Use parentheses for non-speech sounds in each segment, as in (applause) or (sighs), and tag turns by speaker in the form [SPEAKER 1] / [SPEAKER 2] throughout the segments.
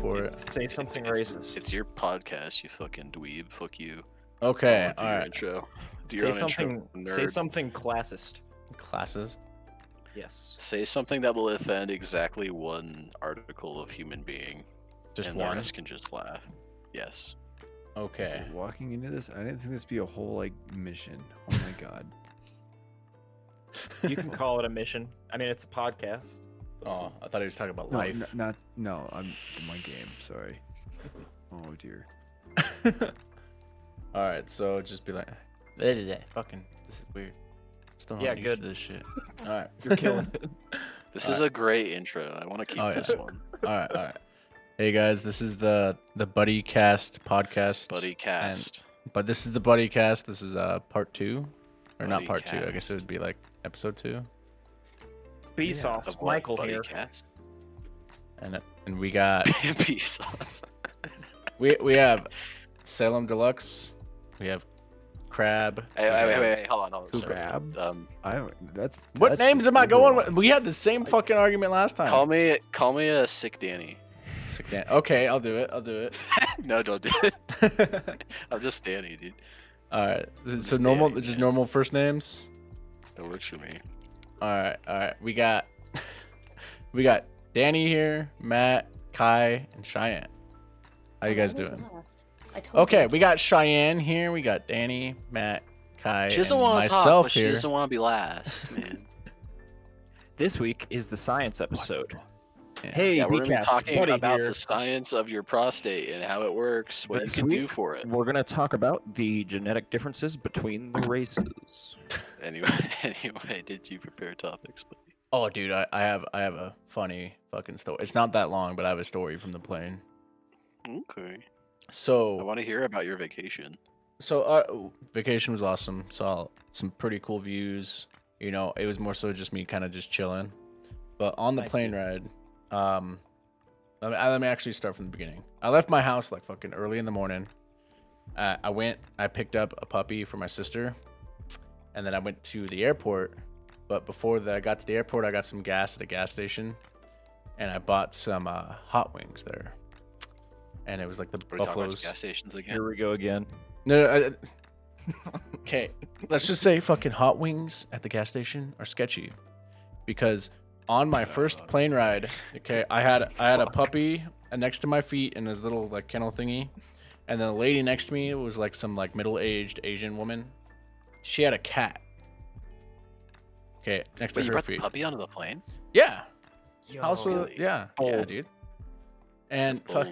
[SPEAKER 1] for it.
[SPEAKER 2] Say something
[SPEAKER 3] It's-
[SPEAKER 2] racist.
[SPEAKER 3] It's your podcast, you fucking dweeb. Fuck you.
[SPEAKER 1] Okay,
[SPEAKER 3] Do
[SPEAKER 1] all
[SPEAKER 3] your
[SPEAKER 1] right.
[SPEAKER 3] Intro. Do your
[SPEAKER 2] Say
[SPEAKER 3] own intro,
[SPEAKER 2] something. Say
[SPEAKER 3] nerd.
[SPEAKER 2] something classist.
[SPEAKER 1] Classist.
[SPEAKER 2] Yes.
[SPEAKER 3] Say something that will offend exactly one article of human being,
[SPEAKER 1] Just
[SPEAKER 3] and the
[SPEAKER 1] one.
[SPEAKER 3] rest can just laugh. Yes.
[SPEAKER 1] Okay.
[SPEAKER 4] Walking into this, I didn't think this would be a whole like mission. Oh my god.
[SPEAKER 2] You can call it a mission. I mean, it's a podcast.
[SPEAKER 1] Oh, I thought he was talking about
[SPEAKER 4] No,
[SPEAKER 1] life.
[SPEAKER 4] n- not no. I'm my game. Sorry. Oh dear.
[SPEAKER 1] all right, so just be like, "Blah, blah, blah, fucking, this is weird. Still not
[SPEAKER 2] Yeah,
[SPEAKER 1] yeah, used
[SPEAKER 2] good.
[SPEAKER 1] to
[SPEAKER 2] (laughs)
[SPEAKER 1] this shit. All right,
[SPEAKER 2] You're killing
[SPEAKER 1] (laughs)
[SPEAKER 2] it.
[SPEAKER 3] This is a great intro. I want to keep
[SPEAKER 1] Oh, yeah.
[SPEAKER 3] this one.
[SPEAKER 1] all right, all right. Hey guys, this is the the Buddy Cast podcast.
[SPEAKER 3] Buddy cast.
[SPEAKER 1] But this is the Buddy Cast. This is uh part two, or not
[SPEAKER 3] Buddy
[SPEAKER 1] part two. I guess
[SPEAKER 3] Cast.
[SPEAKER 1] it would be like episode two.
[SPEAKER 2] B
[SPEAKER 3] The
[SPEAKER 2] sauce.
[SPEAKER 3] what,
[SPEAKER 2] Michael
[SPEAKER 3] buddy
[SPEAKER 2] here.
[SPEAKER 3] Cast? (laughs)
[SPEAKER 1] And and we got
[SPEAKER 3] Pea sauce.
[SPEAKER 1] we we have Salem Deluxe. We have Crab.
[SPEAKER 3] Hey, wait, wait, wait, hold on, hold on.
[SPEAKER 1] Who
[SPEAKER 3] sorry.
[SPEAKER 4] grabbed?
[SPEAKER 3] Um,
[SPEAKER 4] I don't- that's
[SPEAKER 1] What
[SPEAKER 4] that's
[SPEAKER 1] names am I going with?
[SPEAKER 4] overwhelming.
[SPEAKER 1] We had the same fucking argument last time.
[SPEAKER 3] call me, call me a sick Danny. (laughs)
[SPEAKER 1] Sick Dan- Okay, I'll do it. (laughs) I'll do
[SPEAKER 3] no, don't do it. (laughs)
[SPEAKER 1] it.
[SPEAKER 3] I'm just Danny, dude.
[SPEAKER 1] all right. So
[SPEAKER 3] just
[SPEAKER 1] normal,
[SPEAKER 3] dating,
[SPEAKER 1] just
[SPEAKER 3] man.
[SPEAKER 1] normal first names.
[SPEAKER 3] That works for me.
[SPEAKER 1] All right, all right. We got, (laughs) we got Danny here, Matt, Kai, and Cheyenne. How you
[SPEAKER 5] Oh,
[SPEAKER 1] guys doing?
[SPEAKER 5] I told
[SPEAKER 1] Okay, we got Cheyenne here. We got Danny, Matt, Kai,
[SPEAKER 3] She doesn't
[SPEAKER 1] and
[SPEAKER 3] want to talk,
[SPEAKER 1] myself
[SPEAKER 3] but she
[SPEAKER 1] here.
[SPEAKER 3] doesn't want to
[SPEAKER 1] (laughs)
[SPEAKER 3] be last, man.
[SPEAKER 2] This week is the science episode.
[SPEAKER 1] Yeah.
[SPEAKER 2] Hey,
[SPEAKER 3] yeah,
[SPEAKER 2] we
[SPEAKER 3] we're gonna be talking
[SPEAKER 2] buddy
[SPEAKER 3] about
[SPEAKER 2] here.
[SPEAKER 3] the science of your prostate and how it works, what
[SPEAKER 2] This
[SPEAKER 3] you can do
[SPEAKER 2] week-
[SPEAKER 3] for it.
[SPEAKER 2] We're gonna talk about the genetic differences between the races.
[SPEAKER 3] Anyway, (laughs) anyway, did you prepare topics? Buddy?
[SPEAKER 1] Oh, dude, I, I have I have a funny fucking story. It's not that long, but I have a story from the plane.
[SPEAKER 3] Okay. I
[SPEAKER 1] So
[SPEAKER 3] want to hear about your vacation.
[SPEAKER 1] so our vacation was awesome. Saw some pretty cool views. You know, it was more so just me kind of just chilling. But on the
[SPEAKER 2] Nice,
[SPEAKER 1] plane
[SPEAKER 2] dude.
[SPEAKER 1] ride, um, let me, uh, let me actually start from the beginning. I left my house like fucking early in the morning. Uh, I went, I picked up a puppy for my sister, and then I went to the airport. But before that, I got to the airport, I got some gas at a gas station, and I bought some uh, hot wings there. And it was like the
[SPEAKER 3] Are we talking about
[SPEAKER 1] buffaloes.
[SPEAKER 3] gas stations again?
[SPEAKER 2] Here we go again.
[SPEAKER 1] No. no
[SPEAKER 3] (laughs)
[SPEAKER 1] okay, let's just say fucking hot wings at the gas station are sketchy, because on my first plane ride, okay, I had I had a puppy uh, next to my feet in his little like kennel thingy, and the lady next to me was like some like middle aged Asian woman. She had a cat. Okay, next
[SPEAKER 3] Wait,
[SPEAKER 1] to
[SPEAKER 3] you
[SPEAKER 1] her
[SPEAKER 3] brought the
[SPEAKER 1] feet.
[SPEAKER 3] puppy onto the plane?
[SPEAKER 1] Yeah. House with,
[SPEAKER 3] Really?
[SPEAKER 1] yeah, yeah,
[SPEAKER 2] Bold.
[SPEAKER 1] dude. And
[SPEAKER 3] That's
[SPEAKER 1] fuck,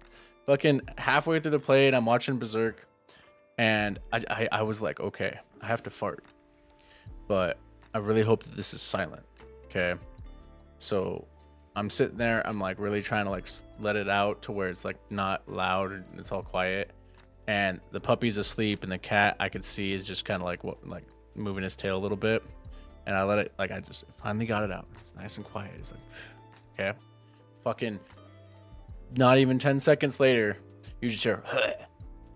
[SPEAKER 1] (laughs) fucking halfway through the play, and I'm watching Berserk, and I, I I was like, okay, I have to fart, but I really hope that this is silent. Okay, so I'm sitting there, I'm like really trying to like s- let it out to where it's like not loud and it's all quiet, and the puppy's asleep, and the cat I could see is just kind of like what like moving his tail a little bit, and I let it like I just finally got it out. It's nice and quiet. It's like. (sighs) Okay. Fucking not even 10 seconds later, you just hear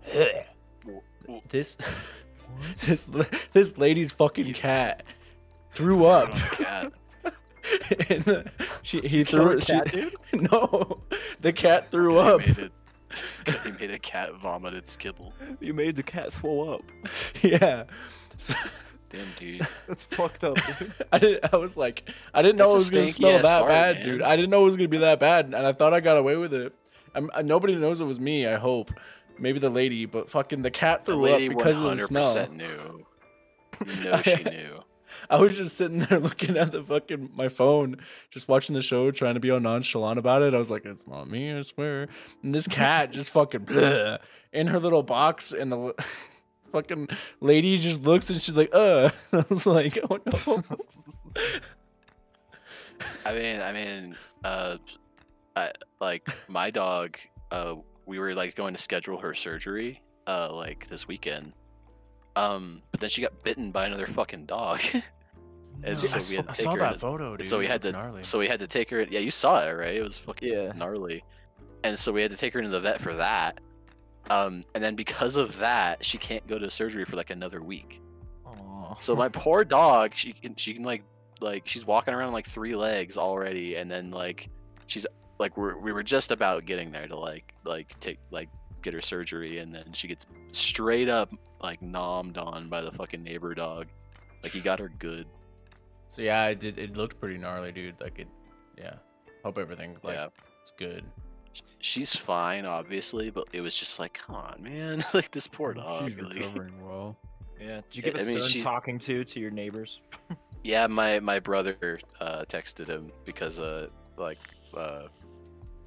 [SPEAKER 1] (sighs) this (laughs) this la- this lady's fucking cat threw (laughs) up (laughs)
[SPEAKER 3] Oh, Cat.
[SPEAKER 1] in the, she he
[SPEAKER 2] killed
[SPEAKER 1] threw
[SPEAKER 2] the
[SPEAKER 1] she,
[SPEAKER 2] cat, dude?
[SPEAKER 1] (laughs) no the cat threw
[SPEAKER 3] He
[SPEAKER 1] up
[SPEAKER 3] made, it, (laughs) he made a cat vomit its kibble.
[SPEAKER 2] You made the cat throw up.
[SPEAKER 1] (laughs) yeah so
[SPEAKER 3] Damn,
[SPEAKER 1] (laughs)
[SPEAKER 3] dude.
[SPEAKER 2] That's fucked up. dude.
[SPEAKER 1] I didn't I was like I didn't know
[SPEAKER 3] That's a
[SPEAKER 1] it was gonna
[SPEAKER 3] stanky
[SPEAKER 1] smell
[SPEAKER 3] ass
[SPEAKER 1] that
[SPEAKER 3] fart,
[SPEAKER 1] bad
[SPEAKER 3] man.
[SPEAKER 1] dude I didn't know it was gonna be that bad and I thought I got away with it I'm, I, nobody knows it was me I hope maybe the lady but fucking the cat
[SPEAKER 3] The
[SPEAKER 1] threw
[SPEAKER 3] lady
[SPEAKER 1] up because of the
[SPEAKER 3] 100%
[SPEAKER 1] smell
[SPEAKER 3] knew. You know she knew.
[SPEAKER 1] (laughs) I was just sitting there (laughs) looking at the fucking my phone, just watching the show, trying to be all nonchalant about it. I was like, "It's not me, I swear." And this cat
[SPEAKER 3] (laughs)
[SPEAKER 1] just fucking bleh, in her little box, and the l- (laughs) fucking lady just looks and she's like, "Uh," (laughs) I was like, "Oh
[SPEAKER 3] (laughs)
[SPEAKER 1] no."
[SPEAKER 3] I mean, I mean, uh, I, like my dog. Uh, we were like going to schedule her surgery, uh, like this weekend. Um, but then she got bitten by another fucking dog. (laughs) and
[SPEAKER 2] See,
[SPEAKER 3] so we had to take her to-
[SPEAKER 1] photo,
[SPEAKER 3] so we had to, so we had to take her. Yeah, you saw it, right? It was fucking
[SPEAKER 2] Yeah.
[SPEAKER 3] gnarly. And so we had to take her to the vet for that. Um, and then because of that, she can't go to surgery for like another week.
[SPEAKER 2] Aw.
[SPEAKER 3] So
[SPEAKER 5] (laughs)
[SPEAKER 3] my poor dog, she can she can like like she's walking around on, like three legs already, and then like she's like we're we were just about getting there to like like take like get her surgery and then she gets straight up like nommed on by the fucking neighbor dog. Like he got her good.
[SPEAKER 1] So yeah, it did. It looked pretty gnarly, dude. Like it. Yeah. Hope everything like
[SPEAKER 3] yeah.
[SPEAKER 1] it's good.
[SPEAKER 3] Sh- She's fine, obviously, but it was just like, come on, man! (laughs) Like this poor dog.
[SPEAKER 4] She's
[SPEAKER 3] like-
[SPEAKER 4] recovering well.
[SPEAKER 2] (laughs) Yeah. Did you
[SPEAKER 3] I-
[SPEAKER 2] give a
[SPEAKER 3] I mean,
[SPEAKER 2] stern
[SPEAKER 3] she-
[SPEAKER 2] talking to to your neighbors?
[SPEAKER 3] Yeah, my my brother uh, texted him because uh like uh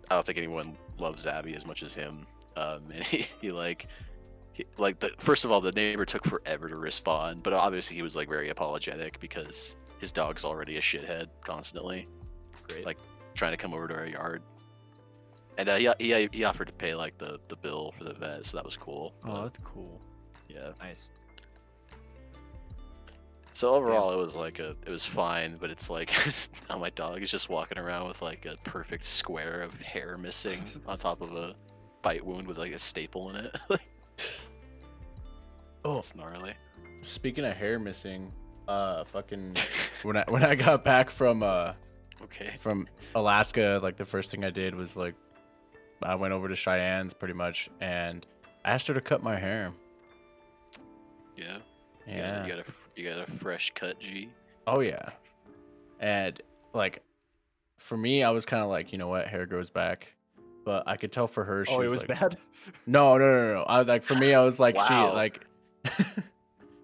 [SPEAKER 3] I don't think anyone loves Abby as much as him. Um, (laughs) and he, he like he, like the first of all the neighbor took forever to respond, but obviously he was like very apologetic because his dog's already a shithead constantly
[SPEAKER 2] Great.
[SPEAKER 3] Like- trying to come over to our yard. And uh, he, he he offered to pay like the the bill for the vet, so that was cool.
[SPEAKER 4] Oh,
[SPEAKER 3] Uh,
[SPEAKER 4] that's cool.
[SPEAKER 3] yeah.
[SPEAKER 2] nice.
[SPEAKER 3] So overall, it was like a, it was fine, but it's like (laughs) now my dog is just walking around with like a perfect square of hair missing on top of a bite wound with like a staple in it. (laughs) Like,
[SPEAKER 1] Oh,
[SPEAKER 3] it's gnarly. (laughs)
[SPEAKER 1] speaking of hair missing, uh,
[SPEAKER 3] (laughs)
[SPEAKER 1] fucking when I when I got back from uh
[SPEAKER 3] Okay.
[SPEAKER 1] from Alaska, like the first thing I did was like I went over to Cheyenne's pretty much and I asked her to cut my hair.
[SPEAKER 3] Yeah. You got
[SPEAKER 1] Yeah.
[SPEAKER 3] a- You got a f- you got a fresh cut, G.
[SPEAKER 1] Oh yeah. And like for me, I was kind of like, you know what, hair grows back. But I could tell for her, she
[SPEAKER 2] oh, it
[SPEAKER 1] was,
[SPEAKER 2] was
[SPEAKER 1] like,
[SPEAKER 2] bad.
[SPEAKER 1] no, no, no, no. I like for me, I was like, she
[SPEAKER 3] Wow.
[SPEAKER 1] like,
[SPEAKER 4] That's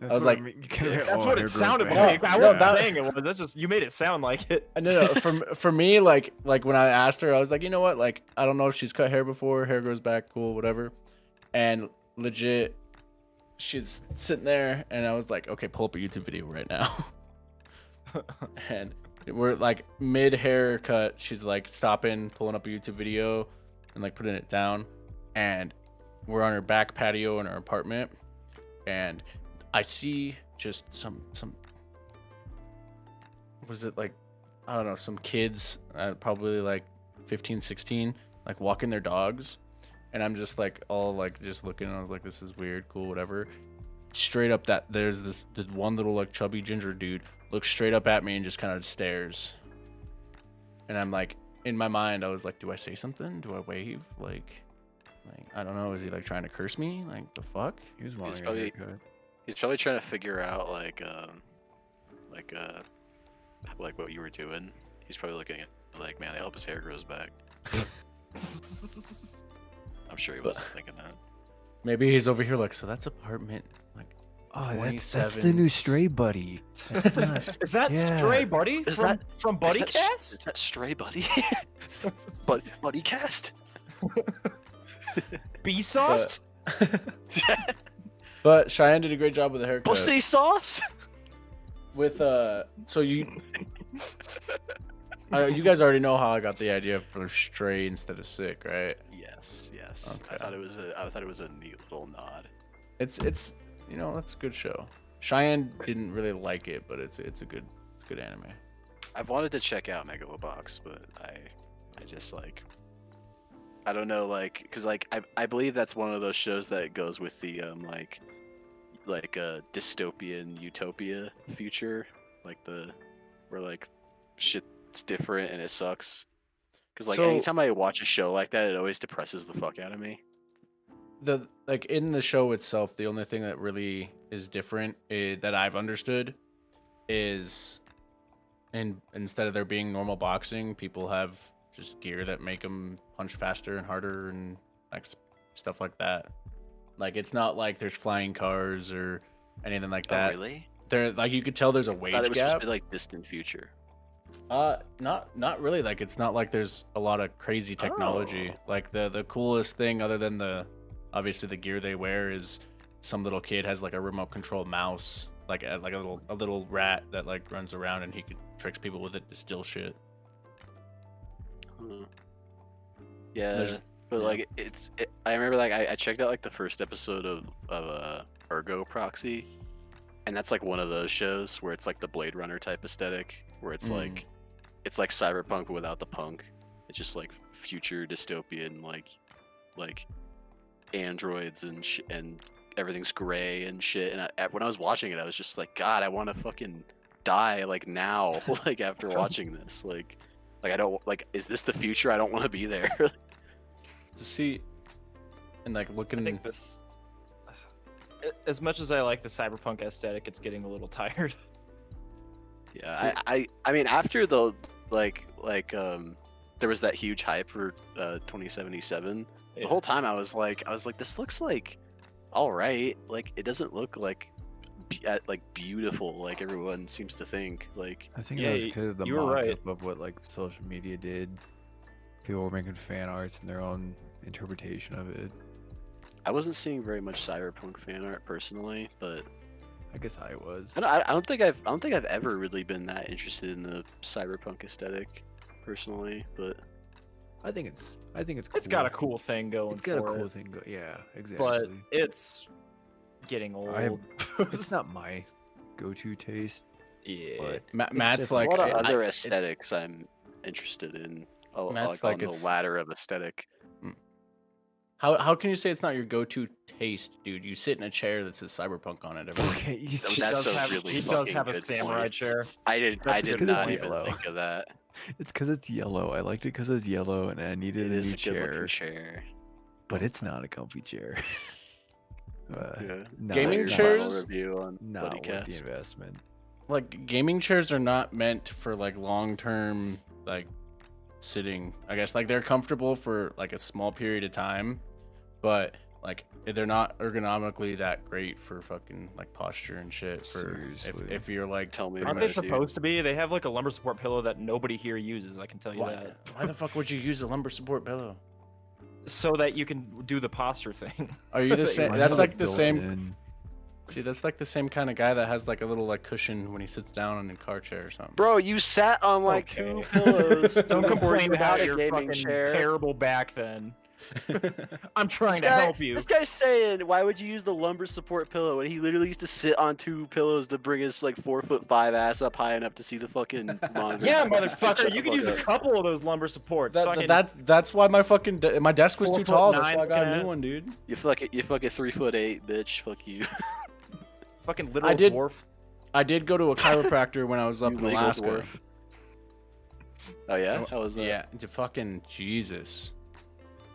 [SPEAKER 1] I was
[SPEAKER 4] what
[SPEAKER 1] like,
[SPEAKER 4] I mean, you can't really-
[SPEAKER 2] That's
[SPEAKER 4] oh,
[SPEAKER 2] what
[SPEAKER 4] hair
[SPEAKER 2] it
[SPEAKER 4] grows
[SPEAKER 2] sounded
[SPEAKER 4] back.
[SPEAKER 2] like. I
[SPEAKER 1] Yeah.
[SPEAKER 2] wasn't
[SPEAKER 1] That-
[SPEAKER 2] saying it was. That's just you made it sound like it. (laughs)
[SPEAKER 1] Uh, no, no. For for me, like like when I asked her, I was like, you know what, like I don't know if she's cut hair before, hair grows back, cool, whatever. And legit, she's sitting there, and I was like, okay, pull up a YouTube video right now. and we're like mid haircut, she's like stopping, pulling up a YouTube video, and like putting it down, and we're on her back patio in our apartment, and I see just some some. Was it like I don't know, some kids, uh, probably like 15, 16, like walking their dogs. And I'm just like, all like, just looking. And I was like, this is weird, cool, whatever. Straight up, that there's this the one little, like, chubby ginger dude looks straight up at me and just kind of stares. And I'm like, in my mind, I was like, do I say something? Do I wave? Like, like I don't know. Is he like trying to curse me? Like, the fuck?
[SPEAKER 4] (laughs) He was wanting
[SPEAKER 3] probably-
[SPEAKER 4] a haircut.
[SPEAKER 3] He's probably trying to figure out like um like uh like what you were doing. He's probably looking at like man, I hope his hair grows back. I'm sure he wasn't thinking that.
[SPEAKER 1] Maybe he's over here, like, so that's apartment. Like,
[SPEAKER 4] Oh,
[SPEAKER 1] that's- that's the new 27. Stray
[SPEAKER 4] buddy.
[SPEAKER 2] Is that
[SPEAKER 4] Yeah.
[SPEAKER 2] Stray Buddy
[SPEAKER 3] Is
[SPEAKER 2] from,
[SPEAKER 3] that-
[SPEAKER 2] from Buddy
[SPEAKER 3] is that, s- Is
[SPEAKER 2] Cast?
[SPEAKER 3] that
[SPEAKER 2] (laughs)
[SPEAKER 3] stray buddy? (laughs) Bud, buddy cast.
[SPEAKER 2] B sauce?
[SPEAKER 1] but Cheyenne did a great job with the haircut.
[SPEAKER 3] Pussy sauce.
[SPEAKER 1] with uh so you uh, you guys already know how i got the idea for stray instead of sick right
[SPEAKER 3] Yes, yes. I
[SPEAKER 1] Okay.
[SPEAKER 3] thought it was a I thought it was a neat little nod.
[SPEAKER 1] it's it's you know that's a good show cheyenne didn't really like it but it's it's a good it's a good anime
[SPEAKER 3] I've wanted to check out Megalobox, but I I just like I don't know like cuz like I I believe that's one of those shows that goes with the um like like a dystopian utopia future, like the where like shit's different and it sucks. Cuz like
[SPEAKER 1] So-
[SPEAKER 3] anytime I watch a show like that, it always depresses the fuck out of me.
[SPEAKER 1] the like in the show itself the only thing that really is different i that i've understood is in instead of there being normal boxing people have just gear that make them punch faster and harder and like s- stuff like that like it's not like there's flying cars or anything like that
[SPEAKER 3] oh, really?
[SPEAKER 1] there like you could tell there's a
[SPEAKER 3] I
[SPEAKER 1] wage
[SPEAKER 3] thought it was
[SPEAKER 1] gap
[SPEAKER 3] supposed to be like distant future.
[SPEAKER 1] uh, not not really. Like it's not like there's a lot of crazy technology.
[SPEAKER 2] Oh.
[SPEAKER 1] Like the the coolest thing, other than the obviously the gear they wear, is some little kid has like a remote control mouse, like a, like a little a little rat that like runs around and he could tricks people with it to steal shit.
[SPEAKER 3] Mm. Yeah,
[SPEAKER 1] There's-
[SPEAKER 3] but
[SPEAKER 1] yeah.
[SPEAKER 3] like it's. It, I remember like I, I checked out like the first episode of of uh, Ergo Proxy, and that's like one of those shows where it's like the Blade Runner type aesthetic, where it's
[SPEAKER 1] Mm.
[SPEAKER 3] like, it's like cyberpunk but without the punk. It's just like future dystopian like, like, androids and sh- and everything's gray and shit. And I, at- when I was watching it, I
[SPEAKER 1] (laughs)
[SPEAKER 3] was (laughs) just like, God, I want to fucking die like now, like after watching this, like. Like I don't like. Is this the future? I don't want to be there. (laughs)
[SPEAKER 1] See, and like
[SPEAKER 5] I
[SPEAKER 1] looking.
[SPEAKER 5] think this. (sighs) As much as I like the cyberpunk aesthetic, it's getting a little tired.
[SPEAKER 3] yeah. I, I I mean after the like like um there was that huge hype for uh 2077. The whole time I was like I was like this looks like all right. Like it doesn't look like be- uh, like beautiful like everyone seems to think. Like
[SPEAKER 4] I think
[SPEAKER 5] Yeah,
[SPEAKER 4] that was
[SPEAKER 5] y-
[SPEAKER 4] because of the
[SPEAKER 5] you were
[SPEAKER 4] mock-up
[SPEAKER 5] right.
[SPEAKER 4] of what like social media did. People were making fan arts and their own interpretation of it.
[SPEAKER 3] I wasn't seeing very much cyberpunk fan art personally, but
[SPEAKER 4] I guess I was.
[SPEAKER 3] I don't, I I don't think I've I don't think I've ever really been that interested in the cyberpunk aesthetic personally, but
[SPEAKER 4] I think it's. I think it's. Cool.
[SPEAKER 5] It's got a cool thing going.
[SPEAKER 4] It's got a
[SPEAKER 5] for
[SPEAKER 4] cool
[SPEAKER 5] it,
[SPEAKER 4] thing. Go- yeah,
[SPEAKER 5] but
[SPEAKER 4] (laughs) exactly.
[SPEAKER 5] it's getting old.
[SPEAKER 4] I am-
[SPEAKER 5] (laughs)
[SPEAKER 4] it's not my go-to taste.
[SPEAKER 5] Yeah.
[SPEAKER 4] But
[SPEAKER 1] Ma- Matt's
[SPEAKER 4] it's
[SPEAKER 1] like.
[SPEAKER 3] there's a lot
[SPEAKER 1] I-
[SPEAKER 3] of other
[SPEAKER 1] I- it's-
[SPEAKER 3] aesthetics I'm interested in. Oh,
[SPEAKER 1] Matt's
[SPEAKER 3] like,
[SPEAKER 1] like
[SPEAKER 3] on the
[SPEAKER 1] it's-
[SPEAKER 3] ladder of aesthetic.
[SPEAKER 1] How how can you say it's not your go-to taste, dude? You sit in a chair that says cyberpunk on it. Every day.
[SPEAKER 4] (laughs) Okay, you
[SPEAKER 3] That-
[SPEAKER 4] should-
[SPEAKER 3] that's
[SPEAKER 5] does
[SPEAKER 3] a
[SPEAKER 5] have-
[SPEAKER 3] really
[SPEAKER 5] he does
[SPEAKER 3] fucking
[SPEAKER 5] have a
[SPEAKER 3] good
[SPEAKER 5] samurai
[SPEAKER 3] point.
[SPEAKER 5] chair.
[SPEAKER 3] I did
[SPEAKER 4] That's
[SPEAKER 3] I
[SPEAKER 4] a
[SPEAKER 3] did
[SPEAKER 4] good
[SPEAKER 3] not
[SPEAKER 4] point,
[SPEAKER 3] even
[SPEAKER 4] though.
[SPEAKER 3] think of that.
[SPEAKER 4] It's because it's yellow. I liked it because it's yellow, and I needed
[SPEAKER 3] It
[SPEAKER 4] a
[SPEAKER 3] is
[SPEAKER 4] new
[SPEAKER 3] a good looking
[SPEAKER 4] chair.
[SPEAKER 3] chair.
[SPEAKER 4] But it's not a comfy chair. (laughs) uh,
[SPEAKER 3] Yeah.
[SPEAKER 4] not-
[SPEAKER 1] Gaming
[SPEAKER 3] Your
[SPEAKER 4] not-
[SPEAKER 1] chair?
[SPEAKER 3] final
[SPEAKER 1] chairs?
[SPEAKER 3] Review on
[SPEAKER 4] Not worth the
[SPEAKER 3] Buddycast.
[SPEAKER 4] investment.
[SPEAKER 1] Like gaming chairs are not meant for like long-term like sitting. I guess like they're comfortable for like a small period of time, but like they're not ergonomically that great for fucking like posture and shit. For if,
[SPEAKER 4] Seriously.
[SPEAKER 1] if you're like
[SPEAKER 3] Tell me
[SPEAKER 1] pretty
[SPEAKER 5] Aren't
[SPEAKER 3] about
[SPEAKER 5] they
[SPEAKER 1] much-
[SPEAKER 3] it, dude.
[SPEAKER 5] supposed to be? They have like a lumbar support pillow that nobody here uses. I can tell you
[SPEAKER 1] why,
[SPEAKER 5] that.
[SPEAKER 1] why the fuck would you use a lumbar support pillow?
[SPEAKER 5] So that you can do the posture thing.
[SPEAKER 1] Are
[SPEAKER 4] (laughs)
[SPEAKER 1] you the
[SPEAKER 5] Mine
[SPEAKER 1] same?
[SPEAKER 4] Mine
[SPEAKER 1] That's
[SPEAKER 4] has a
[SPEAKER 1] like the same.
[SPEAKER 4] built-in-
[SPEAKER 1] See, that's like the same kind of guy that has like a little like cushion when he sits down in a car chair or something.
[SPEAKER 3] Bro, you sat on like two pillows
[SPEAKER 5] (laughs) Don't
[SPEAKER 3] before
[SPEAKER 5] complain
[SPEAKER 3] you
[SPEAKER 5] about
[SPEAKER 3] had a
[SPEAKER 5] your
[SPEAKER 3] gaming
[SPEAKER 5] fucking
[SPEAKER 3] chair.
[SPEAKER 5] terrible back. Then I'm trying to
[SPEAKER 3] guy-
[SPEAKER 5] help you.
[SPEAKER 3] This guy's saying, why would you use the lumbar support pillow? And he literally used to sit on two pillows to bring his like four foot five ass up high enough to see the
[SPEAKER 5] (laughs)
[SPEAKER 3] fucking monitor.
[SPEAKER 5] Yeah,
[SPEAKER 3] Fucking
[SPEAKER 5] motherfucker,
[SPEAKER 3] shut
[SPEAKER 1] (laughs)
[SPEAKER 3] the
[SPEAKER 5] you can
[SPEAKER 3] fuck
[SPEAKER 5] use a
[SPEAKER 3] up.
[SPEAKER 5] couple of those lumbar supports.
[SPEAKER 1] That,
[SPEAKER 5] fucking,
[SPEAKER 1] that that's why my fucking de- my desk was
[SPEAKER 5] Four
[SPEAKER 1] too
[SPEAKER 5] foot
[SPEAKER 1] tall. That's
[SPEAKER 5] nine
[SPEAKER 1] why I got a
[SPEAKER 5] fucking
[SPEAKER 1] new
[SPEAKER 5] ass.
[SPEAKER 1] one, dude.
[SPEAKER 3] You fucking you fucking three foot eight, bitch. Fuck you.
[SPEAKER 5] fucking literal
[SPEAKER 1] did-
[SPEAKER 5] dwarf.
[SPEAKER 1] I did go to a chiropractor when I
[SPEAKER 3] (laughs)
[SPEAKER 1] was up
[SPEAKER 3] You
[SPEAKER 1] in
[SPEAKER 3] legal
[SPEAKER 1] Alaska.
[SPEAKER 3] dwarf. Oh yeah,
[SPEAKER 1] Oh,
[SPEAKER 3] how was that?
[SPEAKER 1] Yeah, to fucking Jesus.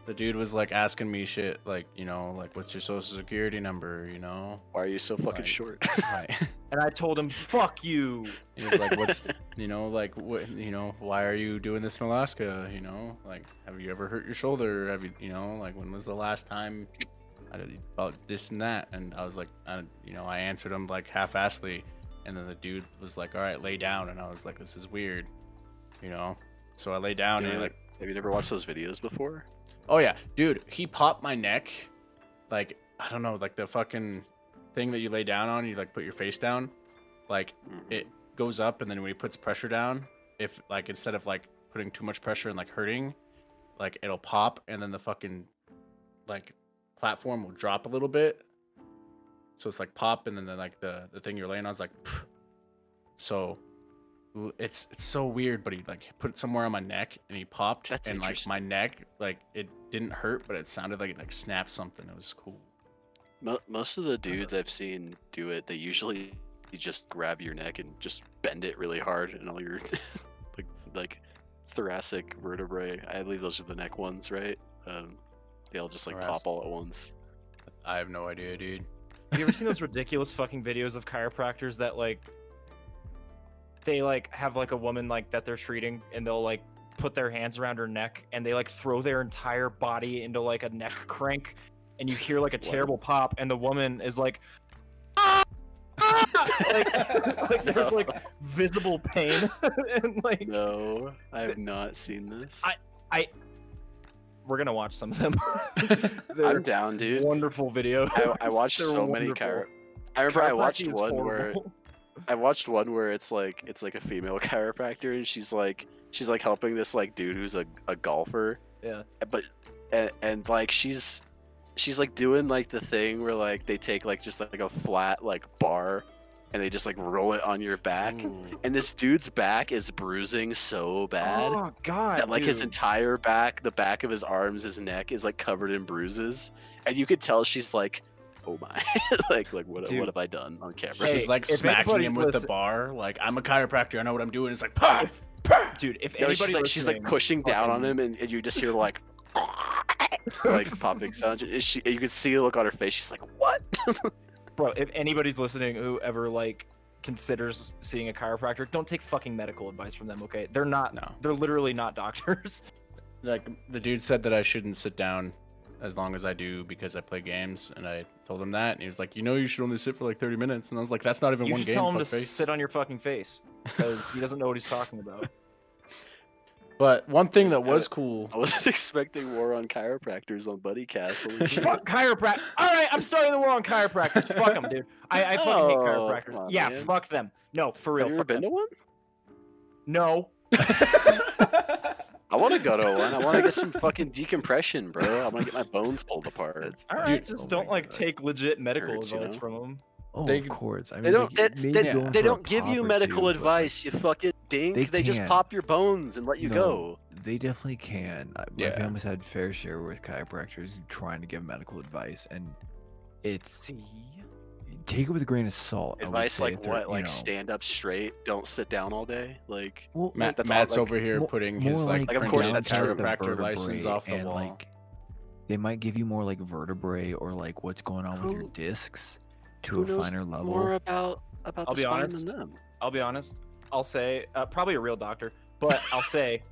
[SPEAKER 1] The dude was like asking me shit, like you know, like what's your social security number, you
[SPEAKER 3] (laughs)
[SPEAKER 1] know?
[SPEAKER 3] Why are you so fucking
[SPEAKER 1] Right.
[SPEAKER 3] short? (laughs)
[SPEAKER 1] Like,
[SPEAKER 5] And I told him, "Fuck you."
[SPEAKER 1] he was like, what's you know, like what you know, why are you doing this in Alaska? You know, like have you ever hurt your shoulder? Have you you know, like when was the last time I did about this and that? And I was like, I, you know, I answered him like half-assedly, and then the dude was like, all right, lay down, and I was like, this is weird, you know. So I lay down
[SPEAKER 3] You
[SPEAKER 1] and
[SPEAKER 3] know,
[SPEAKER 1] he, like.
[SPEAKER 3] like, have you never watched those videos before?
[SPEAKER 1] Oh yeah, dude, he popped my neck. Like I don't know, like the fucking thing that you lay down on, you like put your face down. Like
[SPEAKER 3] Mm.
[SPEAKER 1] it goes up, and then when he puts pressure down, if like instead of like putting too much pressure and like hurting, like it'll pop, and then the fucking like platform will drop a little bit. So it's like pop, and then the, like the the thing you're laying on is like. So l- it's it's so weird, but he like put it somewhere on my neck and he popped
[SPEAKER 3] That's
[SPEAKER 1] and like my neck like it didn't hurt, but it sounded like it like snapped something. It was cool.
[SPEAKER 3] Mo- most of the dudes I've seen do it, they usually you just grab your neck and just bend it really hard, and all your (laughs) like like thoracic vertebrae. I believe those are the neck ones, right? Um, they all just like
[SPEAKER 1] Thoracic.
[SPEAKER 3] pop all at once.
[SPEAKER 1] I have no idea, dude.
[SPEAKER 5] Have you ever seen those ridiculous fucking videos of chiropractors that like they like have like a woman like that they're treating and they'll like put their hands around her neck and they like throw their entire body into like a neck crank and you
[SPEAKER 1] (laughs)
[SPEAKER 5] hear like a terrible pop and the woman is like (laughs) "Ah! Ah!" like, like there's like visible pain (laughs) and like
[SPEAKER 3] No, I have not seen this.
[SPEAKER 5] I- we're gonna watch some
[SPEAKER 3] (laughs)
[SPEAKER 5] of them
[SPEAKER 3] I'm
[SPEAKER 5] they're
[SPEAKER 3] down, dude.
[SPEAKER 5] wonderful videos
[SPEAKER 3] I,
[SPEAKER 5] (laughs)
[SPEAKER 3] I watched
[SPEAKER 5] They're
[SPEAKER 3] so many
[SPEAKER 5] wonderful.
[SPEAKER 3] chiro. I remember I watched
[SPEAKER 5] Chiropractic is
[SPEAKER 3] one where
[SPEAKER 5] (laughs) horrible.
[SPEAKER 3] I watched one where it's like it's like a female (laughs) chiropractor and she's like she's like helping this like dude who's a, a golfer.
[SPEAKER 5] Yeah.
[SPEAKER 3] But and, and like she's she's like doing like the thing where like they take like just like a flat like bar and they just like roll it on your back.
[SPEAKER 1] Ooh.
[SPEAKER 3] And this dude's back is bruising so bad
[SPEAKER 5] oh god
[SPEAKER 3] that like his
[SPEAKER 5] dude.
[SPEAKER 3] entire back, the back of his arms, his neck is like covered in bruises, and you could tell she's like, "Oh my, (laughs) like like what
[SPEAKER 5] Dude.
[SPEAKER 3] what have I done on camera?"
[SPEAKER 5] Hey,
[SPEAKER 1] She's like
[SPEAKER 5] if
[SPEAKER 1] smacking
[SPEAKER 5] anybody's
[SPEAKER 1] him with the
[SPEAKER 5] listen-
[SPEAKER 1] bar. Like I'm a chiropractor. I know what I'm doing. It's like, pah, pah.
[SPEAKER 5] dude. If
[SPEAKER 3] No,
[SPEAKER 5] anybody
[SPEAKER 3] she's like she's like
[SPEAKER 5] listening-
[SPEAKER 3] pushing down on
[SPEAKER 5] fucking-
[SPEAKER 3] him, and, and you just hear
[SPEAKER 5] (laughs)
[SPEAKER 3] like like popping sounds. Is She, you can see the look on her face. She's like, "What?"
[SPEAKER 5] bro if anybody's listening who ever like considers seeing a chiropractor don't take fucking medical advice from them okay they're not
[SPEAKER 1] No.
[SPEAKER 5] they're literally
[SPEAKER 3] (laughs)
[SPEAKER 5] not doctors
[SPEAKER 1] Like the dude said that I shouldn't sit down as long as I do because I play games, and I told him that, and he was like, "You know, you should only sit for like 30 minutes," and I was like, "That's not even
[SPEAKER 5] you
[SPEAKER 1] one
[SPEAKER 5] should
[SPEAKER 1] game."
[SPEAKER 5] tell him to
[SPEAKER 1] fuckface."
[SPEAKER 5] sit on your fucking face because he doesn't know what he's
[SPEAKER 3] (laughs)
[SPEAKER 5] talking about
[SPEAKER 1] But one thing that
[SPEAKER 3] Yeah,
[SPEAKER 1] was
[SPEAKER 3] but-
[SPEAKER 1] cool.
[SPEAKER 5] Oh.
[SPEAKER 3] I wasn't (laughs) expecting war on chiropractors on BuddyCast.
[SPEAKER 5] (laughs)
[SPEAKER 3] Holy shit.
[SPEAKER 5] fuck chiropractor all right i'm starting the war on chiropractors fuck them dude i, I fucking hate
[SPEAKER 3] Oh,
[SPEAKER 5] chiropractors
[SPEAKER 3] come on,
[SPEAKER 5] yeah
[SPEAKER 3] man.
[SPEAKER 5] fuck them no for real
[SPEAKER 3] Have you ever
[SPEAKER 5] fuck
[SPEAKER 3] been
[SPEAKER 5] them.
[SPEAKER 3] to one?
[SPEAKER 5] no
[SPEAKER 3] I want to go to one. I want to get some fucking decompression, bro. I want to get my bones pulled apart.
[SPEAKER 5] all right
[SPEAKER 1] Dude,
[SPEAKER 5] just
[SPEAKER 4] oh
[SPEAKER 5] don't
[SPEAKER 4] my
[SPEAKER 5] like
[SPEAKER 4] God.
[SPEAKER 5] take legit medical
[SPEAKER 3] Hurts, you
[SPEAKER 5] advice
[SPEAKER 3] know?
[SPEAKER 5] from them
[SPEAKER 4] Oh,
[SPEAKER 1] They-
[SPEAKER 4] of course. I mean,
[SPEAKER 3] They don't. They,
[SPEAKER 4] could-
[SPEAKER 3] they,
[SPEAKER 4] maybe
[SPEAKER 1] yeah.
[SPEAKER 4] going
[SPEAKER 3] they
[SPEAKER 4] for a
[SPEAKER 3] don't give you
[SPEAKER 4] pop or
[SPEAKER 3] medical
[SPEAKER 4] two, but,
[SPEAKER 3] advice. You fucking dink. They,
[SPEAKER 4] They
[SPEAKER 3] just
[SPEAKER 4] can't.
[SPEAKER 3] pop your bones and let you
[SPEAKER 4] No.
[SPEAKER 3] go.
[SPEAKER 4] like, They definitely can. I- My
[SPEAKER 1] Yeah.
[SPEAKER 4] family's had fair share with chiropractors trying to give medical advice, and it's
[SPEAKER 5] see
[SPEAKER 4] take it with a grain of salt. I would
[SPEAKER 3] Advice
[SPEAKER 4] say, if
[SPEAKER 3] like
[SPEAKER 4] they're,
[SPEAKER 3] what?
[SPEAKER 4] you
[SPEAKER 3] like
[SPEAKER 4] know-
[SPEAKER 3] stand up straight. Don't sit down all day. Like
[SPEAKER 4] Well,
[SPEAKER 1] (laughs) Matt,
[SPEAKER 3] that's all,
[SPEAKER 1] Matt's
[SPEAKER 3] like,
[SPEAKER 1] over here
[SPEAKER 4] mo-
[SPEAKER 1] putting
[SPEAKER 4] more
[SPEAKER 1] his like,
[SPEAKER 3] Like, of
[SPEAKER 1] print
[SPEAKER 3] course
[SPEAKER 1] down
[SPEAKER 3] that's
[SPEAKER 4] out
[SPEAKER 3] true.
[SPEAKER 4] the
[SPEAKER 1] chiropractor license
[SPEAKER 4] vertebrae
[SPEAKER 1] off the
[SPEAKER 4] and,
[SPEAKER 1] wall.
[SPEAKER 4] Like, they might give you more like vertebrae or like what's going on with
[SPEAKER 3] Who-
[SPEAKER 4] your discs to
[SPEAKER 3] who
[SPEAKER 4] a
[SPEAKER 3] knows
[SPEAKER 4] finer level.
[SPEAKER 3] more about about
[SPEAKER 5] I'll
[SPEAKER 3] the
[SPEAKER 5] be
[SPEAKER 3] spine
[SPEAKER 5] honest.
[SPEAKER 3] than them.
[SPEAKER 5] I'll be honest. I'll say uh, probably a real doctor, but I'll say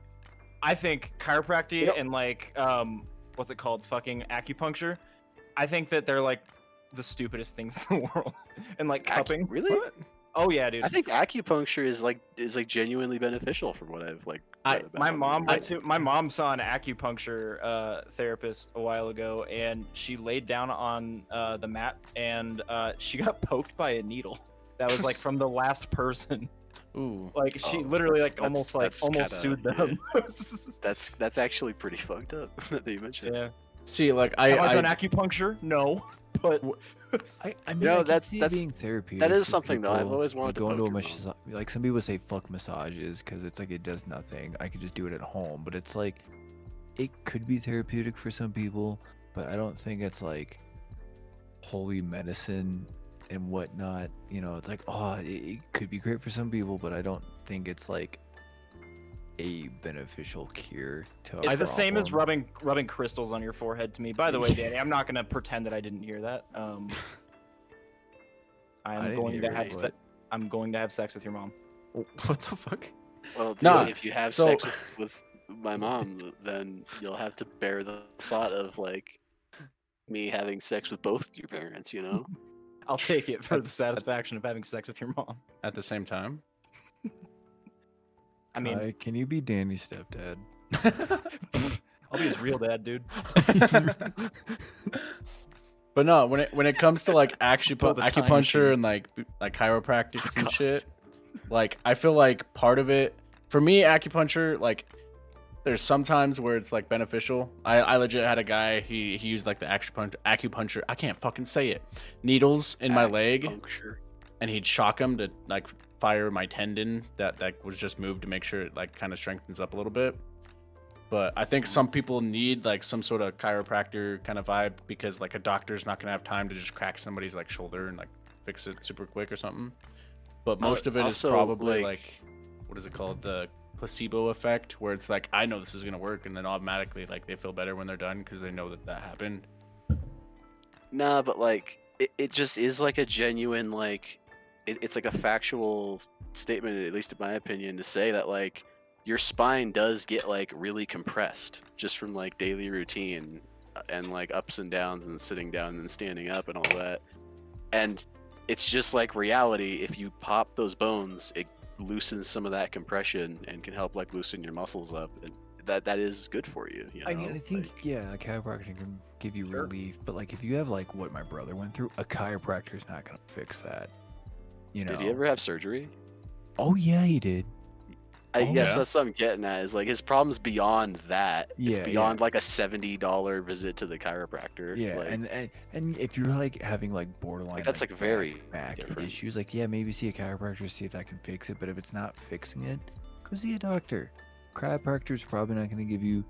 [SPEAKER 5] I think chiropractic
[SPEAKER 3] You know-
[SPEAKER 5] and like um what's it called fucking acupuncture. I think that they're like the stupidest things (laughs) in the world. and like
[SPEAKER 3] Acu-
[SPEAKER 5] cupping.
[SPEAKER 3] really?
[SPEAKER 5] Oh yeah, dude.
[SPEAKER 3] I think acupuncture is like is like genuinely beneficial from what I've like.
[SPEAKER 1] I-
[SPEAKER 3] read about
[SPEAKER 5] my
[SPEAKER 3] it.
[SPEAKER 5] mom
[SPEAKER 3] Like,
[SPEAKER 5] went to my mom saw an acupuncture uh, therapist a while ago and she laid down on uh, the mat and uh, she got (laughs) poked by a needle that was
[SPEAKER 3] (laughs)
[SPEAKER 5] like from the last person
[SPEAKER 1] Ooh,
[SPEAKER 5] like she
[SPEAKER 3] Oh,
[SPEAKER 5] literally
[SPEAKER 3] that's-
[SPEAKER 5] like
[SPEAKER 3] that's-
[SPEAKER 5] almost like
[SPEAKER 3] that's kinda-
[SPEAKER 5] almost sued them (laughs)
[SPEAKER 3] That's that's actually pretty (laughs) fucked up that you mentioned.
[SPEAKER 5] Yeah.
[SPEAKER 1] see, like I,
[SPEAKER 5] Am I,
[SPEAKER 1] I,
[SPEAKER 5] done acupuncture? No, (laughs) but
[SPEAKER 1] W-
[SPEAKER 4] I, I mean, I
[SPEAKER 3] know,
[SPEAKER 4] can
[SPEAKER 3] that's-
[SPEAKER 4] see it
[SPEAKER 3] that's-
[SPEAKER 4] being therapeutic.
[SPEAKER 3] that is
[SPEAKER 4] for
[SPEAKER 3] something though. I've
[SPEAKER 4] people,
[SPEAKER 3] always
[SPEAKER 4] like,
[SPEAKER 3] wanted to
[SPEAKER 4] going to a
[SPEAKER 3] poke your
[SPEAKER 4] massage. Like some people say, "Fuck massages," because it's like it does nothing. I could just do it at home, but it's like it could be therapeutic for some people, but I don't think it's like holy medicine and whatnot. You know, it's like oh, it, it could be great for some people, but I don't think it's like a beneficial cure to. a
[SPEAKER 5] it's the same as
[SPEAKER 4] problem.
[SPEAKER 5] rubbing rubbing crystals on your forehead to me. By the way,
[SPEAKER 4] (laughs)
[SPEAKER 5] Danny, I'm not gonna pretend that I didn't hear that. Um,
[SPEAKER 4] I
[SPEAKER 5] I'm
[SPEAKER 4] didn't
[SPEAKER 5] going to
[SPEAKER 4] hear
[SPEAKER 5] have
[SPEAKER 4] it,
[SPEAKER 5] se-
[SPEAKER 4] but-
[SPEAKER 5] I'm going to have sex with your mom.
[SPEAKER 1] (laughs) what the fuck?
[SPEAKER 3] Well, dude,
[SPEAKER 1] Nah,
[SPEAKER 3] if you have
[SPEAKER 1] so-
[SPEAKER 3] sex with, with my mom, then you'll have to bear the thought of like me having sex with both your parents. You know,
[SPEAKER 5] I'll take it for the satisfaction of having sex with your mom.
[SPEAKER 1] At the same time,
[SPEAKER 5] I mean,
[SPEAKER 4] Kai, can you be Danny's stepdad?
[SPEAKER 5] I'll be his real dad,
[SPEAKER 4] (laughs)
[SPEAKER 5] dude. (laughs)
[SPEAKER 1] but no, when it when it comes to
[SPEAKER 5] (laughs)
[SPEAKER 1] like actually
[SPEAKER 5] Pull the time
[SPEAKER 1] acupuncture
[SPEAKER 5] machine.
[SPEAKER 1] and like b- like chiropractics
[SPEAKER 5] (laughs)
[SPEAKER 1] and shit, like I feel like part of it for me, acupuncture like there's sometimes where it's like beneficial. I, I legit had a guy he he used like the acupuncture acupuncture I can't fucking say it needles in my leg
[SPEAKER 3] puncture.
[SPEAKER 1] and he'd shock him to like fire my tendon that that was just moved to make sure it like kind of strengthens up a little bit. But I think some people need like some sort of chiropractor kind of vibe because like a doctor's not gonna have time to just crack somebody's like shoulder and like fix it super quick or something. But
[SPEAKER 3] Al-
[SPEAKER 1] most of it is
[SPEAKER 3] Uh, also,
[SPEAKER 1] probably
[SPEAKER 3] like-
[SPEAKER 1] like, what is it called the placebo effect where it's like I know this is gonna work and then automatically like they feel better when they're done because they know that that happened.
[SPEAKER 3] Nah, but like it, it just is like a genuine like it, it's like a factual statement, at least in my opinion, to say that like your spine does get like really compressed just from like daily routine uh, and like ups and downs and sitting down and standing up and all that. And it's just like reality. If you pop those bones, it loosens some of that compression and can help like loosen your muscles up, and that that is good for you. you know?
[SPEAKER 4] I mean, I think
[SPEAKER 3] Like,
[SPEAKER 4] yeah, a chiropractor can give you
[SPEAKER 5] Sure.
[SPEAKER 4] relief, but like if you have like what my brother went through, a chiropractor's not gonna fix that. You know?
[SPEAKER 3] did he ever have surgery?
[SPEAKER 4] Oh yeah, he did.
[SPEAKER 3] I
[SPEAKER 4] Oh,
[SPEAKER 3] guess
[SPEAKER 1] yeah.
[SPEAKER 3] that's what I'm getting at. Is like his problems beyond that. it's
[SPEAKER 4] Yeah, yeah.
[SPEAKER 3] beyond like a seventy dollar visit to the chiropractor.
[SPEAKER 4] Yeah,
[SPEAKER 3] like,
[SPEAKER 4] and, and and if you're like having like borderline,
[SPEAKER 3] that's, like,
[SPEAKER 4] back-
[SPEAKER 3] very
[SPEAKER 4] back
[SPEAKER 3] different.
[SPEAKER 4] issues, like yeah, maybe see a chiropractor, see if that can fix it. But if it's not fixing it, go see a doctor. Chiropractor's probably not gonna give you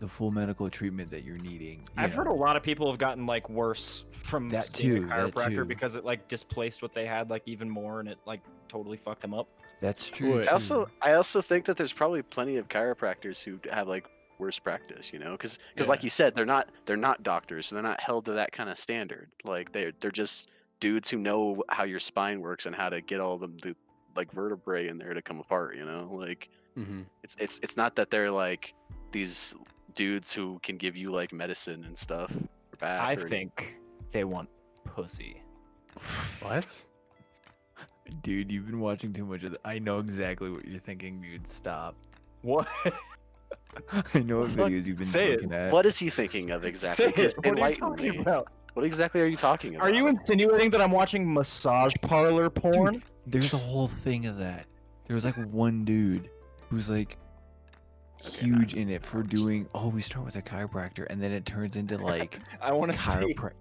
[SPEAKER 4] the full medical treatment that you're needing. you
[SPEAKER 5] I've heard
[SPEAKER 4] know?
[SPEAKER 5] a lot of people have gotten like worse from
[SPEAKER 4] That
[SPEAKER 5] seeing
[SPEAKER 4] too,
[SPEAKER 5] a
[SPEAKER 4] that
[SPEAKER 5] chiropractor
[SPEAKER 4] too.
[SPEAKER 5] because it like displaced what they had like even more and it like totally fucked them up.
[SPEAKER 4] That's true.
[SPEAKER 1] Wait.
[SPEAKER 3] I also
[SPEAKER 4] too.
[SPEAKER 3] I also think that there's probably plenty of chiropractors who have like worse practice, you know, because like
[SPEAKER 1] Yeah.
[SPEAKER 3] you said, they're not they're not doctors, so they're not held to that kind of standard. Like they're they're just dudes who know how your spine works and how to get all them the like vertebrae in there to come apart, you know, like
[SPEAKER 1] Mhm.
[SPEAKER 3] it's it's it's not that they're like these dudes who can give you like medicine and stuff. Or back
[SPEAKER 5] I
[SPEAKER 3] or any-
[SPEAKER 5] think they want pussy.
[SPEAKER 1] What?
[SPEAKER 4] dude, you've been watching too much of. The- I know exactly what you're thinking, dude. Stop. (laughs)
[SPEAKER 5] What?
[SPEAKER 4] I know what
[SPEAKER 5] Fuck,
[SPEAKER 4] videos you've been
[SPEAKER 5] say it.
[SPEAKER 4] looking at.
[SPEAKER 3] What is he thinking
[SPEAKER 5] (laughs)
[SPEAKER 3] of exactly?
[SPEAKER 5] Say
[SPEAKER 3] Please
[SPEAKER 5] it. What are you
[SPEAKER 3] enlighten
[SPEAKER 5] talking
[SPEAKER 3] me.
[SPEAKER 5] about?
[SPEAKER 3] What exactly are you talking about?
[SPEAKER 5] Are you insinuating that I'm watching massage parlor porn?
[SPEAKER 4] There's a whole thing of that. There was like one dude who's like
[SPEAKER 3] Okay, nah,
[SPEAKER 4] huge in it for doing. Oh, we start with a chiropractor, and then it
[SPEAKER 3] (laughs)
[SPEAKER 4] turns into like
[SPEAKER 5] I (laughs) want to see.
[SPEAKER 4] chiropractor.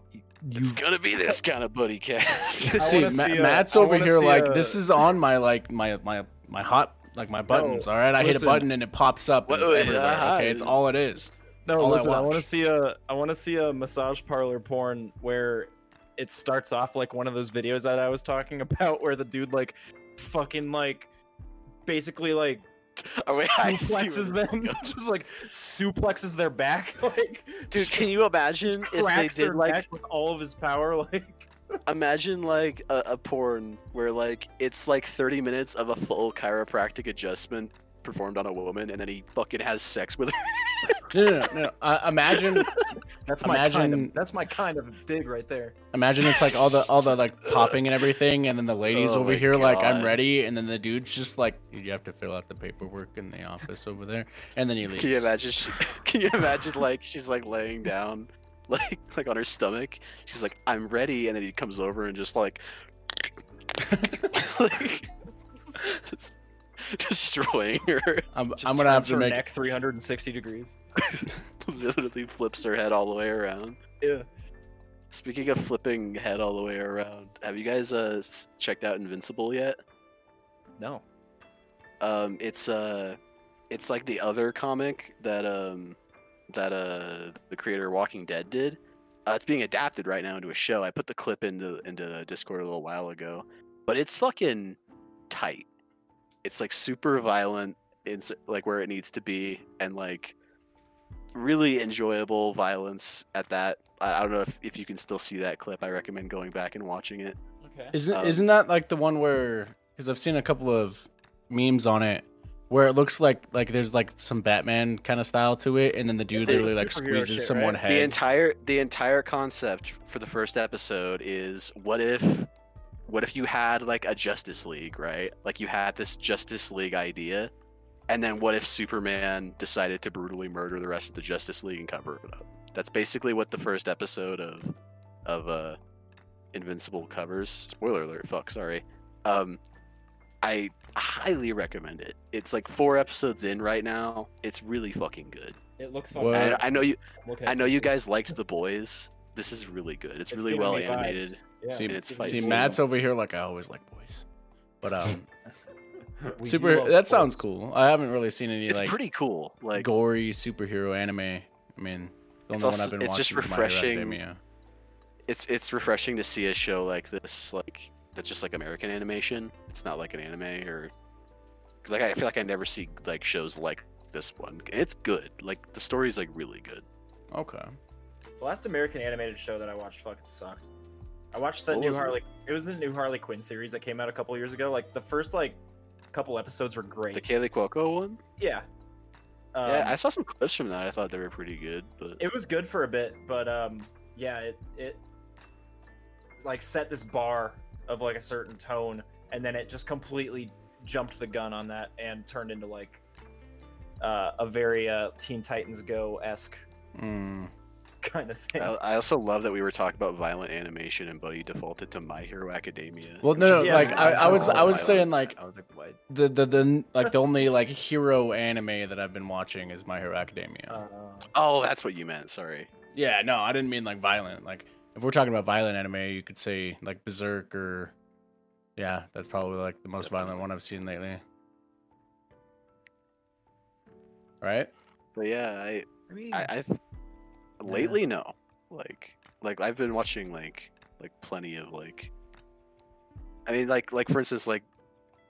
[SPEAKER 3] It's gonna be this kind of buddy
[SPEAKER 5] (laughs)
[SPEAKER 3] cast.
[SPEAKER 5] I
[SPEAKER 1] see,
[SPEAKER 5] wanna
[SPEAKER 1] Ma-
[SPEAKER 5] see a-
[SPEAKER 1] Matt's
[SPEAKER 5] I
[SPEAKER 1] over
[SPEAKER 5] wanna
[SPEAKER 1] here
[SPEAKER 5] see
[SPEAKER 1] like
[SPEAKER 5] a-
[SPEAKER 1] this is on my like my my my hot like my buttons. all right, I hit a
[SPEAKER 5] listen.
[SPEAKER 1] button and it pops up. and it's
[SPEAKER 3] Wait,
[SPEAKER 1] everywhere,
[SPEAKER 3] uh-huh.
[SPEAKER 1] okay, it's all it is.
[SPEAKER 5] No,
[SPEAKER 1] All I
[SPEAKER 5] listen. I, want to
[SPEAKER 1] watch.
[SPEAKER 5] see a. I want to see a massage parlor porn where it starts off like one of those videos that I was talking (laughs) about, where the dude like, fucking like, basically like
[SPEAKER 3] (laughs) Oh, wait, I see where
[SPEAKER 5] suplexes
[SPEAKER 3] this is
[SPEAKER 5] them, (laughs) just like suplexes their back, (laughs) like
[SPEAKER 3] Dude,
[SPEAKER 5] just (laughs)
[SPEAKER 3] can you imagine if they
[SPEAKER 5] cracks
[SPEAKER 3] did
[SPEAKER 5] their
[SPEAKER 3] like
[SPEAKER 5] neck with all of his power, (laughs) like
[SPEAKER 3] imagine like a, a porn where like it's like 30 minutes of a full chiropractic adjustment performed on a woman and then he fucking has sex with her.
[SPEAKER 1] No, no, no. no. Uh, imagine,
[SPEAKER 5] that's
[SPEAKER 1] my kind of-
[SPEAKER 5] of,
[SPEAKER 1] Imagine-
[SPEAKER 5] that's my kind of dig right there.
[SPEAKER 1] imagine it's like all the all the like popping and everything, and then the ladies
[SPEAKER 3] Oh
[SPEAKER 1] over
[SPEAKER 3] my
[SPEAKER 1] here like I'm
[SPEAKER 3] God.
[SPEAKER 1] ready, and then the dude's just like you have to fill out the paperwork in the office over there, and then he leaves.
[SPEAKER 3] Can you imagine she, (laughs) can you imagine like she's like laying down (laughs) like like on her stomach. She's like I'm ready and then he comes over and just like (laughs) like just destroying her. (laughs)
[SPEAKER 1] I'm, I'm gonna have to make
[SPEAKER 5] neck 360 degrees.
[SPEAKER 3] Literally flips her head all the way around.
[SPEAKER 5] Yeah.
[SPEAKER 3] Speaking of flipping head all the way around, have you guys uh s- checked out Invincible yet?
[SPEAKER 5] No.
[SPEAKER 3] Um, it's uh, it's like the other comic that um, that uh, the creator of Walking Dead did. Uh, it's being adapted right now into a show. I put the clip into into the Discord a little while ago, but it's fucking tight. It's like super violent. It's like where it needs to be, and like really enjoyable violence at that. I, I don't know if, if you can still see that clip. I recommend going back and watching it.
[SPEAKER 5] Okay.
[SPEAKER 1] Isn't
[SPEAKER 3] Um,
[SPEAKER 1] isn't that like the one where? Because I've seen a couple of memes on it where it looks like like there's like some Batman kind of style to it, and then the dude
[SPEAKER 3] the
[SPEAKER 1] literally like
[SPEAKER 5] superhero
[SPEAKER 1] squeezes
[SPEAKER 5] shit,
[SPEAKER 1] someone
[SPEAKER 5] right?
[SPEAKER 1] head.
[SPEAKER 3] The entire the entire concept for the first episode is what if what if you had like a Justice League, right? Like you had this Justice League idea and then what if Superman decided to brutally murder the rest of the Justice League and cover it up? That's basically what the first episode of of uh Invincible covers. Spoiler alert, fuck, sorry. Um I highly recommend it. It's like four episodes in right now. It's really fucking good.
[SPEAKER 5] It looks
[SPEAKER 1] What?
[SPEAKER 3] I,
[SPEAKER 1] Uh,
[SPEAKER 3] I know you
[SPEAKER 5] Okay.
[SPEAKER 3] I know you guys liked The Boys. This is really good. It's,
[SPEAKER 5] It's
[SPEAKER 3] really
[SPEAKER 5] giving
[SPEAKER 3] well
[SPEAKER 5] me vibes.
[SPEAKER 3] animated.
[SPEAKER 5] Yeah,
[SPEAKER 1] see,
[SPEAKER 3] and it's
[SPEAKER 5] giving me
[SPEAKER 1] see,
[SPEAKER 3] feisty.
[SPEAKER 5] vibes.
[SPEAKER 1] Matt's over here like I always like boys, but
[SPEAKER 3] (laughs)
[SPEAKER 1] um,
[SPEAKER 5] We do
[SPEAKER 1] super.
[SPEAKER 5] love
[SPEAKER 1] That sounds
[SPEAKER 5] boys.
[SPEAKER 1] cool. I haven't really seen any
[SPEAKER 3] It's
[SPEAKER 1] like
[SPEAKER 3] pretty cool. Like
[SPEAKER 1] gory superhero anime. I mean, the
[SPEAKER 3] It's
[SPEAKER 1] only one
[SPEAKER 3] also-
[SPEAKER 1] I've been
[SPEAKER 3] it's
[SPEAKER 1] watching
[SPEAKER 3] just
[SPEAKER 1] is My Hero
[SPEAKER 3] refreshing.
[SPEAKER 1] Academia.
[SPEAKER 3] it's it's refreshing to see a show like this, like that's just like American animation. It's not like an anime or because like I feel like I never see like shows like this one. And It's good. Like the story's like really good.
[SPEAKER 1] Okay.
[SPEAKER 5] The last American animated show that I watched fucking sucked. I watched that
[SPEAKER 3] What
[SPEAKER 5] new
[SPEAKER 3] was it?
[SPEAKER 5] Harley. It? was the new Harley Quinn series that came out a couple years ago. Like the first like couple episodes were great.
[SPEAKER 3] The Kaylee Cuoco one.
[SPEAKER 5] yeah. Um,
[SPEAKER 3] yeah, I saw some clips from that. I thought they were pretty good, but
[SPEAKER 5] it was good for a bit, but um, yeah, it it like set this bar of like a certain tone, and then it just completely jumped the gun on that and turned into like uh, a very uh, Teen Titans Go esque
[SPEAKER 1] Mm.
[SPEAKER 5] (laughs) kind of thing.
[SPEAKER 3] I, I also love that we were talking about violent animation and Buddy defaulted to My Hero Academia.
[SPEAKER 1] Well,
[SPEAKER 3] which
[SPEAKER 1] no,
[SPEAKER 3] is
[SPEAKER 5] no, like, I- I was-
[SPEAKER 3] all
[SPEAKER 5] I was
[SPEAKER 3] violent.
[SPEAKER 1] saying, like,
[SPEAKER 3] I was like, what?
[SPEAKER 1] The, the the like the only like hero anime that I've been watching is My Hero Academia.
[SPEAKER 5] Uh,
[SPEAKER 3] Oh, that's what you meant. Sorry.
[SPEAKER 1] Yeah, no, I didn't mean like violent. Like if we're talking about violent anime, you could say like Berserk or yeah, that's probably like the most violent one I've seen lately. Right?
[SPEAKER 3] But yeah, I
[SPEAKER 4] I mean,
[SPEAKER 3] I I've, lately no. Like like I've been watching like like plenty of like I mean like like for instance like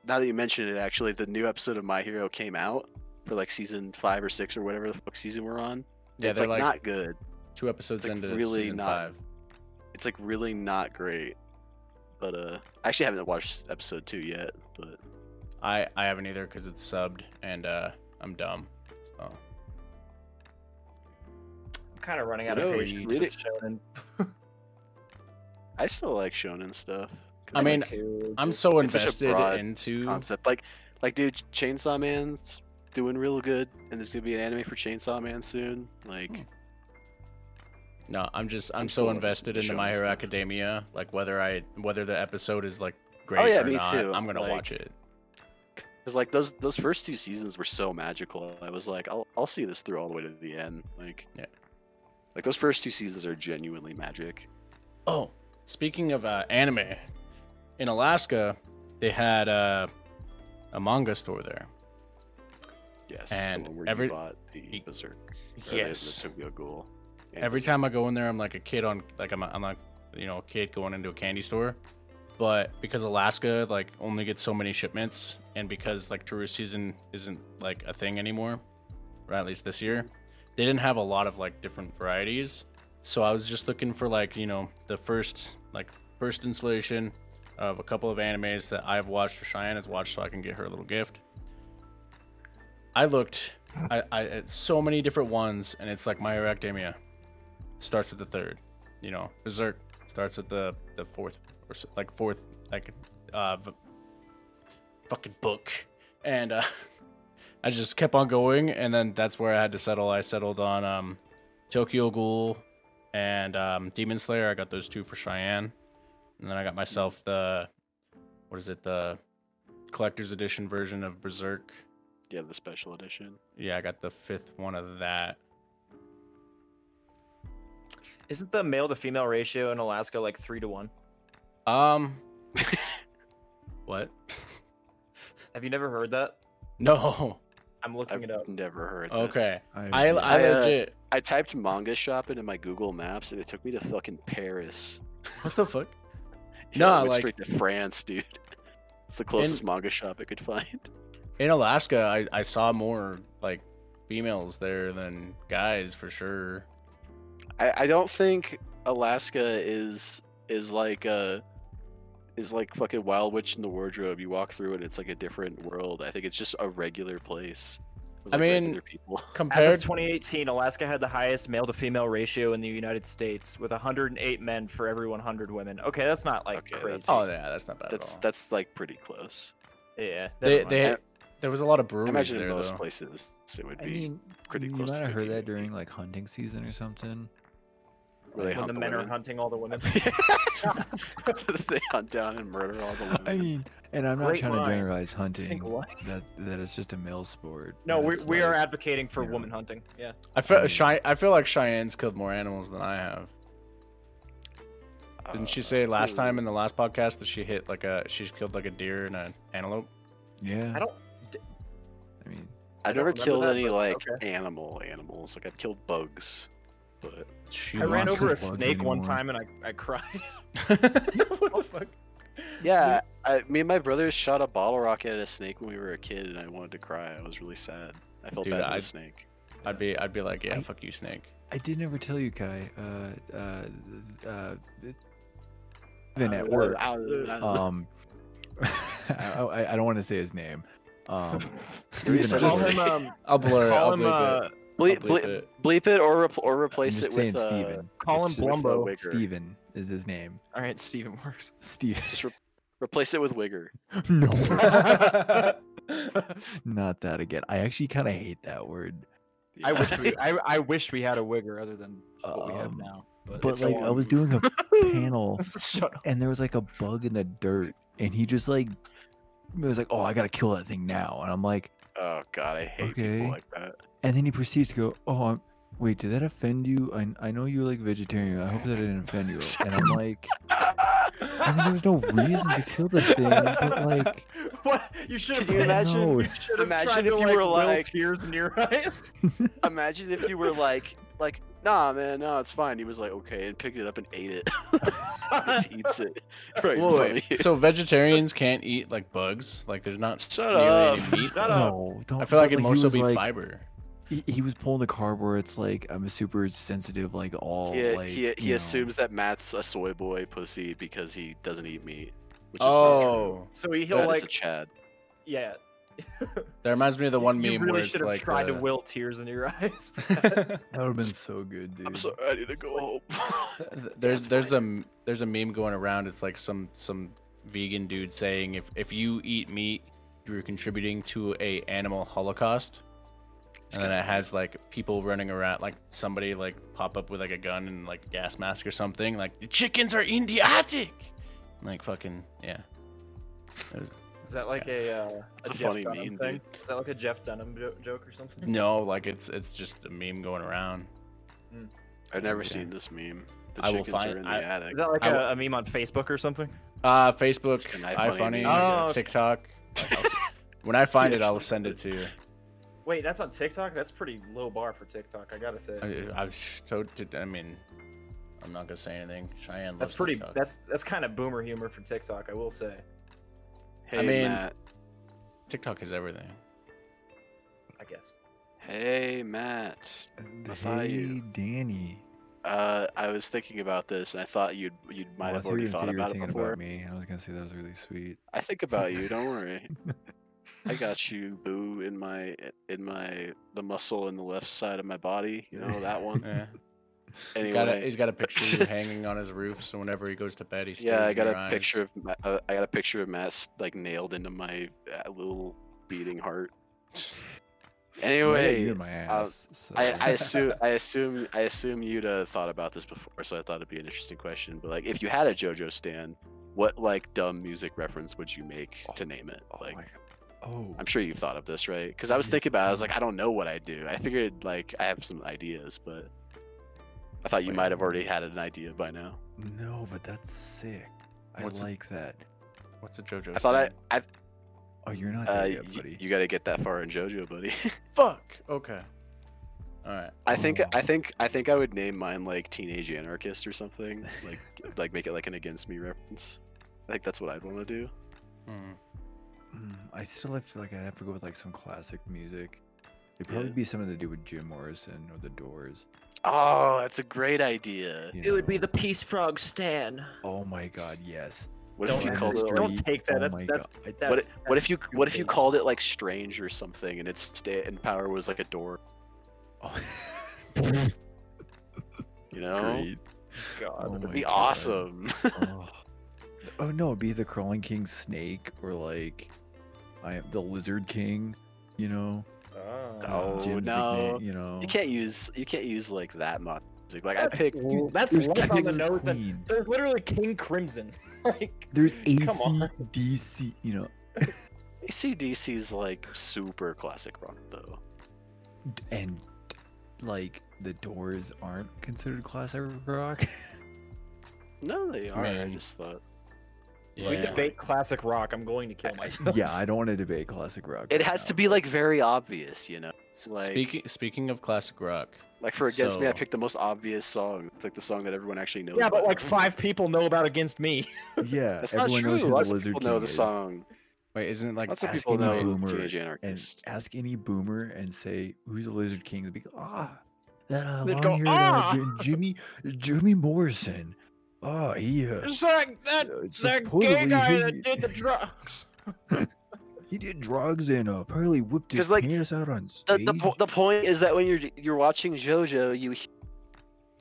[SPEAKER 3] now that you mention it, actually, the new episode of My Hero came out for like season five or six or whatever the fuck season we're on.
[SPEAKER 1] Yeah,
[SPEAKER 3] it's
[SPEAKER 1] they're
[SPEAKER 3] like,
[SPEAKER 1] like,
[SPEAKER 3] not good.
[SPEAKER 1] two episodes
[SPEAKER 3] like,
[SPEAKER 1] into
[SPEAKER 3] really
[SPEAKER 1] season
[SPEAKER 3] not-
[SPEAKER 1] five.
[SPEAKER 3] It's like really not great. But uh, I actually haven't watched episode two yet. But
[SPEAKER 1] I I haven't either because it's subbed and uh I'm dumb. So
[SPEAKER 5] I'm kind of running
[SPEAKER 3] You
[SPEAKER 5] out of
[SPEAKER 3] know,
[SPEAKER 5] patience
[SPEAKER 3] read
[SPEAKER 5] with
[SPEAKER 3] it.
[SPEAKER 5] shonen.
[SPEAKER 3] I still like shonen stuff. 'cause
[SPEAKER 1] I
[SPEAKER 3] it's,
[SPEAKER 1] mean,
[SPEAKER 3] like,
[SPEAKER 1] I'm so
[SPEAKER 3] it's such a
[SPEAKER 1] invested
[SPEAKER 3] broad
[SPEAKER 1] into
[SPEAKER 3] concept like, like dude, Chainsaw Man's doing real good, and there's gonna be an anime for Chainsaw Man soon. Like,
[SPEAKER 1] Hmm. No, I'm just I'm,
[SPEAKER 3] I'm
[SPEAKER 1] so
[SPEAKER 3] still
[SPEAKER 1] invested into
[SPEAKER 3] invested in
[SPEAKER 1] My
[SPEAKER 3] shonen
[SPEAKER 1] Hero
[SPEAKER 3] stuff.
[SPEAKER 1] Academia. Like whether I whether the episode is like great
[SPEAKER 3] Oh, yeah,
[SPEAKER 1] or
[SPEAKER 3] me
[SPEAKER 1] not,
[SPEAKER 3] too,
[SPEAKER 1] I'm gonna
[SPEAKER 3] like-
[SPEAKER 1] watch it.
[SPEAKER 3] Cause like those those first two seasons were so magical. I was like, I'll I'll see this through all the way to the end. Like,
[SPEAKER 1] Yeah.
[SPEAKER 3] like those first two seasons are genuinely magic.
[SPEAKER 1] Oh, speaking of uh, anime, in Alaska they had uh, a manga store there.
[SPEAKER 3] Yes,
[SPEAKER 1] And
[SPEAKER 3] the one where
[SPEAKER 1] every-
[SPEAKER 3] you bought the
[SPEAKER 1] y-
[SPEAKER 3] Berserk. or the-
[SPEAKER 1] Yes.
[SPEAKER 3] the Tokyo Ghoul. and
[SPEAKER 1] Every
[SPEAKER 3] Berserk.
[SPEAKER 1] time I go in there, I'm like a kid on like I'm a, I'm like you know a kid going into a candy store, but because Alaska like only gets so many shipments, and because like tourist season isn't like a thing anymore, or at least this year, they didn't have a lot of like different varieties. So I was just looking for like you know the first like first installation of a couple of animes that I've watched or Cheyenne has watched, so I can get her a little gift. I looked. I, I at so many different ones, and it's like My Hero Academia starts at the third. You know, Berserk starts at the the fourth or so, like fourth like uh v- fucking book. And uh (laughs) I just kept on going and then that's where I had to settle. I settled on um Tokyo Ghoul and um Demon Slayer. I got those two for Cheyenne. And then I got myself the what is it? The collector's edition version of Berserk.
[SPEAKER 3] yeah, the special edition.
[SPEAKER 1] Yeah, I got the fifth one of that.
[SPEAKER 5] Isn't the male to female ratio in Alaska like three to one?
[SPEAKER 1] Um What? (laughs)
[SPEAKER 5] Have you never heard that?
[SPEAKER 1] (laughs) No.
[SPEAKER 5] I'm looking
[SPEAKER 3] I've
[SPEAKER 5] it up.
[SPEAKER 3] never heard. This.
[SPEAKER 1] Okay. I,
[SPEAKER 4] I,
[SPEAKER 1] I
[SPEAKER 3] I, uh,
[SPEAKER 1] legit.
[SPEAKER 3] I typed manga shop into my Google Maps, and it took me to fucking Paris.
[SPEAKER 1] What the fuck?
[SPEAKER 3] Yeah,
[SPEAKER 1] Nah,
[SPEAKER 3] I went
[SPEAKER 1] like-
[SPEAKER 3] straight to France, dude. (laughs) It's the closest manga shop I could find. (laughs)
[SPEAKER 1] In Alaska, I, I saw more like females there than guys for sure.
[SPEAKER 3] I, I don't think Alaska is is like uh is like fucking Wild Witch in the Wardrobe. You walk through and it's like a different world. I think it's just a regular place. with,
[SPEAKER 1] I
[SPEAKER 3] like,
[SPEAKER 1] mean-
[SPEAKER 3] regular people. (laughs)
[SPEAKER 5] As
[SPEAKER 1] Compared
[SPEAKER 5] of 2018, Alaska had the highest male to female ratio in the United States, with 108 men for every 100 women. Okay, that's not like
[SPEAKER 3] Okay,
[SPEAKER 5] crazy.
[SPEAKER 3] that's-
[SPEAKER 1] Oh yeah, that's not bad
[SPEAKER 3] That's
[SPEAKER 1] at all.
[SPEAKER 3] that's like pretty close.
[SPEAKER 5] yeah.
[SPEAKER 1] They,
[SPEAKER 5] never mind.
[SPEAKER 1] they,
[SPEAKER 3] I-
[SPEAKER 1] there was a lot of
[SPEAKER 3] I
[SPEAKER 1] breweries
[SPEAKER 3] imagine
[SPEAKER 1] there
[SPEAKER 3] in most
[SPEAKER 1] though.
[SPEAKER 3] places it would
[SPEAKER 4] I
[SPEAKER 3] be
[SPEAKER 4] mean,
[SPEAKER 3] pretty
[SPEAKER 4] you
[SPEAKER 3] close
[SPEAKER 4] might
[SPEAKER 3] to
[SPEAKER 4] have heard that
[SPEAKER 3] 50-50.
[SPEAKER 4] during like hunting season
[SPEAKER 3] (laughs)
[SPEAKER 4] or something.
[SPEAKER 3] where they
[SPEAKER 5] when
[SPEAKER 3] hunt
[SPEAKER 5] the men are
[SPEAKER 3] women.
[SPEAKER 5] hunting all the women.
[SPEAKER 3] (laughs)
[SPEAKER 5] (laughs)
[SPEAKER 3] they hunt down and murder all the women.
[SPEAKER 4] (laughs) I mean, and I'm
[SPEAKER 5] Great
[SPEAKER 4] not trying
[SPEAKER 5] line.
[SPEAKER 4] to generalize hunting.
[SPEAKER 5] Think what?
[SPEAKER 4] That that it's just a male sport.
[SPEAKER 5] No,
[SPEAKER 4] but
[SPEAKER 5] we,
[SPEAKER 4] it's
[SPEAKER 5] we are
[SPEAKER 4] like-
[SPEAKER 5] advocating for
[SPEAKER 4] you know.
[SPEAKER 5] woman hunting. Yeah.
[SPEAKER 1] I feel
[SPEAKER 4] mean-
[SPEAKER 1] Chey- I feel like Cheyenne's killed more animals than I have. Didn't she
[SPEAKER 3] Uh,
[SPEAKER 1] say last time
[SPEAKER 3] ooh.
[SPEAKER 1] in the last podcast that she hit like a she's killed like a deer and an antelope?
[SPEAKER 4] Yeah.
[SPEAKER 5] I don't.
[SPEAKER 4] I mean,
[SPEAKER 5] I
[SPEAKER 3] I've
[SPEAKER 5] don't
[SPEAKER 3] never
[SPEAKER 5] remember
[SPEAKER 3] killed
[SPEAKER 5] that,
[SPEAKER 3] any
[SPEAKER 5] but
[SPEAKER 3] like
[SPEAKER 5] okay.
[SPEAKER 3] animal animals. Like I've killed bugs, (laughs) but
[SPEAKER 1] She
[SPEAKER 5] I ran
[SPEAKER 4] wants
[SPEAKER 5] over
[SPEAKER 4] to
[SPEAKER 5] a
[SPEAKER 4] bug
[SPEAKER 5] snake one
[SPEAKER 4] anymore.
[SPEAKER 5] time and I,
[SPEAKER 3] (laughs)
[SPEAKER 5] I cried. (laughs)
[SPEAKER 1] what the fuck?
[SPEAKER 3] Yeah, I, me and my brother shot a bottle rocket at a snake when we were a kid, and I wanted to cry. I was really sad. I felt
[SPEAKER 1] Dude,
[SPEAKER 3] bad for
[SPEAKER 1] I-
[SPEAKER 3] the snake.
[SPEAKER 1] I'd be I'd be like, yeah,
[SPEAKER 4] I-
[SPEAKER 1] fuck you, snake.
[SPEAKER 4] I did never tell you, Kai. Uh, uh, uh, even
[SPEAKER 3] Uh,
[SPEAKER 4] at work.
[SPEAKER 3] uh, uh,
[SPEAKER 4] Um, (laughs) I, I, I don't want to say his name. Um, (laughs)
[SPEAKER 3] Steven
[SPEAKER 4] Steven
[SPEAKER 3] said
[SPEAKER 4] at
[SPEAKER 3] his
[SPEAKER 5] Call
[SPEAKER 4] work.
[SPEAKER 5] him, um,
[SPEAKER 1] I'll blur. it,
[SPEAKER 5] call
[SPEAKER 1] I'll
[SPEAKER 5] him,
[SPEAKER 1] bleep
[SPEAKER 5] uh,
[SPEAKER 1] it.
[SPEAKER 3] (laughs) bleep,
[SPEAKER 1] I'll bleep
[SPEAKER 3] bleep,
[SPEAKER 1] it.
[SPEAKER 3] bleep it or repl- or
[SPEAKER 4] I'm
[SPEAKER 3] replace it
[SPEAKER 4] just
[SPEAKER 3] with
[SPEAKER 4] saying
[SPEAKER 3] uh,
[SPEAKER 4] Steven.
[SPEAKER 5] call him
[SPEAKER 3] it's- there's no
[SPEAKER 5] Blumbo.
[SPEAKER 3] wig. Wigger.
[SPEAKER 4] (laughs) Steven is his name.
[SPEAKER 5] All right, Steven (laughs) works.
[SPEAKER 4] Steven.
[SPEAKER 3] just re- replace it with Wigger.
[SPEAKER 4] (laughs) no. (laughs) Not that again. I actually kind of hate that word.
[SPEAKER 5] I
[SPEAKER 3] Yeah.
[SPEAKER 5] wish we I, I wish we had a wigger other than what we have
[SPEAKER 4] Um,
[SPEAKER 5] now. But,
[SPEAKER 4] But
[SPEAKER 5] it's
[SPEAKER 4] like, I
[SPEAKER 5] long.
[SPEAKER 4] was doing a panel
[SPEAKER 5] shut up.
[SPEAKER 4] and there was like a bug in the dirt, and he just like he was like, "Oh, I gotta kill that thing now," and I'm like,
[SPEAKER 3] (laughs) oh god, I hate
[SPEAKER 4] Okay.
[SPEAKER 3] people like that.
[SPEAKER 4] and then he proceeds to go, "Oh, I'm wait, did that offend you? I I know you're like vegetarian. I hope that didn't offend you." And I'm like, I mean, there was no reason to kill the thing, but like,
[SPEAKER 5] (laughs) What? You
[SPEAKER 3] (laughs)
[SPEAKER 5] should have
[SPEAKER 3] Can you imagine-
[SPEAKER 4] no,
[SPEAKER 5] should have
[SPEAKER 3] Imagine
[SPEAKER 5] tried
[SPEAKER 3] if
[SPEAKER 5] to,
[SPEAKER 3] you
[SPEAKER 5] like, (laughs)
[SPEAKER 3] were
[SPEAKER 5] will
[SPEAKER 3] like-
[SPEAKER 5] tears in your eyes.
[SPEAKER 3] Imagine if you were like like nah, man, no, it's fine. He was like, okay, and picked it up and ate it.
[SPEAKER 5] (laughs)
[SPEAKER 3] Just eats it (laughs) right in
[SPEAKER 1] Whoa,
[SPEAKER 3] front of you.
[SPEAKER 1] wait. So vegetarians can't eat like bugs? Like there's not
[SPEAKER 3] Shut
[SPEAKER 1] really
[SPEAKER 3] up.
[SPEAKER 1] any meat?
[SPEAKER 5] Um, Shut up.
[SPEAKER 4] No, don't.
[SPEAKER 1] I feel like
[SPEAKER 4] but,
[SPEAKER 1] it'd
[SPEAKER 4] he
[SPEAKER 1] more so
[SPEAKER 4] was,
[SPEAKER 1] be
[SPEAKER 4] like,
[SPEAKER 1] fiber.
[SPEAKER 4] He, he was pulling the card where it's like I'm a super sensitive, like all.
[SPEAKER 3] He,
[SPEAKER 4] like,
[SPEAKER 3] he,
[SPEAKER 4] you
[SPEAKER 3] he
[SPEAKER 4] know.
[SPEAKER 3] assumes that Matt's a soy boy pussy because he doesn't eat meat, which is not
[SPEAKER 1] Oh,
[SPEAKER 5] So he,
[SPEAKER 3] true.
[SPEAKER 5] he'll
[SPEAKER 3] That is a
[SPEAKER 5] like,
[SPEAKER 3] Chad.
[SPEAKER 5] yeah.
[SPEAKER 1] that reminds me of the
[SPEAKER 5] You-
[SPEAKER 1] one
[SPEAKER 5] you
[SPEAKER 1] meme
[SPEAKER 5] really
[SPEAKER 1] where it's
[SPEAKER 5] should have
[SPEAKER 1] like uh,
[SPEAKER 5] tried
[SPEAKER 1] the-
[SPEAKER 5] to will tears into your (laughs) eyes.
[SPEAKER 4] That would have been so good, dude.
[SPEAKER 3] I'm sorry, I need to (laughs) go home.
[SPEAKER 1] Th- th- there's
[SPEAKER 3] it's
[SPEAKER 1] there's a m- there's a meme going around. It's like some some vegan dude saying if if you eat meat, you're contributing to a animal holocaust. And then it has like people running around, like somebody like pop up with like a gun and like a gas mask or something. Like the chickens are in the attic. Like fucking yeah. It was-
[SPEAKER 5] Is that like a, uh,
[SPEAKER 3] It's a
[SPEAKER 5] Jeff
[SPEAKER 3] funny
[SPEAKER 5] Dunham
[SPEAKER 3] meme,
[SPEAKER 5] thing? Is that like a Jeff Dunham jo- joke or something?
[SPEAKER 1] no, like it's it's just a meme going around.
[SPEAKER 3] I've never
[SPEAKER 1] Okay.
[SPEAKER 3] seen this meme. The
[SPEAKER 1] I will
[SPEAKER 3] chickens
[SPEAKER 1] find-
[SPEAKER 3] are in the
[SPEAKER 1] I-
[SPEAKER 3] attic.
[SPEAKER 5] Is that like
[SPEAKER 1] I
[SPEAKER 5] a, a meme on Facebook or something?
[SPEAKER 1] Uh, Facebook,
[SPEAKER 3] It's an
[SPEAKER 1] iFunny,
[SPEAKER 3] iFunny meme,
[SPEAKER 5] I guess.
[SPEAKER 1] TikTok. Like, I'll s- (laughs) when I find it, I'll send it to you.
[SPEAKER 5] Wait, that's on TikTok. That's pretty low bar for TikTok. I gotta say.
[SPEAKER 1] I, I've showed to, I mean, I'm not gonna say anything. Cheyenne.
[SPEAKER 5] that's
[SPEAKER 1] loves
[SPEAKER 5] pretty.
[SPEAKER 1] TikTok.
[SPEAKER 5] That's that's kind of boomer humor for TikTok. I will say.
[SPEAKER 3] Hey,
[SPEAKER 1] mean-
[SPEAKER 3] Matt.
[SPEAKER 1] TikTok is
[SPEAKER 5] (laughs)
[SPEAKER 1] everything.
[SPEAKER 5] I guess.
[SPEAKER 3] Hey, Matt. I thought
[SPEAKER 4] Hey,
[SPEAKER 3] you-
[SPEAKER 4] Danny.
[SPEAKER 3] Uh, I was thinking about this, and I thought you'd you would might
[SPEAKER 4] Well, I
[SPEAKER 3] have
[SPEAKER 4] thought you were
[SPEAKER 3] already
[SPEAKER 4] gonna say
[SPEAKER 3] thought
[SPEAKER 4] you were
[SPEAKER 3] about it
[SPEAKER 4] thinking
[SPEAKER 3] before.
[SPEAKER 4] About me. I was gonna say that was really sweet.
[SPEAKER 3] I think about you. Don't
[SPEAKER 4] (laughs)
[SPEAKER 3] worry. I got you, boo, in my in my the muscle in the left side of my body. You know
[SPEAKER 4] (laughs)
[SPEAKER 3] that one.
[SPEAKER 1] Yeah.
[SPEAKER 3] Anyway,
[SPEAKER 1] He's got a, he's got a picture of
[SPEAKER 3] (laughs)
[SPEAKER 1] you hanging on his roof, so whenever he goes to bed, he stares
[SPEAKER 3] yeah, I
[SPEAKER 1] in
[SPEAKER 3] got
[SPEAKER 1] your
[SPEAKER 3] a picture
[SPEAKER 1] eyes.
[SPEAKER 3] of Ma- uh, I got a picture of Matt's like nailed into my uh, little beating heart.
[SPEAKER 4] Well, I got
[SPEAKER 3] Anyway, uh,
[SPEAKER 4] you in my ass. so-
[SPEAKER 3] I,
[SPEAKER 4] (laughs)
[SPEAKER 3] I assume I assume I assume you'd uh, thought about this before, so I thought it'd be an interesting question. But like, if you had a JoJo stand, what like dumb music reference would you make to name it?
[SPEAKER 4] Oh
[SPEAKER 3] Like,
[SPEAKER 4] my god. Oh.
[SPEAKER 3] I'm sure you've thought of this, right? Because I was
[SPEAKER 4] Yeah,
[SPEAKER 3] thinking about, it, I was like,
[SPEAKER 4] totally.
[SPEAKER 3] I don't know what I do. I figured like I have some ideas, but I thought you
[SPEAKER 4] Wait,
[SPEAKER 3] might have
[SPEAKER 4] what?
[SPEAKER 3] already had an idea by now.
[SPEAKER 4] No, but that's sick. I
[SPEAKER 1] What's-
[SPEAKER 4] like that.
[SPEAKER 1] What's a JoJo?
[SPEAKER 3] I thought I,
[SPEAKER 1] stand?
[SPEAKER 3] I
[SPEAKER 4] Oh, you're not
[SPEAKER 3] uh,
[SPEAKER 4] there
[SPEAKER 3] y-
[SPEAKER 4] yet, buddy.
[SPEAKER 3] you got to get that far in JoJo, buddy. (laughs)
[SPEAKER 1] Fuck. Okay. All right.
[SPEAKER 3] I think
[SPEAKER 4] Oh.
[SPEAKER 3] I think I think I would name mine like Teenage Anarchist or something. Like like make it like an against me reference. I think that's what I'd want to do.
[SPEAKER 1] Mm.
[SPEAKER 4] Mm, I still have- feel like I'd have to go with like some classic music. It'd probably
[SPEAKER 3] Yeah.
[SPEAKER 4] be something to do with Jim Morrison or The Doors.
[SPEAKER 3] Oh, that's a great idea.
[SPEAKER 4] you
[SPEAKER 6] It would be
[SPEAKER 4] know.
[SPEAKER 6] the Peace Frog Stan.
[SPEAKER 4] Oh my god, yes.
[SPEAKER 3] What
[SPEAKER 5] Don't
[SPEAKER 3] if you
[SPEAKER 5] ask
[SPEAKER 3] called
[SPEAKER 5] me.
[SPEAKER 3] it,
[SPEAKER 5] don't take that, that's-
[SPEAKER 4] Oh my
[SPEAKER 5] that's-
[SPEAKER 4] God, I-
[SPEAKER 3] what,
[SPEAKER 4] (laughs)
[SPEAKER 5] That's-
[SPEAKER 3] i- what if you what if you
[SPEAKER 5] stupid.
[SPEAKER 3] called it like strange or something and its sta- and power was like a door,
[SPEAKER 4] (laughs) oh.
[SPEAKER 3] you know?
[SPEAKER 4] Great.
[SPEAKER 5] God.
[SPEAKER 4] Oh
[SPEAKER 3] That'd
[SPEAKER 4] my
[SPEAKER 3] be
[SPEAKER 4] God.
[SPEAKER 3] awesome. (laughs)
[SPEAKER 4] oh. Oh, no, it'd be the Crawling King Snake or like I am the Lizard King, you know?
[SPEAKER 5] Oh.
[SPEAKER 3] Oh,
[SPEAKER 4] Jim's nickname,
[SPEAKER 3] no.
[SPEAKER 4] you know?
[SPEAKER 3] You can't use you can't use like that much. music. Like I
[SPEAKER 5] That's,
[SPEAKER 3] picked
[SPEAKER 5] l- that's
[SPEAKER 4] There's
[SPEAKER 5] less on the
[SPEAKER 4] Kings and
[SPEAKER 5] nose than.
[SPEAKER 4] Queens.
[SPEAKER 5] There's literally King Crimson. (laughs) like.
[SPEAKER 4] There's
[SPEAKER 5] Come on.
[SPEAKER 4] ACDC, you know,
[SPEAKER 3] ACDC's like super classic rock though.
[SPEAKER 4] d- and like the doors aren't considered classic rock.
[SPEAKER 3] No, they are. I
[SPEAKER 1] mean,
[SPEAKER 3] just thought
[SPEAKER 5] If we
[SPEAKER 1] Yeah.
[SPEAKER 5] debate classic rock, I'm going to kill myself.
[SPEAKER 4] yeah, I don't want to debate classic rock.
[SPEAKER 3] it
[SPEAKER 4] right
[SPEAKER 3] has
[SPEAKER 4] now,
[SPEAKER 3] to be
[SPEAKER 4] but-
[SPEAKER 3] like very obvious, you know. Like
[SPEAKER 1] Speaking speaking of classic rock,
[SPEAKER 3] Like for Against Me, I
[SPEAKER 1] So-
[SPEAKER 3] picked the most obvious song. It's like the song that everyone actually knows.
[SPEAKER 5] (laughs) Yeah, but
[SPEAKER 3] about.
[SPEAKER 5] like five people know about Against Me.
[SPEAKER 4] Yeah,
[SPEAKER 3] That's not
[SPEAKER 4] everyone
[SPEAKER 3] true.
[SPEAKER 4] knows who
[SPEAKER 3] Lots
[SPEAKER 4] the
[SPEAKER 3] of
[SPEAKER 4] Lizard
[SPEAKER 3] people
[SPEAKER 4] King
[SPEAKER 3] know the
[SPEAKER 4] is.
[SPEAKER 3] song.
[SPEAKER 1] wait, isn't it like
[SPEAKER 3] Lots of people
[SPEAKER 4] asking
[SPEAKER 1] asking
[SPEAKER 4] a
[SPEAKER 3] know
[SPEAKER 1] me-
[SPEAKER 4] boomer
[SPEAKER 3] Teenage
[SPEAKER 4] And
[SPEAKER 3] Anarchist.
[SPEAKER 4] ask any boomer and say who's the Lizard King. They'd be like, ah, that uh,
[SPEAKER 5] They'd
[SPEAKER 4] long
[SPEAKER 5] go,
[SPEAKER 4] haired
[SPEAKER 5] "Ah!"
[SPEAKER 4] Jimmy Jimmy Morrison. Oh, he uh,
[SPEAKER 5] It's like that,
[SPEAKER 4] uh,
[SPEAKER 5] that
[SPEAKER 4] supposedly
[SPEAKER 5] gay guy
[SPEAKER 4] he-
[SPEAKER 5] that did the drugs.
[SPEAKER 4] He did drugs and uh, apparently whipped his
[SPEAKER 3] 'Cause, like,
[SPEAKER 4] penis out on
[SPEAKER 3] The,
[SPEAKER 4] stage.
[SPEAKER 3] the, po- the point is that when you're you're watching JoJo, you he-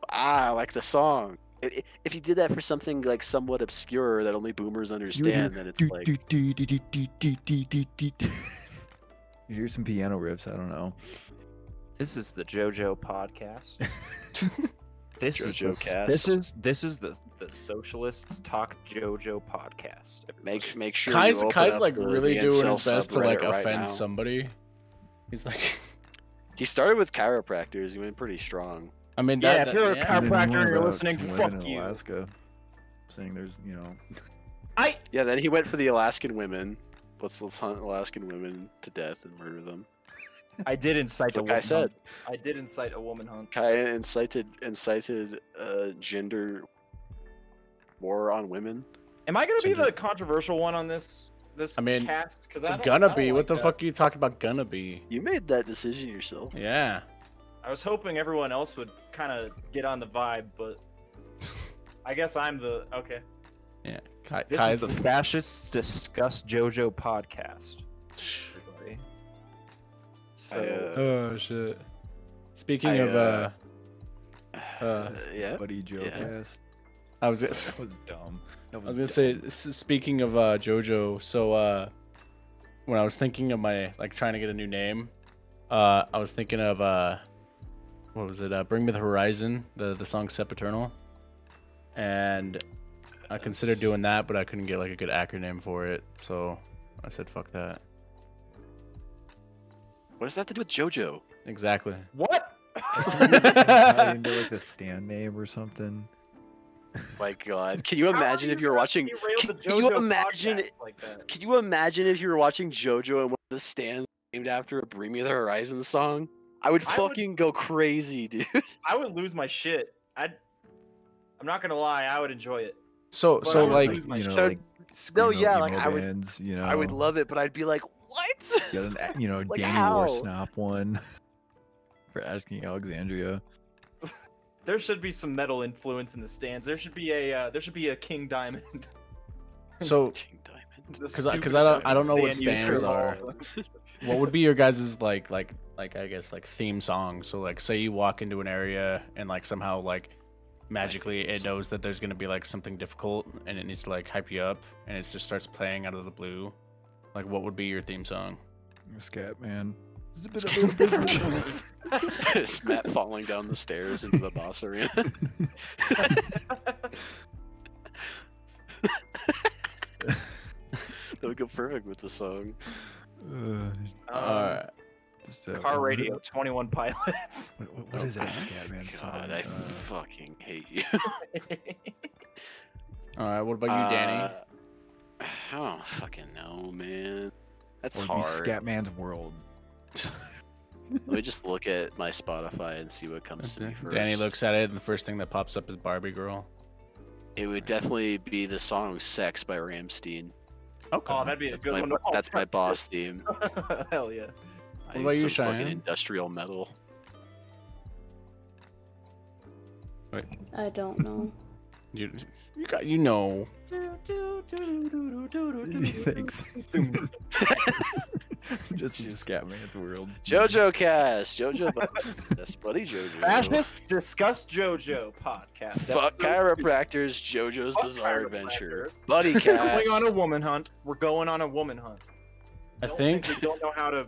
[SPEAKER 3] ah I like the song. I- i- If you did that for something like somewhat obscure that only boomers understand, then it's
[SPEAKER 4] Do,
[SPEAKER 3] like
[SPEAKER 4] do, do, do, do, do, do, do, do, do. (laughs) You hear some piano riffs. I don't know. (laughs)
[SPEAKER 2] This is the JoJo podcast.
[SPEAKER 3] (laughs)
[SPEAKER 2] this
[SPEAKER 3] JoJo
[SPEAKER 2] is the,
[SPEAKER 3] cast.
[SPEAKER 2] This is this is the the socialists talk JoJo podcast.
[SPEAKER 3] make make sure.
[SPEAKER 1] Kai's
[SPEAKER 3] you open
[SPEAKER 1] Kai's
[SPEAKER 3] up
[SPEAKER 1] like
[SPEAKER 3] the-
[SPEAKER 1] really
[SPEAKER 3] the
[SPEAKER 1] doing
[SPEAKER 3] incel
[SPEAKER 1] his best to like
[SPEAKER 3] subreddit right
[SPEAKER 1] offend
[SPEAKER 3] now.
[SPEAKER 1] somebody. He's like, (laughs)
[SPEAKER 3] He started with chiropractors. He went pretty strong.
[SPEAKER 1] I mean,
[SPEAKER 5] Yeah,
[SPEAKER 1] that,
[SPEAKER 5] if
[SPEAKER 1] that-
[SPEAKER 5] you're a
[SPEAKER 1] yeah.
[SPEAKER 4] And
[SPEAKER 5] chiropractor
[SPEAKER 4] then one
[SPEAKER 5] and you're
[SPEAKER 4] about
[SPEAKER 5] listening,
[SPEAKER 4] women
[SPEAKER 5] fuck
[SPEAKER 4] in
[SPEAKER 5] you.
[SPEAKER 4] Alaska, saying there's, you know,
[SPEAKER 5] I
[SPEAKER 3] Yeah, then he went for the Alaskan women. Let's let's hunt Alaskan women to death and murder them.
[SPEAKER 5] I did incite a
[SPEAKER 3] Like
[SPEAKER 5] woman.
[SPEAKER 3] I said,
[SPEAKER 5] hunt. I did incite a woman hunt.
[SPEAKER 3] Kai incited incited uh, gender war on women.
[SPEAKER 5] Am I gonna be
[SPEAKER 1] Ginger.
[SPEAKER 5] the controversial one on this? This
[SPEAKER 1] I mean,
[SPEAKER 5] cast because
[SPEAKER 3] Mm-hmm.
[SPEAKER 5] I don't, I
[SPEAKER 1] gonna
[SPEAKER 5] don't
[SPEAKER 1] be.
[SPEAKER 5] like uh,
[SPEAKER 1] What the
[SPEAKER 5] that.
[SPEAKER 1] fuck are you talking about? Gonna be.
[SPEAKER 3] You made that decision yourself.
[SPEAKER 1] Yeah.
[SPEAKER 5] I was hoping everyone else would kind of get on the vibe, (laughs) but I guess I'm the okay.
[SPEAKER 1] Yeah. Kai,
[SPEAKER 5] This
[SPEAKER 1] Kai's
[SPEAKER 5] is the
[SPEAKER 2] Fascists discuss JoJo podcast.
[SPEAKER 5] Everybody. So
[SPEAKER 3] I, uh,
[SPEAKER 1] Oh shit. Speaking
[SPEAKER 3] I,
[SPEAKER 1] of, uh,
[SPEAKER 3] uh,
[SPEAKER 1] uh,
[SPEAKER 3] yeah.
[SPEAKER 4] Buddy Joe
[SPEAKER 3] Yeah.
[SPEAKER 4] cast.
[SPEAKER 1] I was
[SPEAKER 4] Sorry,
[SPEAKER 1] gonna, (laughs)
[SPEAKER 3] (sighs)
[SPEAKER 4] That was dumb. That
[SPEAKER 1] I was gonna say. s- Speaking of uh, JoJo, so uh, when I was thinking of my like trying to get a new name, uh, I was thinking of uh, what was it? Uh, Bring Me the Horizon, the the song Sepaternal, and I considered
[SPEAKER 3] That's-
[SPEAKER 1] doing that, but I couldn't get like a good acronym for it, so I said fuck that.
[SPEAKER 3] What does that have to do with JoJo?
[SPEAKER 1] Exactly.
[SPEAKER 5] what?
[SPEAKER 4] Tie into like a stand name or something.
[SPEAKER 3] My God, (laughs) can you imagine if you were watching? Can,
[SPEAKER 5] Can
[SPEAKER 3] you imagine?
[SPEAKER 5] Like that.
[SPEAKER 3] Can you imagine if you were watching JoJo and one of the stands named after a Bring Me the Horizon song? I would
[SPEAKER 5] I would-
[SPEAKER 3] fucking go crazy, dude. (laughs)
[SPEAKER 5] I would lose my shit. I'd. I'm not gonna lie. I would enjoy it.
[SPEAKER 1] So
[SPEAKER 5] But
[SPEAKER 1] so
[SPEAKER 5] I would
[SPEAKER 1] like
[SPEAKER 5] lose my
[SPEAKER 4] you know,
[SPEAKER 5] shit.
[SPEAKER 3] So-
[SPEAKER 4] like
[SPEAKER 3] no,
[SPEAKER 4] screamo
[SPEAKER 3] yeah, like,
[SPEAKER 4] emo
[SPEAKER 3] I would-
[SPEAKER 4] bands, you know,
[SPEAKER 3] I would love it, but I'd be like, what?
[SPEAKER 4] get an, a- you know,
[SPEAKER 3] like,
[SPEAKER 4] Danny
[SPEAKER 3] how?
[SPEAKER 4] Warsnop one (laughs) for asking Alexandria.
[SPEAKER 5] There should be some metal influence in the stands. There should be a. Uh, there should be a King Diamond. (laughs)
[SPEAKER 3] (laughs)
[SPEAKER 1] so
[SPEAKER 3] (laughs) King Diamond.
[SPEAKER 1] because I because I don't I don't know what stands are. what would be your guys' like like like I guess like theme song? So like say you walk into an area and like somehow like magically it knows that there's gonna be like something difficult and it needs to like hype you up and it just starts playing out of the blue. Like what would be your theme song?
[SPEAKER 4] Scat man.
[SPEAKER 3] (laughs) (laughs) it's Matt falling down the stairs into the boss arena. (laughs)
[SPEAKER 1] (laughs)
[SPEAKER 5] (laughs)
[SPEAKER 3] that would go perfect with the song.
[SPEAKER 4] Uh,
[SPEAKER 5] Um,
[SPEAKER 1] Alright.
[SPEAKER 4] just, uh,
[SPEAKER 5] car
[SPEAKER 4] what-
[SPEAKER 5] radio. Twenty One Pilots. (laughs)
[SPEAKER 4] What, what, what
[SPEAKER 1] Oh,
[SPEAKER 4] is that scat man
[SPEAKER 3] God,
[SPEAKER 4] song?
[SPEAKER 3] I
[SPEAKER 4] Uh,
[SPEAKER 3] fucking hate you.
[SPEAKER 1] Alright, what about you, Danny?
[SPEAKER 3] Uh, (sighs) I don't fucking know, man. That's
[SPEAKER 4] or it'd be
[SPEAKER 3] hard.
[SPEAKER 4] Scatman's
[SPEAKER 3] (laughs)
[SPEAKER 4] World. (laughs)
[SPEAKER 3] Let me just look at my Spotify and see what comes to me first.
[SPEAKER 1] Danny looks at it and the first thing that pops up is Barbie Girl.
[SPEAKER 3] It would definitely be the song "Sex" by Ramstein.
[SPEAKER 1] Okay.
[SPEAKER 5] oh, that'd be a
[SPEAKER 3] That's
[SPEAKER 5] good
[SPEAKER 3] my,
[SPEAKER 5] one. to all
[SPEAKER 3] that's my
[SPEAKER 5] practice.
[SPEAKER 3] boss theme.
[SPEAKER 5] (laughs)
[SPEAKER 1] (laughs)
[SPEAKER 5] Hell yeah.
[SPEAKER 3] I
[SPEAKER 1] What about
[SPEAKER 3] need
[SPEAKER 1] you,
[SPEAKER 3] some fucking
[SPEAKER 1] Cheyenne?
[SPEAKER 3] industrial metal.
[SPEAKER 6] I don't know.
[SPEAKER 1] you, you got you know.
[SPEAKER 3] (laughs)
[SPEAKER 4] Thanks. (laughs) just
[SPEAKER 3] She's-
[SPEAKER 4] Scatman's World.
[SPEAKER 3] JoJo Cast, JoJo,
[SPEAKER 5] (laughs)
[SPEAKER 3] bu- that's buddy JoJo.
[SPEAKER 5] Fascists discuss JoJo podcast.
[SPEAKER 3] Fuck (laughs) chiropractors, JoJo's
[SPEAKER 5] Fuck
[SPEAKER 3] Bizarre Adventure,
[SPEAKER 5] chiropractors.
[SPEAKER 3] buddy
[SPEAKER 5] We're (laughs) going
[SPEAKER 3] cast.
[SPEAKER 5] on a woman hunt. We're going on a woman hunt.
[SPEAKER 1] I
[SPEAKER 5] Don't
[SPEAKER 1] think
[SPEAKER 5] we don't know how to.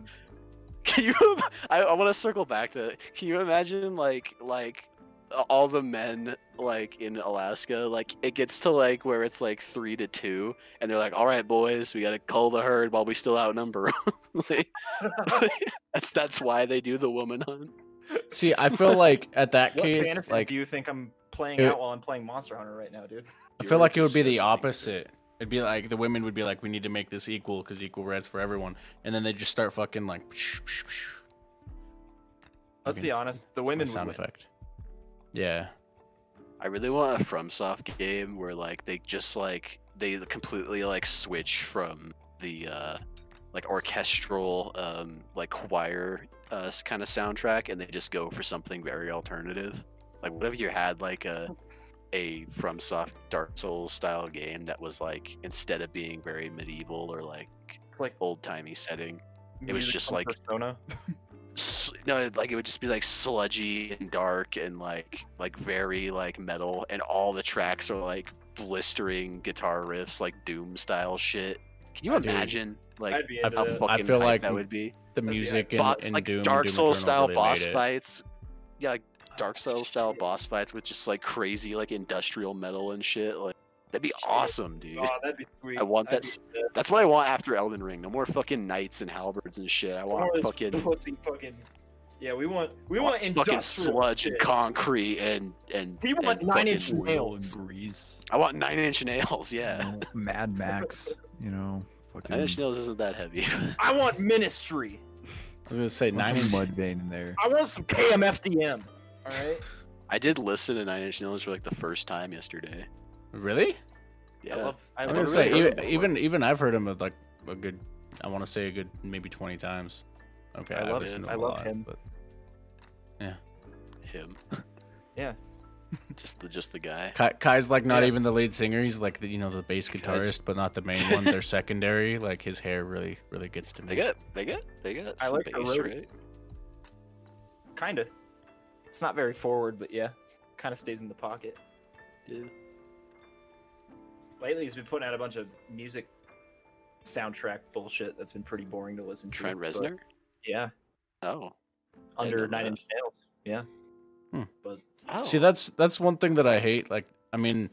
[SPEAKER 3] Can you? im- I, I want to circle back to. Can you imagine like like uh, all the men like in Alaska? Like it gets to like where it's like three to two, and they're like, "All right, boys, we gotta cull the herd while we still outnumber 'em." (laughs) Like, that's that's why they do the woman hunt.
[SPEAKER 1] see I feel like at that
[SPEAKER 5] What
[SPEAKER 1] case
[SPEAKER 5] fantasies
[SPEAKER 1] like
[SPEAKER 5] do you think I'm playing
[SPEAKER 1] it-
[SPEAKER 5] out while I'm playing Monster Hunter right now, dude?
[SPEAKER 1] I
[SPEAKER 3] You're
[SPEAKER 1] feel like it would be the
[SPEAKER 3] disgusting.
[SPEAKER 1] opposite. It'd be like the women would be like, "We need to make this equal because equal rights for everyone," and then they just start fucking like.
[SPEAKER 5] Let's be honest. The women
[SPEAKER 1] sound
[SPEAKER 5] would win.
[SPEAKER 1] effect. Yeah,
[SPEAKER 3] I really want a FromSoft game where like they just like they completely like switch from the uh like orchestral um like choir uh kind of soundtrack and they just go for something very alternative. Like what if you had like a a FromSoft Dark Souls style game that was like instead of being very medieval or like
[SPEAKER 5] It's like
[SPEAKER 3] old timey setting, It was
[SPEAKER 5] music
[SPEAKER 3] just
[SPEAKER 5] from
[SPEAKER 3] like-
[SPEAKER 5] Persona.
[SPEAKER 3] s- no like it would just be like sludgy and dark and like like very like metal and all the tracks are like blistering guitar riffs like doom style shit can you
[SPEAKER 1] Dude,
[SPEAKER 3] imagine like
[SPEAKER 5] I'd be
[SPEAKER 1] I
[SPEAKER 5] into
[SPEAKER 3] how
[SPEAKER 5] that.
[SPEAKER 1] fu-
[SPEAKER 3] fucking
[SPEAKER 1] I feel
[SPEAKER 3] hype
[SPEAKER 1] like
[SPEAKER 3] that would be
[SPEAKER 1] the
[SPEAKER 5] be
[SPEAKER 1] music
[SPEAKER 5] like
[SPEAKER 1] in,
[SPEAKER 3] Bo-
[SPEAKER 1] in
[SPEAKER 3] like
[SPEAKER 1] Doom,
[SPEAKER 3] dark
[SPEAKER 1] Doom
[SPEAKER 3] souls
[SPEAKER 1] Eternal
[SPEAKER 3] style
[SPEAKER 1] really
[SPEAKER 3] boss
[SPEAKER 1] made it.
[SPEAKER 3] fights yeah like dark souls style boss fights with just like crazy like industrial metal and shit like that'd be
[SPEAKER 5] Shit.
[SPEAKER 3] awesome dude
[SPEAKER 5] Oh, that'd be sweet.
[SPEAKER 3] I want
[SPEAKER 5] I'd
[SPEAKER 3] that s-
[SPEAKER 5] be into
[SPEAKER 3] that's what i want after elden ring no more fucking knights and halberds and shit i
[SPEAKER 5] that. One
[SPEAKER 3] want
[SPEAKER 5] of those
[SPEAKER 3] fucking
[SPEAKER 5] pussy fucking. Yeah, we want we want,
[SPEAKER 3] fucking
[SPEAKER 5] industrial
[SPEAKER 3] sludge and
[SPEAKER 5] shit.
[SPEAKER 3] concrete and and
[SPEAKER 5] We want
[SPEAKER 3] and
[SPEAKER 5] Nine
[SPEAKER 3] fucking
[SPEAKER 5] Inch
[SPEAKER 3] wood.
[SPEAKER 5] Nails.
[SPEAKER 4] Oil and grease.
[SPEAKER 3] I want nine inch nails. (laughs)
[SPEAKER 4] you
[SPEAKER 3] Yeah,
[SPEAKER 4] know, Mad Max. You know,
[SPEAKER 3] nine inch
[SPEAKER 4] fucking
[SPEAKER 3] nails isn't that heavy.
[SPEAKER 5] I want ministry.
[SPEAKER 1] I was gonna say nine
[SPEAKER 4] Put
[SPEAKER 1] inch.
[SPEAKER 4] some mud vein in there.
[SPEAKER 5] I want some KMFDM. All right.
[SPEAKER 3] (laughs) I did listen to Nine Inch Nails for like the first time yesterday.
[SPEAKER 1] Really?
[SPEAKER 3] Yeah,
[SPEAKER 2] I love. I
[SPEAKER 1] I'm
[SPEAKER 2] love
[SPEAKER 1] gonna
[SPEAKER 2] really
[SPEAKER 1] say
[SPEAKER 2] good
[SPEAKER 1] even,
[SPEAKER 2] one.
[SPEAKER 1] even even I've heard him uh, like a good. I want to say a good maybe twenty times. Okay,
[SPEAKER 5] I
[SPEAKER 1] I've
[SPEAKER 5] love
[SPEAKER 1] listened
[SPEAKER 5] him.
[SPEAKER 1] to
[SPEAKER 5] I
[SPEAKER 1] a
[SPEAKER 5] love
[SPEAKER 1] lot,
[SPEAKER 5] him.
[SPEAKER 1] but-
[SPEAKER 3] him.
[SPEAKER 5] (laughs) Yeah.
[SPEAKER 3] (laughs) just the just the guy.
[SPEAKER 1] Kai, Kai's like not
[SPEAKER 5] Yeah.
[SPEAKER 1] even the lead singer. He's like the, you know the bass guitarist, but not the main one. They're secondary. Like his hair really really gets to
[SPEAKER 3] They
[SPEAKER 1] me.
[SPEAKER 3] got they got they got
[SPEAKER 5] I
[SPEAKER 3] some
[SPEAKER 5] like the
[SPEAKER 3] bass,
[SPEAKER 5] roadies.
[SPEAKER 3] right?
[SPEAKER 5] Kinda. It's not very forward, but yeah, kind of stays in the pocket.
[SPEAKER 3] Yeah.
[SPEAKER 5] Lately, he's been putting out a bunch of music soundtrack bullshit that's been pretty boring to listen to.
[SPEAKER 3] Trent
[SPEAKER 5] but-
[SPEAKER 3] Reznor.
[SPEAKER 5] Yeah,
[SPEAKER 3] Oh. I
[SPEAKER 5] under
[SPEAKER 3] didn't know
[SPEAKER 5] Nine
[SPEAKER 3] that.
[SPEAKER 5] Inch Nails. Yeah.
[SPEAKER 3] oh.
[SPEAKER 1] See, that's that's one thing that I hate. Like, I mean,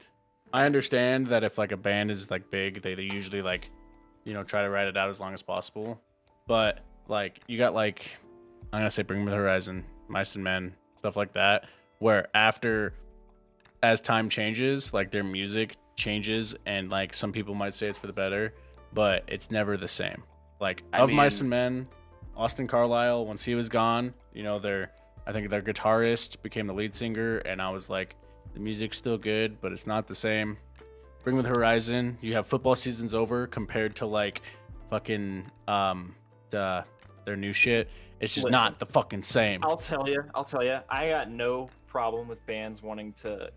[SPEAKER 1] I understand that if like a band is like big, they, they usually like, you know, try to write it out as long as possible. But like, you got like, I'm gonna say Bring Me the Horizon, Mice and Men, stuff like that, where after, as time changes, like their music changes, and like some people might say it's for the better, but it's never the same. Like
[SPEAKER 3] I
[SPEAKER 1] of Mice
[SPEAKER 3] mean-
[SPEAKER 1] and Men, Austin Carlisle, once he was gone, you know, their I think their guitarist became the lead singer, and I was like, the music's still good, but it's not the same. Bring with Horizon, you have football seasons over compared to like fucking um uh, their new shit. It's just
[SPEAKER 5] Listen.
[SPEAKER 1] not the fucking same.
[SPEAKER 5] I'll tell you. I'll tell you. I got no problem with bands wanting to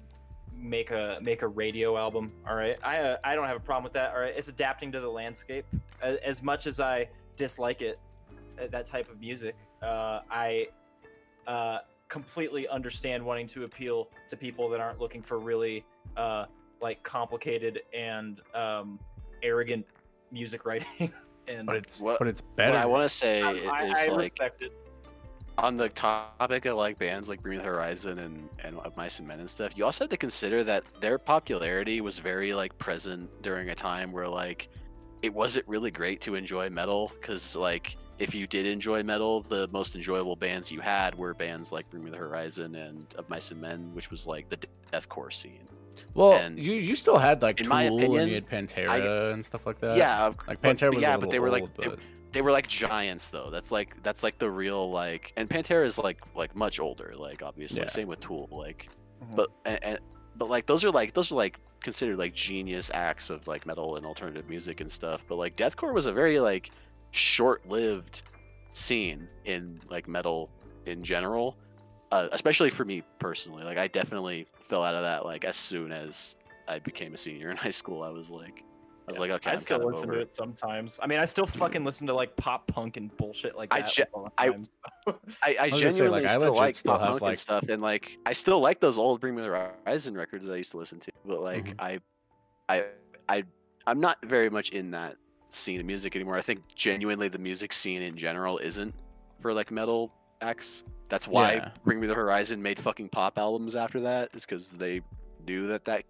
[SPEAKER 5] make a make a radio album. All right, I uh, I don't have a problem with that. All right, it's adapting to the landscape. As, as much as I dislike it, uh, that type of music, uh, I uh, completely understand wanting to appeal to people that aren't looking for really uh, like complicated and um, arrogant music writing. (laughs) and
[SPEAKER 1] but it's
[SPEAKER 3] What-
[SPEAKER 1] but it's
[SPEAKER 3] what
[SPEAKER 1] better.
[SPEAKER 3] I want to say
[SPEAKER 5] I,
[SPEAKER 3] is
[SPEAKER 5] I- I
[SPEAKER 3] like
[SPEAKER 5] respect it.
[SPEAKER 3] on the topic of like bands like Bring Me the Horizon and and of Mice and Men and stuff, you also have to consider that their popularity was very like present during a time where like it wasn't really great to enjoy metal because like if you did enjoy metal, the most enjoyable bands you had were bands like Bring Me the Horizon and of Mice and Men, which was like the deathcore scene.
[SPEAKER 1] well,
[SPEAKER 3] and
[SPEAKER 1] you you still had like
[SPEAKER 3] in
[SPEAKER 1] Tool
[SPEAKER 3] my
[SPEAKER 1] and
[SPEAKER 3] opinion,
[SPEAKER 1] you had Pantera and stuff like that.
[SPEAKER 3] yeah, of-
[SPEAKER 1] like
[SPEAKER 3] but-
[SPEAKER 1] Pantera was
[SPEAKER 3] yeah,
[SPEAKER 1] a
[SPEAKER 3] but
[SPEAKER 1] little
[SPEAKER 3] they were
[SPEAKER 1] old,
[SPEAKER 3] like they-
[SPEAKER 1] but
[SPEAKER 3] they were like giants though. That's like that's like the real like and Pantera is like like much older. Like obviously,
[SPEAKER 1] Yeah.
[SPEAKER 3] same with Tool. Like,
[SPEAKER 5] Mhm.
[SPEAKER 3] but and, and but like those are like those are like considered like genius acts of like metal and alternative music and stuff. But like deathcore was a very like short-lived scene in like metal in general. Uh, especially for me personally, like I definitely fell out of that. Like as soon as I became a senior in (laughs) high school, I was like, I was like, okay,
[SPEAKER 5] I
[SPEAKER 3] I'm
[SPEAKER 5] still
[SPEAKER 3] kind of
[SPEAKER 5] listen
[SPEAKER 3] over
[SPEAKER 5] to
[SPEAKER 3] it.
[SPEAKER 5] it sometimes. I mean, I still fucking listen to like pop punk and bullshit like
[SPEAKER 3] I
[SPEAKER 5] that.
[SPEAKER 3] ge-
[SPEAKER 5] like, all the
[SPEAKER 3] I- (laughs)
[SPEAKER 5] (laughs) time.
[SPEAKER 3] I, I
[SPEAKER 1] was gonna say, like,
[SPEAKER 3] genuinely
[SPEAKER 1] I
[SPEAKER 3] still
[SPEAKER 1] legit
[SPEAKER 3] like
[SPEAKER 1] still
[SPEAKER 3] pop
[SPEAKER 1] have,
[SPEAKER 3] punk
[SPEAKER 1] like-
[SPEAKER 3] and stuff, and like I still like those old Bring Me the Horizon records that I used to listen to. But like
[SPEAKER 1] Mhm.
[SPEAKER 3] I, I, I, I'm not very much in that scene of music anymore. I think genuinely the music scene in general isn't for like metal acts. That's why
[SPEAKER 1] Yeah.
[SPEAKER 3] Bring Me the Horizon made fucking pop albums after that. Is because they knew that that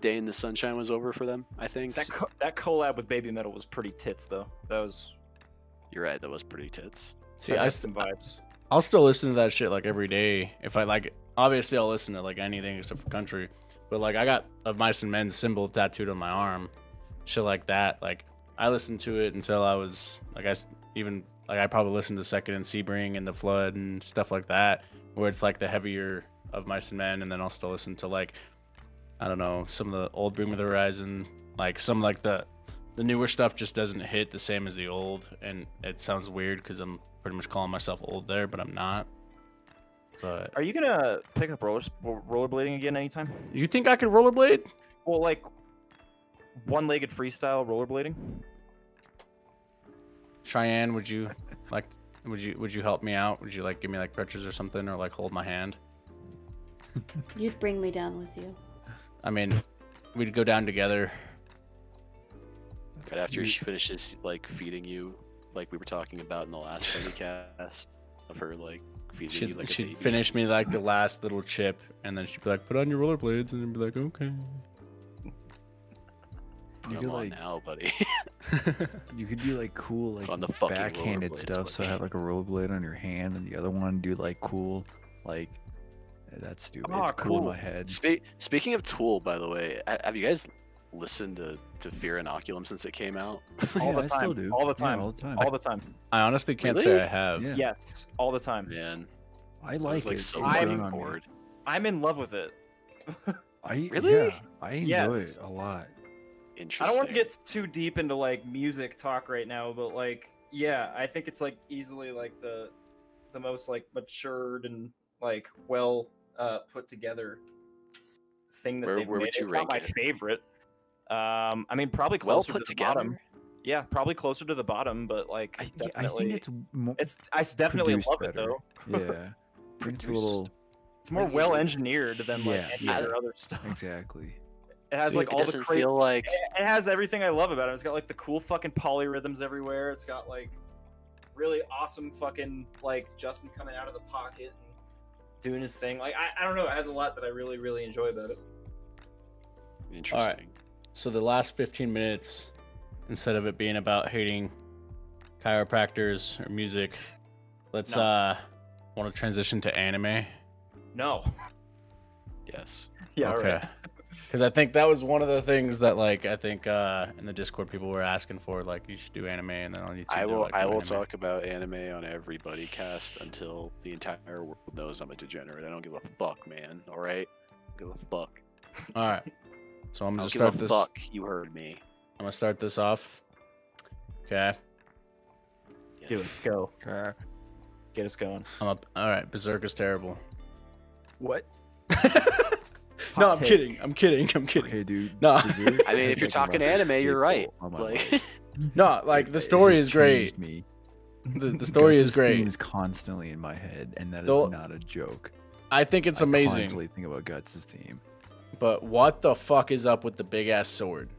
[SPEAKER 3] day in the sunshine was over for them. I think
[SPEAKER 5] that co- that collab with Baby Metal was pretty tits though. That was
[SPEAKER 3] you're right. That was pretty tits.
[SPEAKER 1] see,
[SPEAKER 5] I
[SPEAKER 1] I,
[SPEAKER 5] got
[SPEAKER 1] s-
[SPEAKER 5] some vibes.
[SPEAKER 1] I'll still listen to that shit like every day if I like. it. Obviously, I'll listen to like anything except for country, but like I got a mice and men symbol tattooed on my arm, shit like that. Like I listened to it until I was like I s- even like I probably listened to Second and Sebring and the Flood and stuff like that, where it's like the heavier of mice and men, and then I'll still listen to like I don't know some of the old Bring of the Horizon, like some like the the newer stuff just doesn't hit the same as the old, and it sounds weird because I'm pretty much calling myself old there, but I'm not. But
[SPEAKER 5] Are you gonna pick up roller rollerblading again anytime?
[SPEAKER 1] you think I could rollerblade?
[SPEAKER 5] Well, like one-legged freestyle rollerblading.
[SPEAKER 1] Cheyenne, would you like? Would you would you help me out? Would you like give me like crutches or something, or like hold my hand?
[SPEAKER 6] You'd bring me down with you.
[SPEAKER 1] I mean, we'd go down together.
[SPEAKER 3] Right after
[SPEAKER 4] You-
[SPEAKER 3] she finishes like feeding you, like we were talking about in the
[SPEAKER 4] (laughs)
[SPEAKER 3] last podcast of her like feeding you
[SPEAKER 1] She'd,
[SPEAKER 3] like a
[SPEAKER 1] she'd
[SPEAKER 3] baby.
[SPEAKER 1] finish me like the last little chip, and then she'd be like, "Put on your rollerblades," and I'd be like, "Okay." (laughs)
[SPEAKER 3] Put
[SPEAKER 4] You
[SPEAKER 3] 'em
[SPEAKER 4] could,
[SPEAKER 3] on
[SPEAKER 4] like-
[SPEAKER 3] now, buddy. (laughs)
[SPEAKER 4] You could do like cool, like
[SPEAKER 3] on the fucking
[SPEAKER 4] backhanded
[SPEAKER 3] rollerblades,
[SPEAKER 4] stuff. So have
[SPEAKER 3] buddy.
[SPEAKER 4] like a rollerblade on your hand, and the other one do like cool, like eh, that's stupid.
[SPEAKER 5] Ah,
[SPEAKER 4] it's cool in
[SPEAKER 5] cool.
[SPEAKER 4] my head.
[SPEAKER 3] Spe- speaking of Tool, by the way, ha- have you guys listened to, to Fear Inoculum since it came out?
[SPEAKER 5] All
[SPEAKER 4] (laughs) Yeah,
[SPEAKER 5] the
[SPEAKER 4] I still
[SPEAKER 5] time,
[SPEAKER 4] do.
[SPEAKER 5] all the
[SPEAKER 4] Yeah,
[SPEAKER 5] time,
[SPEAKER 4] all the time.
[SPEAKER 5] all the time.
[SPEAKER 1] I honestly can't
[SPEAKER 3] Really?
[SPEAKER 1] say I have.
[SPEAKER 4] Yeah.
[SPEAKER 5] Yes, all the time.
[SPEAKER 3] Man,
[SPEAKER 4] I
[SPEAKER 3] I was
[SPEAKER 4] like
[SPEAKER 3] like
[SPEAKER 4] it.
[SPEAKER 3] so
[SPEAKER 4] It's
[SPEAKER 5] I'm
[SPEAKER 4] grown
[SPEAKER 3] fucking
[SPEAKER 4] on me.
[SPEAKER 3] bored.
[SPEAKER 5] I'm in love with it.
[SPEAKER 4] I
[SPEAKER 3] Really?
[SPEAKER 4] yeah, I enjoy
[SPEAKER 5] Yes.
[SPEAKER 4] it a lot.
[SPEAKER 5] I
[SPEAKER 3] Interesting.
[SPEAKER 5] don't want to get too deep into like music talk right now, but like yeah, I think it's like easily like the the most like matured and like well uh put together thing that
[SPEAKER 3] Where-
[SPEAKER 5] they've
[SPEAKER 3] where
[SPEAKER 5] made.
[SPEAKER 3] would you
[SPEAKER 5] it's
[SPEAKER 3] rank
[SPEAKER 5] not my
[SPEAKER 3] it?
[SPEAKER 5] favorite. Um I mean probably
[SPEAKER 3] well
[SPEAKER 5] closer
[SPEAKER 3] put
[SPEAKER 5] to the
[SPEAKER 3] together.
[SPEAKER 5] bottom. Yeah, probably closer to the bottom, but like
[SPEAKER 4] I, yeah, I
[SPEAKER 5] definitely
[SPEAKER 4] think it's more,
[SPEAKER 5] it's (laughs) I s- definitely
[SPEAKER 4] produced
[SPEAKER 5] love it
[SPEAKER 4] better.
[SPEAKER 5] though.
[SPEAKER 4] yeah. I think it's a little
[SPEAKER 5] It's more
[SPEAKER 4] Like, it-
[SPEAKER 5] well engineered than like
[SPEAKER 4] yeah,
[SPEAKER 5] any
[SPEAKER 4] yeah.
[SPEAKER 5] other other
[SPEAKER 3] (laughs)
[SPEAKER 5] stuff.
[SPEAKER 4] exactly.
[SPEAKER 5] It has like
[SPEAKER 3] it
[SPEAKER 5] all the
[SPEAKER 3] doesn't
[SPEAKER 5] crazy
[SPEAKER 3] feel like
[SPEAKER 5] it has everything I love about it. It's got like the cool fucking polyrhythms everywhere. It's got like really awesome fucking like Justin coming out of the pocket and doing his thing. Like I, I don't know, it has a lot that I really really enjoy about it.
[SPEAKER 3] interesting.
[SPEAKER 1] So the last 15 minutes, instead of it being about hating chiropractors or music, let's
[SPEAKER 5] No.
[SPEAKER 1] uh want to transition to anime. (laughs)
[SPEAKER 5] No.
[SPEAKER 3] Yes.
[SPEAKER 5] Yeah.
[SPEAKER 1] Because I think that was one of the things that, like, I think uh, in the Discord people were asking for, like, you should do anime, and then on YouTube,
[SPEAKER 3] I
[SPEAKER 1] they're
[SPEAKER 3] will
[SPEAKER 1] like,
[SPEAKER 3] I
[SPEAKER 1] "No
[SPEAKER 3] will
[SPEAKER 1] anime."
[SPEAKER 3] talk about anime on every buddy cast until the entire world knows I'm a degenerate. I don't give a fuck, man. All right, I don't give a fuck.
[SPEAKER 1] All right, so I'm
[SPEAKER 3] I
[SPEAKER 1] gonna
[SPEAKER 3] don't give a
[SPEAKER 1] start this.
[SPEAKER 3] fuck. You heard me.
[SPEAKER 1] I'm gonna start this off. Okay,
[SPEAKER 5] Do it.
[SPEAKER 3] Yes.
[SPEAKER 5] Go. Uh, Get us going.
[SPEAKER 1] I'm up. All right, Berserk is terrible.
[SPEAKER 5] What?
[SPEAKER 1] (laughs) no,
[SPEAKER 5] Hot
[SPEAKER 1] I'm
[SPEAKER 5] take.
[SPEAKER 1] kidding. I'm kidding. I'm kidding.
[SPEAKER 4] Okay, dude.
[SPEAKER 1] No.
[SPEAKER 4] Berserk
[SPEAKER 3] I mean,
[SPEAKER 4] has,
[SPEAKER 3] if you're
[SPEAKER 4] like,
[SPEAKER 3] talking
[SPEAKER 4] rubbed
[SPEAKER 3] anime, you're right.
[SPEAKER 4] staple on
[SPEAKER 3] (laughs)
[SPEAKER 4] my life.
[SPEAKER 3] Like,
[SPEAKER 1] No, like the story
[SPEAKER 4] It has
[SPEAKER 1] is great.
[SPEAKER 4] changed Me.
[SPEAKER 1] The,
[SPEAKER 4] (laughs)
[SPEAKER 1] the story is
[SPEAKER 4] Guts'
[SPEAKER 1] great.
[SPEAKER 4] theme is constantly in my head, and that is
[SPEAKER 1] Though-
[SPEAKER 4] not a joke.
[SPEAKER 1] I think it's
[SPEAKER 4] I
[SPEAKER 1] amazing.
[SPEAKER 4] Constantly think about Guts' theme.
[SPEAKER 1] But what the fuck is up with the big ass sword?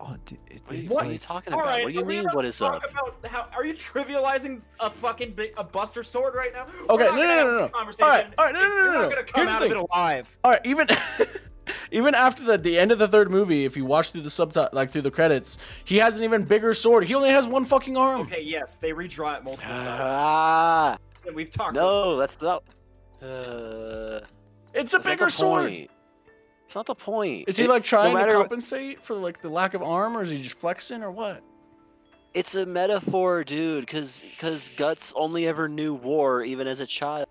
[SPEAKER 4] Oh, dude, it,
[SPEAKER 3] what, are you-
[SPEAKER 4] it's
[SPEAKER 3] what are you
[SPEAKER 4] like-
[SPEAKER 3] talking about? what do you mean? What is up? (sighs)
[SPEAKER 5] About how, are you trivializing a fucking big, a Buster Sword right now?
[SPEAKER 1] Okay, no, no, no, no, no. All right, all right, no, no, no, no, no. Here's the thing.
[SPEAKER 5] alive.
[SPEAKER 1] All right, even (laughs) even after the the end of the third movie, if you watch through the subtitle, like through the credits, he has an even bigger sword. He only has one fucking arm.
[SPEAKER 5] Okay, yes, they redraw it multiple times.
[SPEAKER 3] Ah,
[SPEAKER 1] Uh,
[SPEAKER 5] And we've talked.
[SPEAKER 3] no, that's not. Uh,
[SPEAKER 1] It's a
[SPEAKER 3] that's not
[SPEAKER 1] bigger
[SPEAKER 3] the
[SPEAKER 1] sword.
[SPEAKER 3] point. It's not the point.
[SPEAKER 1] Is he
[SPEAKER 3] It-
[SPEAKER 1] like trying
[SPEAKER 3] matter
[SPEAKER 1] to
[SPEAKER 3] what-
[SPEAKER 1] compensate for like the lack of arm, or is he just flexing, or what?
[SPEAKER 3] It's a metaphor, dude, because Guts only ever knew war, even as a child.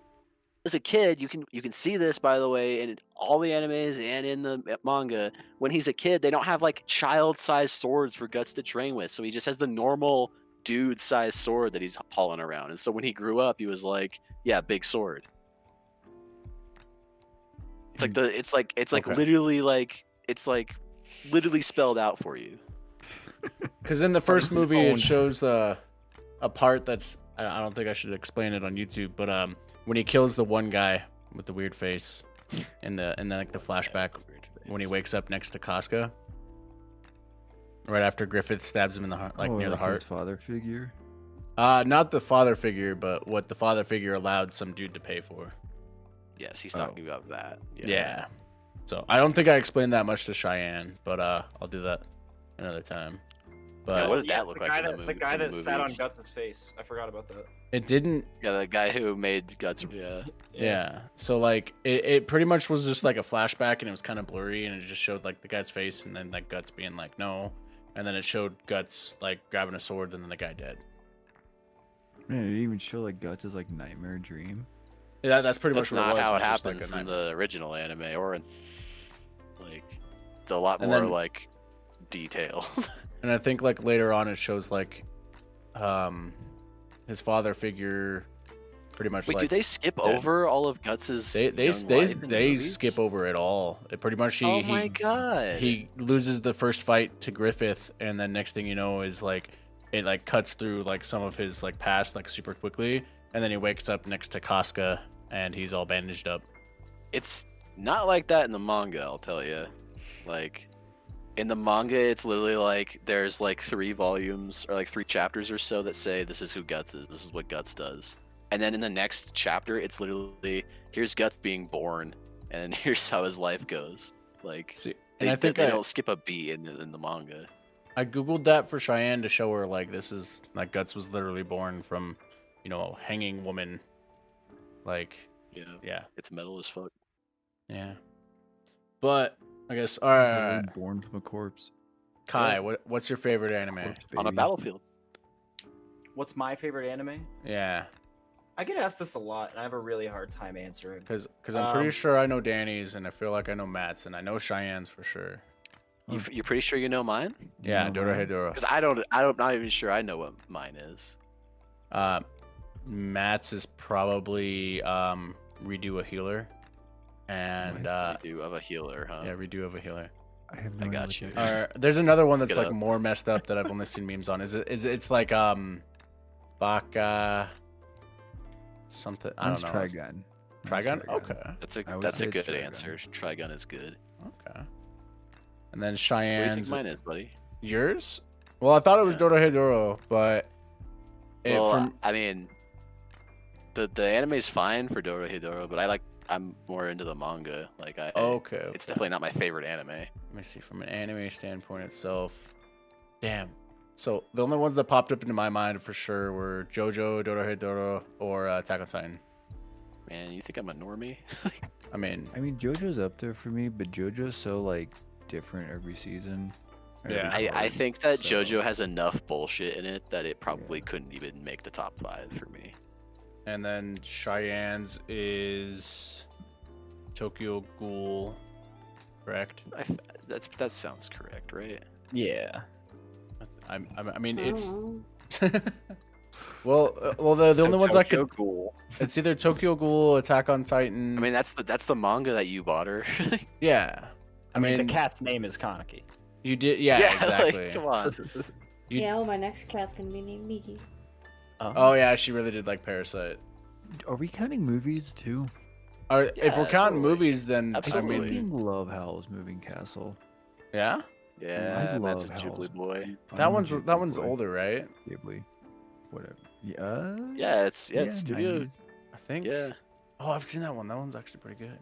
[SPEAKER 3] As a kid, you can you can see this, by the way, in all the animes and in the m- manga. When he's a kid, they don't have like child-sized swords for Guts to train with, so he just has the normal dude-sized sword that he's hauling around. And so when he grew up, he was like, "Yeah, big sword." It's like the it's like it's like
[SPEAKER 1] Okay.
[SPEAKER 3] literally like it's like literally spelled out for you.
[SPEAKER 1] Because in the first
[SPEAKER 4] Fucking
[SPEAKER 1] movie, it
[SPEAKER 4] owned.
[SPEAKER 1] shows uh, a part that's I I don't think I should explain it on YouTube, but um, when he kills the one guy with the weird face, in the in the, like the flashback when he wakes up next to Casca, right after Griffith stabs him in the heart, like
[SPEAKER 4] oh,
[SPEAKER 1] near the heart.
[SPEAKER 4] His father figure.
[SPEAKER 1] Uh, not the father figure, but what the father figure allowed some dude to pay for.
[SPEAKER 3] Yes, he's
[SPEAKER 4] Oh.
[SPEAKER 3] talking about that.
[SPEAKER 1] Yeah. So I don't think I explained that much to Cheyenne, but uh, I'll do that another time. But
[SPEAKER 3] Yeah, what did that look
[SPEAKER 5] the
[SPEAKER 3] like
[SPEAKER 5] Guy
[SPEAKER 3] in the
[SPEAKER 5] that,
[SPEAKER 3] movie-
[SPEAKER 5] guy
[SPEAKER 3] in the
[SPEAKER 5] that sat on
[SPEAKER 3] movies?
[SPEAKER 5] Guts' face. I forgot about that.
[SPEAKER 1] it didn't
[SPEAKER 3] Yeah, the guy who made Guts. uh, Yeah.
[SPEAKER 1] Yeah. So like it, it pretty much was just like a flashback and it was kind of blurry and it just showed like the guy's face and then like guts being like no and then it showed guts like grabbing a sword and then the guy dead.
[SPEAKER 4] Man, it didn't even show like Guts' like nightmare dream.
[SPEAKER 1] Yeah, That, that's pretty
[SPEAKER 3] That's
[SPEAKER 1] much what
[SPEAKER 3] not
[SPEAKER 1] it was.
[SPEAKER 3] how
[SPEAKER 1] was
[SPEAKER 3] it
[SPEAKER 1] just, like, a
[SPEAKER 3] happens in
[SPEAKER 1] nightmare.
[SPEAKER 3] the original anime or in like it's a lot
[SPEAKER 1] And
[SPEAKER 3] more
[SPEAKER 1] then-
[SPEAKER 3] like
[SPEAKER 1] (laughs)
[SPEAKER 3] detail.
[SPEAKER 1] And I think like later on it shows like um his father figure pretty much
[SPEAKER 3] Wait,
[SPEAKER 1] like
[SPEAKER 3] do they skip
[SPEAKER 1] dead.
[SPEAKER 3] over all of Guts's
[SPEAKER 1] they they
[SPEAKER 3] young
[SPEAKER 1] s- they,
[SPEAKER 3] life
[SPEAKER 1] s-
[SPEAKER 3] in the
[SPEAKER 1] they
[SPEAKER 3] movies?
[SPEAKER 1] skip over it all. It pretty much he
[SPEAKER 3] oh
[SPEAKER 1] he
[SPEAKER 3] my god.
[SPEAKER 1] he loses the first fight to Griffith, and then next thing you know is like it like cuts through like some of his like past like super quickly, and then he wakes up next to Casca and he's all bandaged up.
[SPEAKER 3] it's not like that in the manga i'll tell you like in the manga it's literally like there's like three volumes or like three chapters or so that say this is who guts is this is what guts does and then in the next chapter it's literally here's guts being born and (laughs) here's how his life goes like
[SPEAKER 1] See,
[SPEAKER 3] they,
[SPEAKER 1] and I think
[SPEAKER 3] they
[SPEAKER 1] I,
[SPEAKER 3] don't skip a beat in the, in the manga
[SPEAKER 1] I googled that for Cheyenne to show her like this is like Guts was literally born from you know a hanging woman, like
[SPEAKER 3] yeah
[SPEAKER 1] yeah
[SPEAKER 3] it's metal as fuck
[SPEAKER 1] yeah, but I guess. All right, all
[SPEAKER 4] Literally
[SPEAKER 1] right.
[SPEAKER 4] Born from a corpse.
[SPEAKER 1] Kai, what, what's your favorite anime?
[SPEAKER 4] Corpse
[SPEAKER 3] on a
[SPEAKER 4] baby.
[SPEAKER 3] battlefield.
[SPEAKER 7] What's my favorite anime?
[SPEAKER 1] Yeah,
[SPEAKER 7] I get asked this a lot, and I have a really hard time answering.
[SPEAKER 1] because I'm pretty
[SPEAKER 7] Um,
[SPEAKER 1] sure I know Danny's, and I feel like I know Matt's, and I know Cheyenne's for sure.
[SPEAKER 3] You, f- you're pretty sure you know mine?
[SPEAKER 4] You
[SPEAKER 1] Yeah,
[SPEAKER 4] know
[SPEAKER 1] Dora
[SPEAKER 4] mine?
[SPEAKER 1] Hedora.
[SPEAKER 3] Because I don't. I don't. Not even sure I know what mine is.
[SPEAKER 1] Uh, Matt's is probably um, redo a healer, and uh,
[SPEAKER 3] I do of a healer, huh?
[SPEAKER 1] yeah, redo of a healer.
[SPEAKER 4] I have no
[SPEAKER 3] I
[SPEAKER 4] idea
[SPEAKER 3] got
[SPEAKER 4] what
[SPEAKER 3] you.
[SPEAKER 4] that is.
[SPEAKER 1] Or there's another one that's
[SPEAKER 3] Get
[SPEAKER 1] like
[SPEAKER 3] up.
[SPEAKER 1] more messed up that I've only seen memes on. Is it? Is it, it's like um, Baka something. I
[SPEAKER 4] Mine's
[SPEAKER 1] don't know.
[SPEAKER 4] Trigun. Mine's
[SPEAKER 1] Trigun? Okay.
[SPEAKER 3] That's a
[SPEAKER 4] I would
[SPEAKER 3] that's a
[SPEAKER 4] say
[SPEAKER 3] good
[SPEAKER 4] Trigun.
[SPEAKER 3] answer. Trigun is good.
[SPEAKER 1] Okay. And then
[SPEAKER 3] What do you think
[SPEAKER 1] Cheyenne's
[SPEAKER 3] mine is, buddy?
[SPEAKER 1] yours? Well, I thought it was
[SPEAKER 3] Yeah.
[SPEAKER 1] Doro Hedoro, but it,
[SPEAKER 3] well,
[SPEAKER 1] from
[SPEAKER 3] I mean, the the anime's fine for Doro Hidoro, but I like I'm more into the manga. Like I,
[SPEAKER 1] okay, okay.
[SPEAKER 3] it's definitely not my favorite anime.
[SPEAKER 1] let me see from an anime standpoint itself. Damn. So the only ones that popped up into my mind for sure were JoJo, Doro Hedoro, or uh, Attack on Titan.
[SPEAKER 3] Man, you think I'm a normie?
[SPEAKER 1] I mean,
[SPEAKER 4] I mean, JoJo's up there for me, but JoJo's so like different every season. or every
[SPEAKER 1] Yeah.
[SPEAKER 3] I, I
[SPEAKER 4] part,
[SPEAKER 3] think that
[SPEAKER 4] so-
[SPEAKER 3] JoJo has enough bullshit in it that it probably couldn't even make the top five for me.
[SPEAKER 1] and then Cheyenne's is Tokyo Ghoul, correct?
[SPEAKER 3] I f that's that sounds correct, right?
[SPEAKER 5] Yeah.
[SPEAKER 1] I, I, I mean,
[SPEAKER 6] I
[SPEAKER 1] it's
[SPEAKER 6] don't know.
[SPEAKER 1] (laughs) well, uh, well, the, the only ones I could
[SPEAKER 2] Cool.
[SPEAKER 1] It's either Tokyo Ghoul, Attack on Titan.
[SPEAKER 3] I mean, that's the that's the manga that you bought her.
[SPEAKER 1] yeah. I mean,
[SPEAKER 5] the cat's name is Kaneki.
[SPEAKER 1] you did. Yeah,
[SPEAKER 3] (laughs) like,
[SPEAKER 1] exactly.
[SPEAKER 3] come on.
[SPEAKER 1] You-
[SPEAKER 6] Yeah, well, my next cat's gonna be named Miki.
[SPEAKER 3] uh,
[SPEAKER 1] oh yeah, she really did like Parasite.
[SPEAKER 4] Uh, Are we counting movies too?
[SPEAKER 1] Or if
[SPEAKER 3] Yeah,
[SPEAKER 1] we're counting
[SPEAKER 3] totally.
[SPEAKER 1] movies, then I
[SPEAKER 3] Absolutely.
[SPEAKER 1] mean,
[SPEAKER 4] fucking love Howl's Moving Castle.
[SPEAKER 1] yeah,
[SPEAKER 3] Yeah, that's a
[SPEAKER 4] love Hell's-
[SPEAKER 3] Ghibli boy.
[SPEAKER 1] that
[SPEAKER 4] I'm a
[SPEAKER 1] one's
[SPEAKER 4] Ghibli
[SPEAKER 1] that one's
[SPEAKER 4] boy.
[SPEAKER 1] older, right?
[SPEAKER 4] Ghibli. Whatever. Yeah.
[SPEAKER 3] Yeah, it's yeah, it's Studio.
[SPEAKER 4] 90s.
[SPEAKER 1] I think.
[SPEAKER 3] Yeah,
[SPEAKER 1] Oh, I've seen that one. That one's actually pretty good.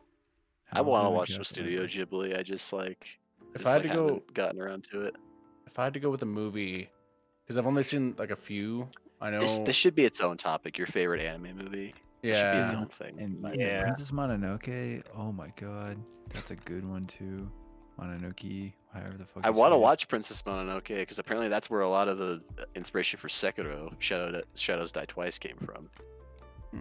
[SPEAKER 3] I
[SPEAKER 4] Howl's
[SPEAKER 3] want to
[SPEAKER 4] Moving
[SPEAKER 3] watch some
[SPEAKER 4] Castle,
[SPEAKER 3] Studio
[SPEAKER 4] yeah.
[SPEAKER 3] Ghibli. I just like
[SPEAKER 1] If
[SPEAKER 3] just,
[SPEAKER 1] I had
[SPEAKER 3] like,
[SPEAKER 1] to go,
[SPEAKER 3] haven't gotten around to it.
[SPEAKER 1] if I had to go with a movie, because I've only seen like a few. I know.
[SPEAKER 3] This this should be its own topic. Your favorite anime movie. It should be its
[SPEAKER 1] yeah.
[SPEAKER 3] own thing.
[SPEAKER 4] And
[SPEAKER 3] Like,
[SPEAKER 4] you know,
[SPEAKER 5] Yeah.
[SPEAKER 4] Princess Mononoke. Oh my god, that's a good one too. Mononoke, however the fuck.
[SPEAKER 3] I
[SPEAKER 4] you
[SPEAKER 3] want to
[SPEAKER 4] say it.
[SPEAKER 3] watch Princess Mononoke because apparently that's where a lot of the uh, inspiration for Sekiro, Shadow Di- Shadows Die Twice, came from.
[SPEAKER 1] Hmm.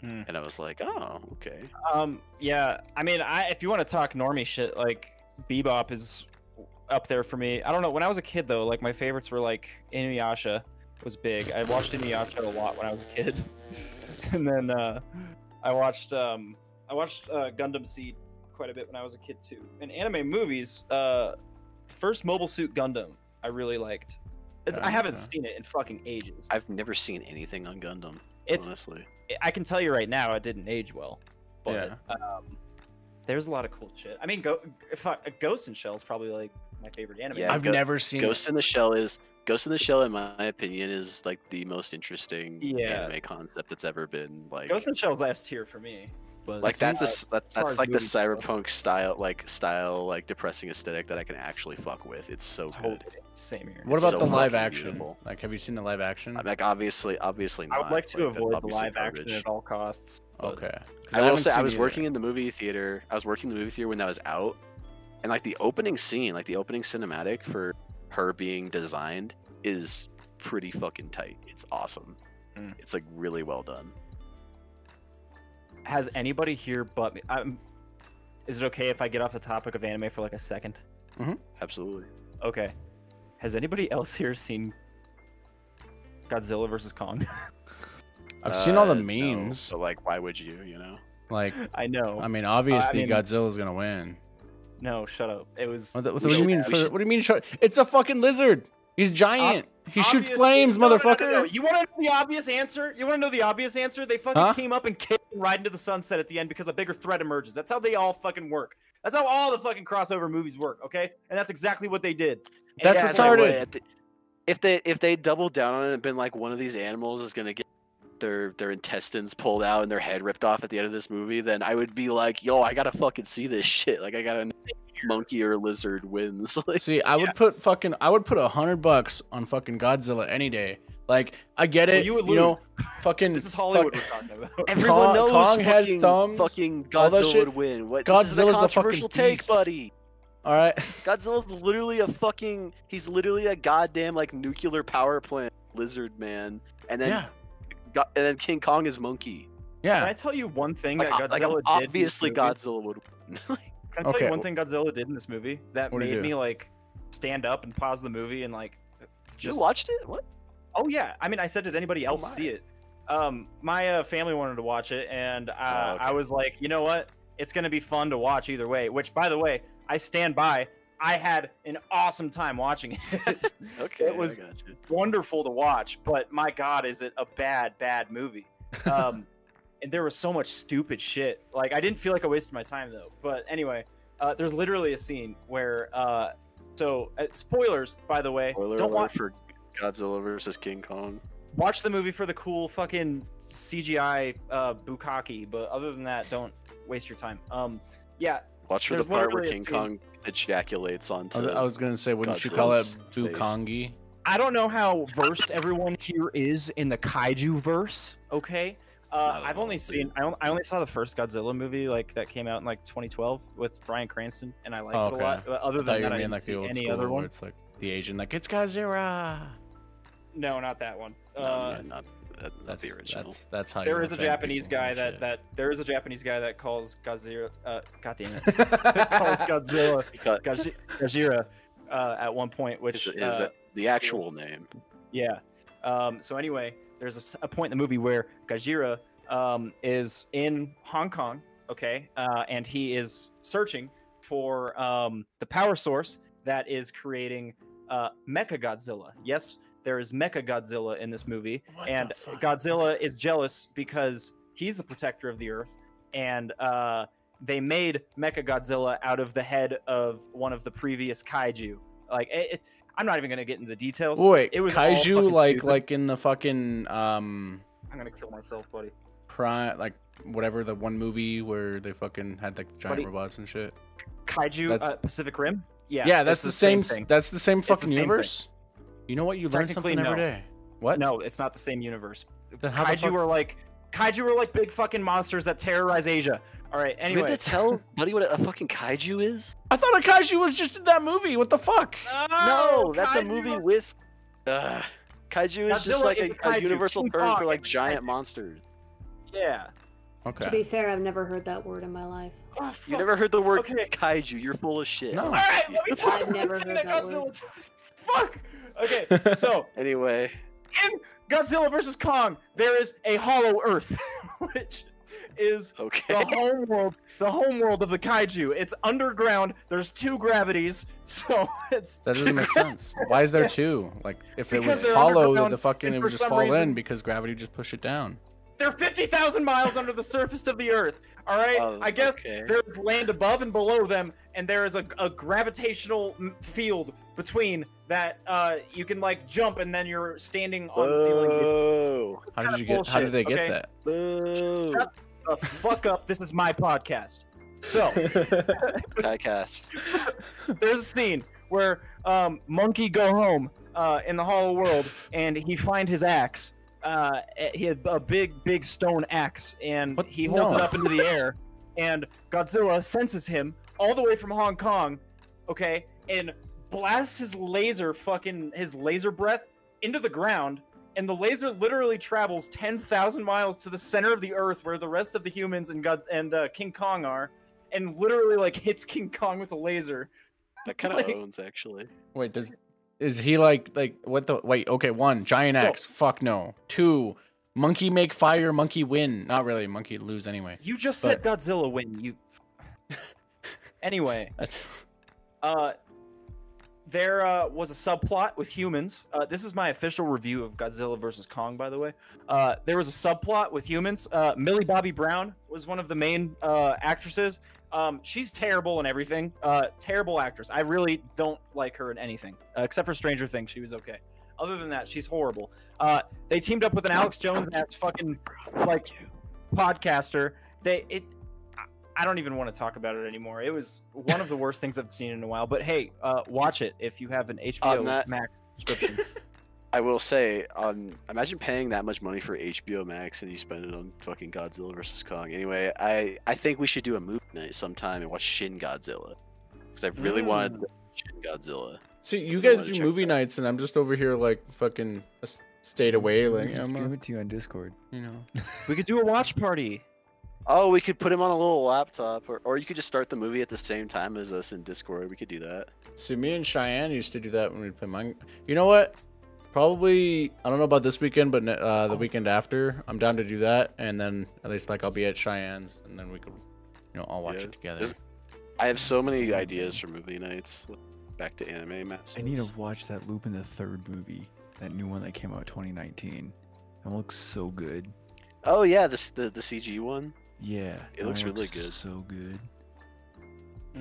[SPEAKER 2] Hmm.
[SPEAKER 3] And I was like, oh, okay.
[SPEAKER 5] Um, yeah. I mean, I if you want to talk normie shit, like Bebop is up there for me. I don't know. When I was a kid, though, like my favorites were like Inuyasha was big. I watched Inuyasha a lot when I was a kid, (laughs) and then uh, I watched um, I watched uh, Gundam Seed quite a bit when I was a kid too. And anime movies, uh, first Mobile Suit Gundam, I really liked. It's, I haven't
[SPEAKER 1] Gundam.
[SPEAKER 5] seen it in fucking ages.
[SPEAKER 3] I've never seen anything on Gundam.
[SPEAKER 5] It's
[SPEAKER 3] honestly.
[SPEAKER 5] I can tell you right now, it didn't age well. But
[SPEAKER 1] Yeah.
[SPEAKER 5] um, there's a lot of cool shit. I mean, go, if I, Ghost in Shell is probably like my favorite anime.
[SPEAKER 3] Yeah,
[SPEAKER 1] I've
[SPEAKER 3] Go-
[SPEAKER 1] never seen.
[SPEAKER 3] Ghost in the Shell is Ghost in the Shell, in my opinion, is like the most interesting
[SPEAKER 5] Yeah.
[SPEAKER 3] anime concept that's ever been like.
[SPEAKER 5] Ghost in Shell's last tier for me.
[SPEAKER 4] But
[SPEAKER 3] like that's a
[SPEAKER 5] uh,
[SPEAKER 3] s- that's,
[SPEAKER 5] far
[SPEAKER 3] that's
[SPEAKER 5] as
[SPEAKER 3] like the
[SPEAKER 5] movies go.
[SPEAKER 3] cyberpunk style like style like depressing aesthetic that I can actually fuck with. It's so
[SPEAKER 5] Totally.
[SPEAKER 3] good.
[SPEAKER 5] Same here.
[SPEAKER 1] What
[SPEAKER 3] It's
[SPEAKER 1] about
[SPEAKER 3] so
[SPEAKER 1] the live
[SPEAKER 3] fucking
[SPEAKER 1] action?
[SPEAKER 3] beautiful.
[SPEAKER 1] Like, have you seen the live action?
[SPEAKER 3] I'm, Like obviously, obviously not.
[SPEAKER 5] I would like to
[SPEAKER 3] that's
[SPEAKER 5] avoid the
[SPEAKER 3] obviously
[SPEAKER 5] live action
[SPEAKER 3] garbage.
[SPEAKER 5] at all costs. but-
[SPEAKER 1] okay. 'Cause
[SPEAKER 3] I will
[SPEAKER 1] haven't
[SPEAKER 3] say I
[SPEAKER 1] seen
[SPEAKER 3] was
[SPEAKER 1] either.
[SPEAKER 3] working in the movie theater. I was working in the movie theater when that was out, and like the opening scene, like the opening cinematic for her being designed is pretty fucking tight. It's awesome.
[SPEAKER 5] Mm.
[SPEAKER 3] It's like really well done.
[SPEAKER 5] Has anybody here but me? I'm, is it okay if I get off the topic of anime for like a second?
[SPEAKER 3] Absolutely.
[SPEAKER 5] Okay. Has anybody else here seen Godzilla versus Kong? (laughs)
[SPEAKER 1] I've seen all the
[SPEAKER 3] Uh, no,
[SPEAKER 1] memes.
[SPEAKER 3] but like, why would you? You know.
[SPEAKER 1] Like,
[SPEAKER 5] I know.
[SPEAKER 1] I mean, obviously
[SPEAKER 5] mean-
[SPEAKER 1] Godzilla's gonna win.
[SPEAKER 5] no, shut up. It was.
[SPEAKER 1] What, the, what, do
[SPEAKER 3] We
[SPEAKER 1] you
[SPEAKER 3] should-
[SPEAKER 1] mean?
[SPEAKER 3] we
[SPEAKER 1] For,
[SPEAKER 3] should-
[SPEAKER 1] What do you mean? Short? It's a fucking lizard. He's giant. he shoots
[SPEAKER 5] Obviously-
[SPEAKER 1] flames,
[SPEAKER 5] no, no, no, no,
[SPEAKER 1] motherfucker.
[SPEAKER 5] no. You want to know the obvious answer? You want to know the obvious answer? They fucking
[SPEAKER 1] Huh?
[SPEAKER 5] team up and kick and ride into the sunset at the end because a bigger threat emerges. That's how they all fucking work. That's how all the fucking crossover movies work, okay? And that's exactly what they did. And
[SPEAKER 1] That's
[SPEAKER 5] yeah,
[SPEAKER 1] what
[SPEAKER 5] it's like,
[SPEAKER 1] retarded.
[SPEAKER 3] what, at the- if they if they doubled down on it and been like one of these animals is gonna get their their intestines pulled out and their head ripped off at the end of this movie, then I would be like, yo, I gotta fucking see this shit. Like I gotta know if monkey or lizard wins. (laughs) Like
[SPEAKER 1] See, I would put fucking. I would put a hundred bucks on fucking Godzilla any day. Like, I get it.
[SPEAKER 5] Well, you would
[SPEAKER 1] know,
[SPEAKER 3] (laughs)
[SPEAKER 5] lose.
[SPEAKER 1] fucking.
[SPEAKER 5] This is Hollywood
[SPEAKER 1] fuck-
[SPEAKER 5] we're talking
[SPEAKER 1] (laughs)
[SPEAKER 5] about.
[SPEAKER 3] everyone
[SPEAKER 1] Kong-
[SPEAKER 3] knows
[SPEAKER 1] Kong has
[SPEAKER 3] fucking,
[SPEAKER 1] thumbs,
[SPEAKER 3] fucking
[SPEAKER 1] all that
[SPEAKER 3] Godzilla
[SPEAKER 1] shit.
[SPEAKER 3] would win. What this
[SPEAKER 1] Godzilla's
[SPEAKER 3] is a
[SPEAKER 1] a fucking
[SPEAKER 3] controversial take,
[SPEAKER 1] beast.
[SPEAKER 3] buddy.
[SPEAKER 1] All
[SPEAKER 5] (laughs)
[SPEAKER 1] right.
[SPEAKER 3] Godzilla's literally a fucking. He's literally a goddamn like nuclear power plant lizard man. And then,
[SPEAKER 1] yeah.
[SPEAKER 3] Go- and then King Kong is monkey.
[SPEAKER 1] Yeah.
[SPEAKER 5] Can I tell you one thing
[SPEAKER 3] Like,
[SPEAKER 5] that
[SPEAKER 3] o- like,
[SPEAKER 5] Godzilla did? in this
[SPEAKER 3] obviously
[SPEAKER 5] movie?
[SPEAKER 3] Godzilla would. (laughs) win. Like,
[SPEAKER 5] Can I tell
[SPEAKER 1] Okay.
[SPEAKER 5] you one thing Godzilla did in this movie that
[SPEAKER 1] What'd he
[SPEAKER 5] made
[SPEAKER 1] do?
[SPEAKER 5] me like stand up and pause the movie and like
[SPEAKER 3] you
[SPEAKER 5] just
[SPEAKER 3] watched it? What?
[SPEAKER 5] Oh yeah, I mean, I said did anybody
[SPEAKER 3] Oh,
[SPEAKER 5] else
[SPEAKER 3] my.
[SPEAKER 5] see it? Um, my uh, family wanted to watch it, and uh,
[SPEAKER 3] Oh, okay.
[SPEAKER 5] I was like, you know what? It's gonna be fun to watch either way. Which, by the way, I stand by. I had an awesome time watching (laughs) it.
[SPEAKER 3] (laughs) Okay. I
[SPEAKER 5] was-
[SPEAKER 3] got you.
[SPEAKER 5] Wonderful to watch, but my God, is it a bad,
[SPEAKER 3] (laughs)
[SPEAKER 5] bad movie? Um, and there was so much stupid shit. Like, I didn't feel like I wasted my time though. But anyway, uh, there's literally a scene where, uh, so uh, spoilers, by the way,
[SPEAKER 3] Spoiler
[SPEAKER 5] don't
[SPEAKER 3] alert
[SPEAKER 5] watch.
[SPEAKER 3] for Godzilla versus King Kong.
[SPEAKER 5] watch the movie for the cool fucking CGI uh, bukkake, but other than that, don't waste your time. Um, yeah,
[SPEAKER 3] Watch for
[SPEAKER 5] There's
[SPEAKER 3] the part where
[SPEAKER 5] literally a
[SPEAKER 3] King
[SPEAKER 5] scene-
[SPEAKER 3] Kong ejaculates
[SPEAKER 1] I
[SPEAKER 3] onto.
[SPEAKER 1] was, I was gonna say, wouldn't you call
[SPEAKER 3] Godzilla's
[SPEAKER 1] it
[SPEAKER 3] face.
[SPEAKER 1] Bukongi?
[SPEAKER 5] I don't know how versed everyone here is in the kaiju verse. Okay, uh,
[SPEAKER 3] Not at
[SPEAKER 5] I've only
[SPEAKER 3] all,
[SPEAKER 5] seen I, on- I only saw the first Godzilla movie like that came out in like 2012 with Bryan Cranston, and I liked
[SPEAKER 1] Oh,
[SPEAKER 5] it
[SPEAKER 1] okay.
[SPEAKER 5] a lot. But other
[SPEAKER 1] I thought
[SPEAKER 5] than
[SPEAKER 1] you
[SPEAKER 5] that,
[SPEAKER 1] were mean
[SPEAKER 5] I didn't
[SPEAKER 1] like the
[SPEAKER 5] see
[SPEAKER 1] old
[SPEAKER 5] any
[SPEAKER 1] school
[SPEAKER 5] other
[SPEAKER 1] where
[SPEAKER 5] one.
[SPEAKER 1] it's like the Asian, like it's Godzilla.
[SPEAKER 5] No, not that one.
[SPEAKER 3] No,
[SPEAKER 5] uh,
[SPEAKER 3] no, not, that, not
[SPEAKER 1] That's
[SPEAKER 3] the original.
[SPEAKER 1] That's, that's how.
[SPEAKER 5] there
[SPEAKER 1] you
[SPEAKER 5] is a
[SPEAKER 1] offend
[SPEAKER 5] Japanese
[SPEAKER 1] people
[SPEAKER 5] guy
[SPEAKER 1] and
[SPEAKER 5] that
[SPEAKER 1] shit.
[SPEAKER 5] that there is a Japanese guy that calls Godzilla. Uh, God damn (laughs) it,
[SPEAKER 1] (laughs)
[SPEAKER 5] calls Godzilla
[SPEAKER 3] Because-
[SPEAKER 5] Gaji- Gajira uh, at one point,
[SPEAKER 3] is,
[SPEAKER 5] which
[SPEAKER 3] is
[SPEAKER 5] uh,
[SPEAKER 3] that the actual name?
[SPEAKER 5] yeah. Um, so anyway, there's a s- a, point in the movie where Gajira um, is in Hong Kong, okay, uh, and he is searching for um, the power source that is creating uh, Mecha Godzilla. Yes, there is Mecha Godzilla in this movie,
[SPEAKER 1] What the
[SPEAKER 5] and
[SPEAKER 1] fuck?
[SPEAKER 5] Godzilla is jealous because he's the protector of the Earth, and uh, they made Mecha Godzilla out of the head of one of the previous kaiju. Like, it, it- I'm not even gonna get into the details.
[SPEAKER 1] Wait,
[SPEAKER 5] it was all
[SPEAKER 1] kaiju
[SPEAKER 5] fucking
[SPEAKER 1] like
[SPEAKER 5] stupid.
[SPEAKER 1] like in the fucking um
[SPEAKER 5] I'm gonna kill myself, buddy.
[SPEAKER 1] prime like whatever the one movie where they fucking had like the giant
[SPEAKER 5] Buddy.
[SPEAKER 1] robots and shit.
[SPEAKER 5] Kaiju
[SPEAKER 1] That's-
[SPEAKER 5] uh, Pacific Rim. Yeah,
[SPEAKER 1] Yeah, that's
[SPEAKER 5] it's
[SPEAKER 1] the, same.
[SPEAKER 5] thing.
[SPEAKER 1] that's the same
[SPEAKER 5] the
[SPEAKER 1] fucking
[SPEAKER 5] same thing.
[SPEAKER 1] universe. You know what? You learn
[SPEAKER 5] Technically,
[SPEAKER 1] something every
[SPEAKER 5] no.
[SPEAKER 1] day. What?
[SPEAKER 5] No, it's not the same universe.
[SPEAKER 1] Then how the
[SPEAKER 5] kaiju
[SPEAKER 1] fuck-
[SPEAKER 5] are like kaiju are like big fucking monsters that terrorize Asia. All right.
[SPEAKER 3] You
[SPEAKER 5] Anyway.
[SPEAKER 3] have to
[SPEAKER 5] (laughs)
[SPEAKER 3] tell Buddy what a fucking kaiju is?
[SPEAKER 1] I thought a kaiju was just in that movie. What the fuck?
[SPEAKER 3] No, that's a
[SPEAKER 5] kaiju
[SPEAKER 3] movie
[SPEAKER 5] are-
[SPEAKER 3] with. Ugh. kaiju is
[SPEAKER 5] Godzilla
[SPEAKER 3] just like
[SPEAKER 5] is
[SPEAKER 3] a,
[SPEAKER 5] a
[SPEAKER 3] a
[SPEAKER 5] kaiju,
[SPEAKER 3] universal
[SPEAKER 5] King
[SPEAKER 3] term
[SPEAKER 5] Kong
[SPEAKER 3] for
[SPEAKER 5] is
[SPEAKER 3] like
[SPEAKER 5] a
[SPEAKER 3] giant
[SPEAKER 5] kaiju.
[SPEAKER 3] monsters.
[SPEAKER 5] Yeah.
[SPEAKER 6] To
[SPEAKER 1] Okay.
[SPEAKER 6] be fair, I've never heard that word in my life.
[SPEAKER 5] Oh,
[SPEAKER 3] You
[SPEAKER 5] fuck.
[SPEAKER 3] never heard the word
[SPEAKER 5] Okay.
[SPEAKER 3] kaiju. You're full of shit.
[SPEAKER 1] No.
[SPEAKER 5] All right, let me talk
[SPEAKER 6] I've
[SPEAKER 5] about
[SPEAKER 6] never
[SPEAKER 5] the thing
[SPEAKER 6] heard
[SPEAKER 5] that
[SPEAKER 6] that
[SPEAKER 5] Godzilla
[SPEAKER 6] word.
[SPEAKER 5] does. Fuck. Okay, (laughs) so
[SPEAKER 3] Anyway,
[SPEAKER 5] in Godzilla versus Kong, there is a Hollow Earth, (laughs) which is
[SPEAKER 3] okay.
[SPEAKER 5] (laughs) the home world, the home world of the kaiju. It's underground. There's two gravities, (laughs) so it's
[SPEAKER 1] That doesn't make sense. Why is there two? Like, if it
[SPEAKER 5] Because
[SPEAKER 1] was
[SPEAKER 5] they're
[SPEAKER 1] hollow, then
[SPEAKER 5] underground,
[SPEAKER 1] the fucking
[SPEAKER 5] and
[SPEAKER 1] it
[SPEAKER 5] for
[SPEAKER 1] would just
[SPEAKER 5] some
[SPEAKER 1] fall in
[SPEAKER 5] reason-
[SPEAKER 1] because gravity would just push it down.
[SPEAKER 5] they're fifty thousand miles under the surface of the Earth. All right,
[SPEAKER 3] Oh,
[SPEAKER 5] I guess
[SPEAKER 3] okay.
[SPEAKER 5] there's land above and below them, and there is a, a gravitational m- field between that uh, you can like jump, and then you're standing on the ceiling.
[SPEAKER 3] Boo.
[SPEAKER 1] How
[SPEAKER 5] kinda
[SPEAKER 1] did you get? how
[SPEAKER 5] bullshit,
[SPEAKER 1] did they get
[SPEAKER 5] okay?
[SPEAKER 1] that?
[SPEAKER 5] (laughs)
[SPEAKER 3] Boo.
[SPEAKER 5] Shut the fuck up. This is my podcast. So
[SPEAKER 3] (laughs) Tycast.
[SPEAKER 5] (laughs) there's a scene where um, monkey go home uh, in the Hollow World, and he find his axe. Uh, he had a big, big stone axe, and
[SPEAKER 1] What?
[SPEAKER 5] he holds
[SPEAKER 1] No.
[SPEAKER 5] it up into the air. And Godzilla senses him all the way from Hong Kong, okay, and blasts his laser, fucking his laser breath, into the ground. And the laser literally travels ten thousand miles to the center of the Earth, where the rest of the humans and God and uh, King Kong are, and literally like hits King Kong with a laser.
[SPEAKER 3] That kind of
[SPEAKER 5] Like-
[SPEAKER 3] owns actually.
[SPEAKER 1] Wait, does is he like like what the wait? Okay, one giant
[SPEAKER 5] So-
[SPEAKER 1] axe. Fuck no. Two monkey make fire, monkey win. Not really, monkey lose anyway.
[SPEAKER 5] You just said Godzilla win. You. anyway,
[SPEAKER 1] That's-
[SPEAKER 5] uh, there uh, was a subplot with humans. Uh, this is my official review of Godzilla versus Kong, by the way. Uh, there was a subplot with humans. Uh, Millie Bobby Brown was one of the main uh, actresses. Um, she's terrible in everything. Uh, terrible actress. I really don't like her in anything uh, except for Stranger Things. She was okay. Other than that, she's horrible. Uh, they teamed up with an Alex Jones ass fucking like podcaster. They it. I- I don't even want to talk about it anymore. It was one of the worst things I've seen in a while. But hey, uh, watch it if you have an HBO
[SPEAKER 3] that-
[SPEAKER 5] Max subscription.
[SPEAKER 3] I will say, um, imagine paying that much money for HBO Max and you spend it on fucking Godzilla versus Kong. Anyway, I, I think we should do a movie night sometime and watch Shin Godzilla. because I
[SPEAKER 5] Mm.
[SPEAKER 3] really wanted the Shin Godzilla.
[SPEAKER 1] See, you
[SPEAKER 3] Really
[SPEAKER 1] guys
[SPEAKER 3] wanna
[SPEAKER 1] do
[SPEAKER 3] check
[SPEAKER 1] movie
[SPEAKER 3] that.
[SPEAKER 1] nights, and I'm just over here like fucking uh, s- stayed away,
[SPEAKER 4] We
[SPEAKER 1] like
[SPEAKER 4] just
[SPEAKER 1] I'm,
[SPEAKER 4] give
[SPEAKER 1] uh,
[SPEAKER 4] it to you on Discord.
[SPEAKER 1] you know.
[SPEAKER 2] We could do a watch party.
[SPEAKER 3] Oh, we could put him on a little laptop, or, or you could just start the movie at the same time as us in Discord. We could do that.
[SPEAKER 1] See, me and Cheyenne used to do that when we play mine. You know what? Probably I don't know about this weekend, but ne- uh, the weekend after, I'm down to do that, and then at least like I'll be at Cheyenne's, and then we could, you know, all watch
[SPEAKER 3] Yeah.
[SPEAKER 1] it together.
[SPEAKER 3] Is- I have so many ideas for movie nights. Back to anime masses.
[SPEAKER 4] I need to watch that Loop in the third movie, that new one that came out 2019. It looks so good.
[SPEAKER 3] Oh yeah, this the the CG one.
[SPEAKER 4] Yeah,
[SPEAKER 3] It
[SPEAKER 4] that
[SPEAKER 3] looks
[SPEAKER 4] one
[SPEAKER 3] really good.
[SPEAKER 4] So good.
[SPEAKER 3] You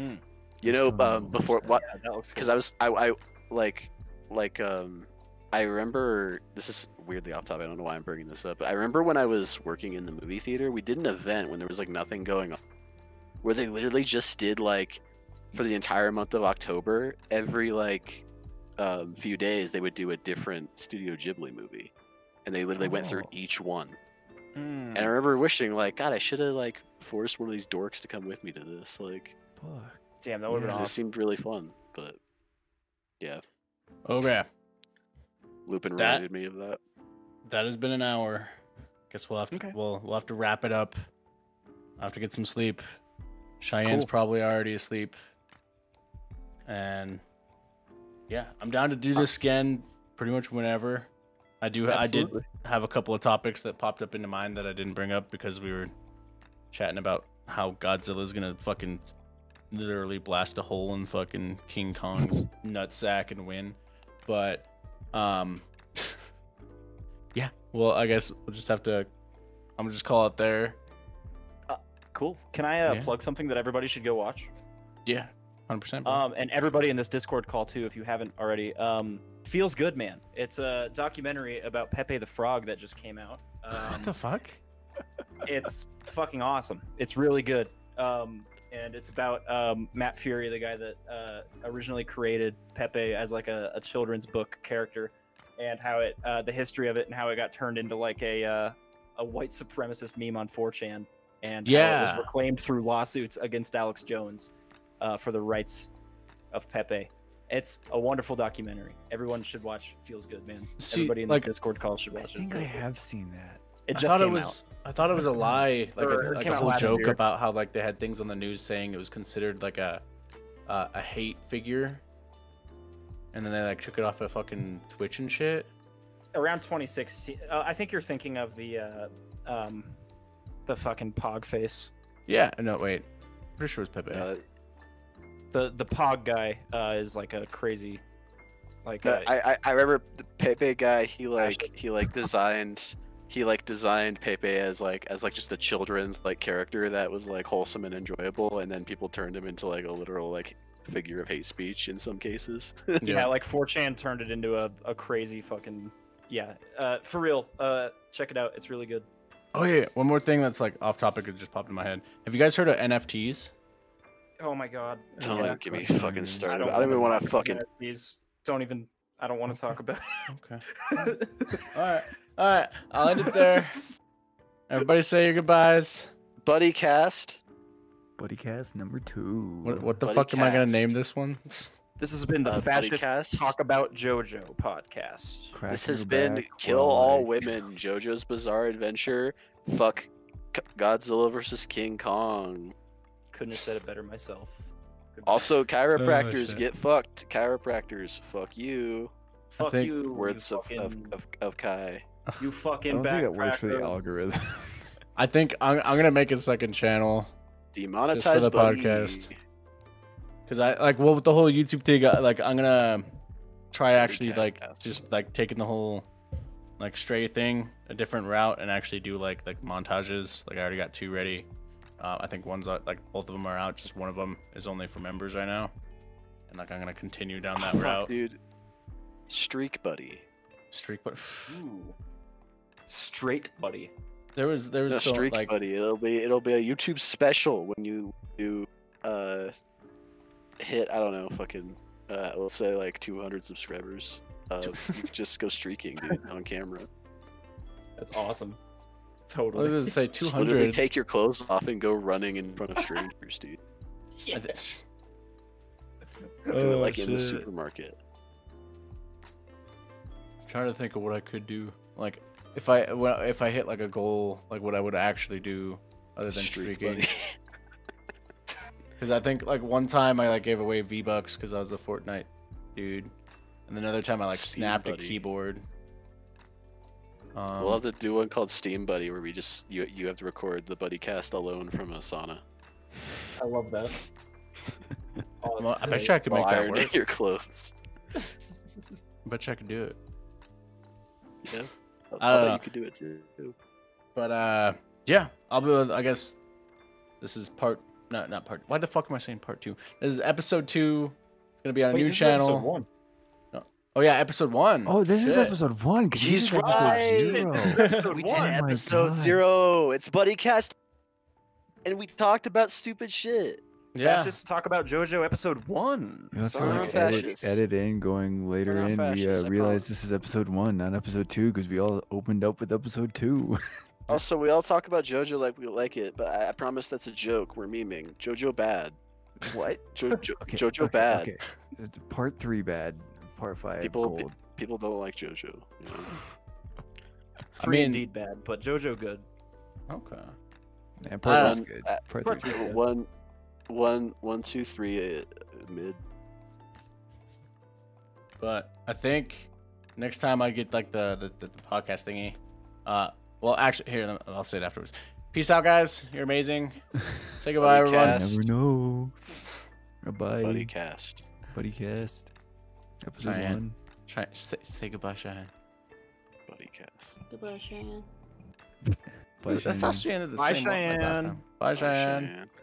[SPEAKER 4] I
[SPEAKER 3] know,
[SPEAKER 4] still haven't
[SPEAKER 3] um,
[SPEAKER 4] watched
[SPEAKER 3] before
[SPEAKER 4] that.
[SPEAKER 3] what?
[SPEAKER 2] Yeah, that looks
[SPEAKER 3] Because I was I I like like um I remember this is weirdly off topic. I don't know why I'm bringing this up, but I remember when I was working in the movie theater, we did an event when there was like nothing going on, where they literally just did like for the entire month of October, every like um, few days they would do a different Studio Ghibli movie, and they literally went through
[SPEAKER 4] Oh.
[SPEAKER 3] each one.
[SPEAKER 5] Mm.
[SPEAKER 3] And I remember wishing like God, I should have like forced one of these dorks to come with me to this. Like
[SPEAKER 4] Fuck.
[SPEAKER 5] Damn, that would have been
[SPEAKER 4] Yeah.
[SPEAKER 3] this
[SPEAKER 5] awesome.
[SPEAKER 3] seemed really fun, but
[SPEAKER 1] okay,
[SPEAKER 3] Lupin
[SPEAKER 1] That-
[SPEAKER 3] reminded me of that.
[SPEAKER 1] that has been an hour. Guess we'll have to
[SPEAKER 3] Okay.
[SPEAKER 1] we'll we'll have to wrap it up. I'll have to get some sleep. Cheyenne's probably already asleep. And yeah, I'm down to do this again pretty much whenever. I do I
[SPEAKER 2] Absolutely.
[SPEAKER 1] did have a couple of topics that popped up into mind that I didn't bring up because we were chatting about how Godzilla's gonna fucking literally blast a hole in fucking King Kong's nutsack and win. But um (laughs) yeah, well I guess we'll just have to I'm gonna just call it there.
[SPEAKER 5] Cool. Can I uh,
[SPEAKER 1] Yeah.
[SPEAKER 5] plug something that everybody should go watch?
[SPEAKER 1] Yeah, hundred percent.
[SPEAKER 5] Um, and everybody in this Discord call too, if you haven't already. Um, feels good, man. It's a documentary about Pepe the Frog that just came out.
[SPEAKER 1] (laughs) what
[SPEAKER 5] Um,
[SPEAKER 1] the fuck?
[SPEAKER 5] it's fucking awesome. It's really good. Um, and it's about um, Matt Fury, the guy that uh, originally created Pepe as like a, a children's book character, and how it, uh, the history of it, and how it got turned into like a uh, a white supremacist meme on 4chan, and how it
[SPEAKER 1] Yeah.
[SPEAKER 5] was reclaimed through lawsuits against Alex Jones uh, for the rights of Pepe. It's a wonderful documentary. Everyone should watch. Feels good, man.
[SPEAKER 1] See,
[SPEAKER 5] Everybody in
[SPEAKER 1] like-
[SPEAKER 5] this Discord call should
[SPEAKER 4] I
[SPEAKER 5] watch
[SPEAKER 4] think
[SPEAKER 5] it.
[SPEAKER 4] I have seen that.
[SPEAKER 5] It
[SPEAKER 1] I
[SPEAKER 5] just
[SPEAKER 1] thought
[SPEAKER 5] came
[SPEAKER 1] it
[SPEAKER 5] out.
[SPEAKER 1] was. I thought it was a lie,
[SPEAKER 5] (laughs)
[SPEAKER 1] like
[SPEAKER 5] Or
[SPEAKER 1] a,
[SPEAKER 5] it
[SPEAKER 1] like
[SPEAKER 5] came
[SPEAKER 1] a
[SPEAKER 5] out
[SPEAKER 1] whole
[SPEAKER 5] last
[SPEAKER 1] joke
[SPEAKER 5] year.
[SPEAKER 1] about how like they had things on the news saying it was considered like a uh, a hate figure, and then they like took it off of fucking Twitch and shit.
[SPEAKER 5] around 2016. Uh, I think you're thinking of the uh, um, the fucking pog face,
[SPEAKER 1] Yeah. No, wait. Pretty sure it was Pepe. (laughs)
[SPEAKER 3] Uh,
[SPEAKER 5] the the pog guy uh, is like a crazy, like
[SPEAKER 3] No,
[SPEAKER 5] uh,
[SPEAKER 3] I, I I remember the Pepe guy. He like
[SPEAKER 5] Ashes.
[SPEAKER 3] he like designed he like designed Pepe as like as like just a children's like character that was like wholesome and enjoyable, and then people turned him into like a literal like figure of hate speech in some cases.
[SPEAKER 5] yeah. like 4chan turned it into a, a crazy fucking yeah. Uh, for real, uh, check it out. It's really good.
[SPEAKER 1] Oh yeah. One more thing that's like off topic that just popped in my head. Have you guys heard of NFTs?
[SPEAKER 5] Oh my god.
[SPEAKER 3] Don't
[SPEAKER 5] Yeah. Mm-hmm.
[SPEAKER 3] even get me
[SPEAKER 4] fucking
[SPEAKER 3] fucking
[SPEAKER 4] nerds.
[SPEAKER 3] started. I don't, even
[SPEAKER 5] wanna
[SPEAKER 3] want to
[SPEAKER 5] talk about
[SPEAKER 3] fucking.
[SPEAKER 5] it. Please don't even. I don't want to talk about.
[SPEAKER 1] Okay.
[SPEAKER 5] it.
[SPEAKER 1] All right. All right. I'll end it there. Everybody say your goodbyes.
[SPEAKER 3] Buddy cast.
[SPEAKER 4] Buddy cast number two.
[SPEAKER 1] What, what the
[SPEAKER 3] Buddy
[SPEAKER 1] fuck am I gonna
[SPEAKER 3] cast.
[SPEAKER 1] name this one? (laughs)
[SPEAKER 5] This has been the
[SPEAKER 3] Uh,
[SPEAKER 5] fascist
[SPEAKER 3] Buddycast.
[SPEAKER 5] talk about JoJo podcast.
[SPEAKER 4] Crack
[SPEAKER 3] This
[SPEAKER 4] in
[SPEAKER 3] has
[SPEAKER 4] her
[SPEAKER 3] been
[SPEAKER 4] back,
[SPEAKER 3] Kill
[SPEAKER 4] well,
[SPEAKER 3] All
[SPEAKER 4] like-
[SPEAKER 3] Women, JoJo's Bizarre Adventure, fuck K- Godzilla versus King Kong.
[SPEAKER 5] Couldn't have said it better myself. Goodbye.
[SPEAKER 3] Also, chiropractors
[SPEAKER 1] Oh, shit.
[SPEAKER 3] get fucked. Chiropractors, fuck you.
[SPEAKER 5] Fuck
[SPEAKER 1] think
[SPEAKER 5] you.
[SPEAKER 3] Words
[SPEAKER 5] you
[SPEAKER 3] of,
[SPEAKER 5] fucking,
[SPEAKER 3] of, of, of Kai.
[SPEAKER 5] you
[SPEAKER 4] I
[SPEAKER 5] fucking
[SPEAKER 4] don't think it works for the
[SPEAKER 5] backpacker.
[SPEAKER 4] algorithm. (laughs)
[SPEAKER 1] I think I'm, I'm gonna make a second channel.
[SPEAKER 3] Demonetize
[SPEAKER 1] the
[SPEAKER 3] buddy.
[SPEAKER 1] podcast. Cause I like well with the whole YouTube thing. I- Like I'm gonna try actually
[SPEAKER 3] can't
[SPEAKER 1] like
[SPEAKER 3] ask.
[SPEAKER 1] just like taking the whole like stray thing a different route and actually do like like montages. Like I already got two ready. Uh, I think one's out- like both of them are out. Just one of them is only for members right now. And like I'm gonna continue down that
[SPEAKER 3] Fuck,
[SPEAKER 1] route.
[SPEAKER 3] dude. Streak buddy.
[SPEAKER 1] Streak, but (sighs)
[SPEAKER 7] Ooh. Straight buddy.
[SPEAKER 1] there was there was
[SPEAKER 3] No,
[SPEAKER 1] so
[SPEAKER 3] streak
[SPEAKER 1] like
[SPEAKER 3] buddy. It'll be it'll be a YouTube special when you do uh hit I don't know fucking uh let's say like 200 subscribers. Uh, you just go streaking,
[SPEAKER 1] (laughs)
[SPEAKER 3] dude, on camera.
[SPEAKER 5] That's awesome.
[SPEAKER 1] what
[SPEAKER 5] Totally.
[SPEAKER 1] does it say
[SPEAKER 3] (laughs) Just literally
[SPEAKER 1] 200.
[SPEAKER 5] (laughs)
[SPEAKER 3] take your clothes off and go running in front of strangers, dude.
[SPEAKER 1] I thi-
[SPEAKER 3] Do
[SPEAKER 1] (laughs)
[SPEAKER 3] it
[SPEAKER 1] Oh,
[SPEAKER 3] like in the
[SPEAKER 1] shit.
[SPEAKER 3] supermarket.
[SPEAKER 1] trying to think of what I could do. Like if I well, if I hit like a goal, like what I would actually do other than
[SPEAKER 3] Streak
[SPEAKER 1] streaking.
[SPEAKER 3] buddy.
[SPEAKER 1] Because I think like one time I like gave away V Bucks because I was a Fortnite dude, and another time I like
[SPEAKER 3] Steam
[SPEAKER 1] snapped
[SPEAKER 3] Buddy.
[SPEAKER 1] a keyboard. Um,
[SPEAKER 3] we'll have to do one called Steam Buddy where we just you you have to record the buddy cast alone from a sauna.
[SPEAKER 7] I love
[SPEAKER 3] (laughs)
[SPEAKER 7] that. Oh,
[SPEAKER 1] well,
[SPEAKER 7] it's
[SPEAKER 1] I bet
[SPEAKER 7] great.
[SPEAKER 1] you I could make
[SPEAKER 3] While
[SPEAKER 1] that
[SPEAKER 3] ironing
[SPEAKER 1] work.
[SPEAKER 3] (laughs) your clothes.
[SPEAKER 1] I bet you I could do it.
[SPEAKER 3] Yeah.
[SPEAKER 1] I don't
[SPEAKER 3] bet
[SPEAKER 1] know.
[SPEAKER 3] you could do it too.
[SPEAKER 1] But uh, yeah, I'll be. I guess this is part. No, not part. Why the fuck am I saying part two? This is episode two. It's gonna be on a
[SPEAKER 7] Wait,
[SPEAKER 1] new
[SPEAKER 7] this is episode
[SPEAKER 1] channel.
[SPEAKER 7] one.
[SPEAKER 1] Oh yeah, episode one.
[SPEAKER 4] Oh, this is
[SPEAKER 1] Shit.
[SPEAKER 4] episode one. 'cause we
[SPEAKER 3] He's
[SPEAKER 4] did episode
[SPEAKER 3] right. (laughs)
[SPEAKER 4] zero.
[SPEAKER 3] we
[SPEAKER 4] one.
[SPEAKER 3] did
[SPEAKER 4] Oh my
[SPEAKER 3] episode
[SPEAKER 4] God.
[SPEAKER 3] zero. It's buddy cast, and we talked about stupid shit.
[SPEAKER 1] yeah.
[SPEAKER 5] Fascists talk about JoJo episode one.
[SPEAKER 4] You have to
[SPEAKER 3] Sorry,
[SPEAKER 5] Sorry.
[SPEAKER 3] we're
[SPEAKER 4] like
[SPEAKER 3] not
[SPEAKER 4] edit,
[SPEAKER 3] fascists.
[SPEAKER 4] edit in going later
[SPEAKER 3] not
[SPEAKER 4] in. We
[SPEAKER 3] fascists,
[SPEAKER 4] uh,
[SPEAKER 3] I
[SPEAKER 4] realize
[SPEAKER 3] promise.
[SPEAKER 4] this is episode one, not episode two, because we all opened up with episode two. (laughs)
[SPEAKER 3] Also, we all talk about JoJo like we like it, but I, I promise that's a joke. We're memeing JoJo bad. What? JoJo, JoJo bad.
[SPEAKER 4] (laughs) okay. It's Part three bad. Part five
[SPEAKER 3] People-
[SPEAKER 4] gold.
[SPEAKER 3] People don't like JoJo. You
[SPEAKER 4] (laughs)
[SPEAKER 3] know?
[SPEAKER 1] I
[SPEAKER 5] Three
[SPEAKER 1] mean-
[SPEAKER 5] indeed bad, but JoJo good.
[SPEAKER 1] Okay.
[SPEAKER 4] And part
[SPEAKER 3] don't-
[SPEAKER 4] two's good.
[SPEAKER 3] I-
[SPEAKER 4] Part
[SPEAKER 5] part
[SPEAKER 4] three's
[SPEAKER 5] two's
[SPEAKER 4] good.
[SPEAKER 5] Yeah.
[SPEAKER 3] One, one, one, two, three, uh, mid.
[SPEAKER 1] But I think next time I get like the the, the, the podcast thingy. Uh, well, actually, here lem- I'll say it afterwards. Peace out, guys. You're (laughs) amazing. Say goodbye,
[SPEAKER 3] Buddy
[SPEAKER 1] everyone.
[SPEAKER 3] cast.
[SPEAKER 4] Never know. Bye,
[SPEAKER 3] Buddy
[SPEAKER 4] buddy.
[SPEAKER 3] cast.
[SPEAKER 4] Buddycast. Episode
[SPEAKER 1] Diane.
[SPEAKER 4] one.
[SPEAKER 1] Try, say, say goodbye, Shahan.
[SPEAKER 3] Buddy cast.
[SPEAKER 6] Goodbye, Shannon.
[SPEAKER 4] Bye,
[SPEAKER 1] That's how
[SPEAKER 4] Shannon.
[SPEAKER 1] she ended the
[SPEAKER 5] Bye,
[SPEAKER 1] same one like last
[SPEAKER 5] Cheyenne.
[SPEAKER 1] time. Bye,
[SPEAKER 3] Bye,
[SPEAKER 1] Cheyenne.
[SPEAKER 3] Cheyenne.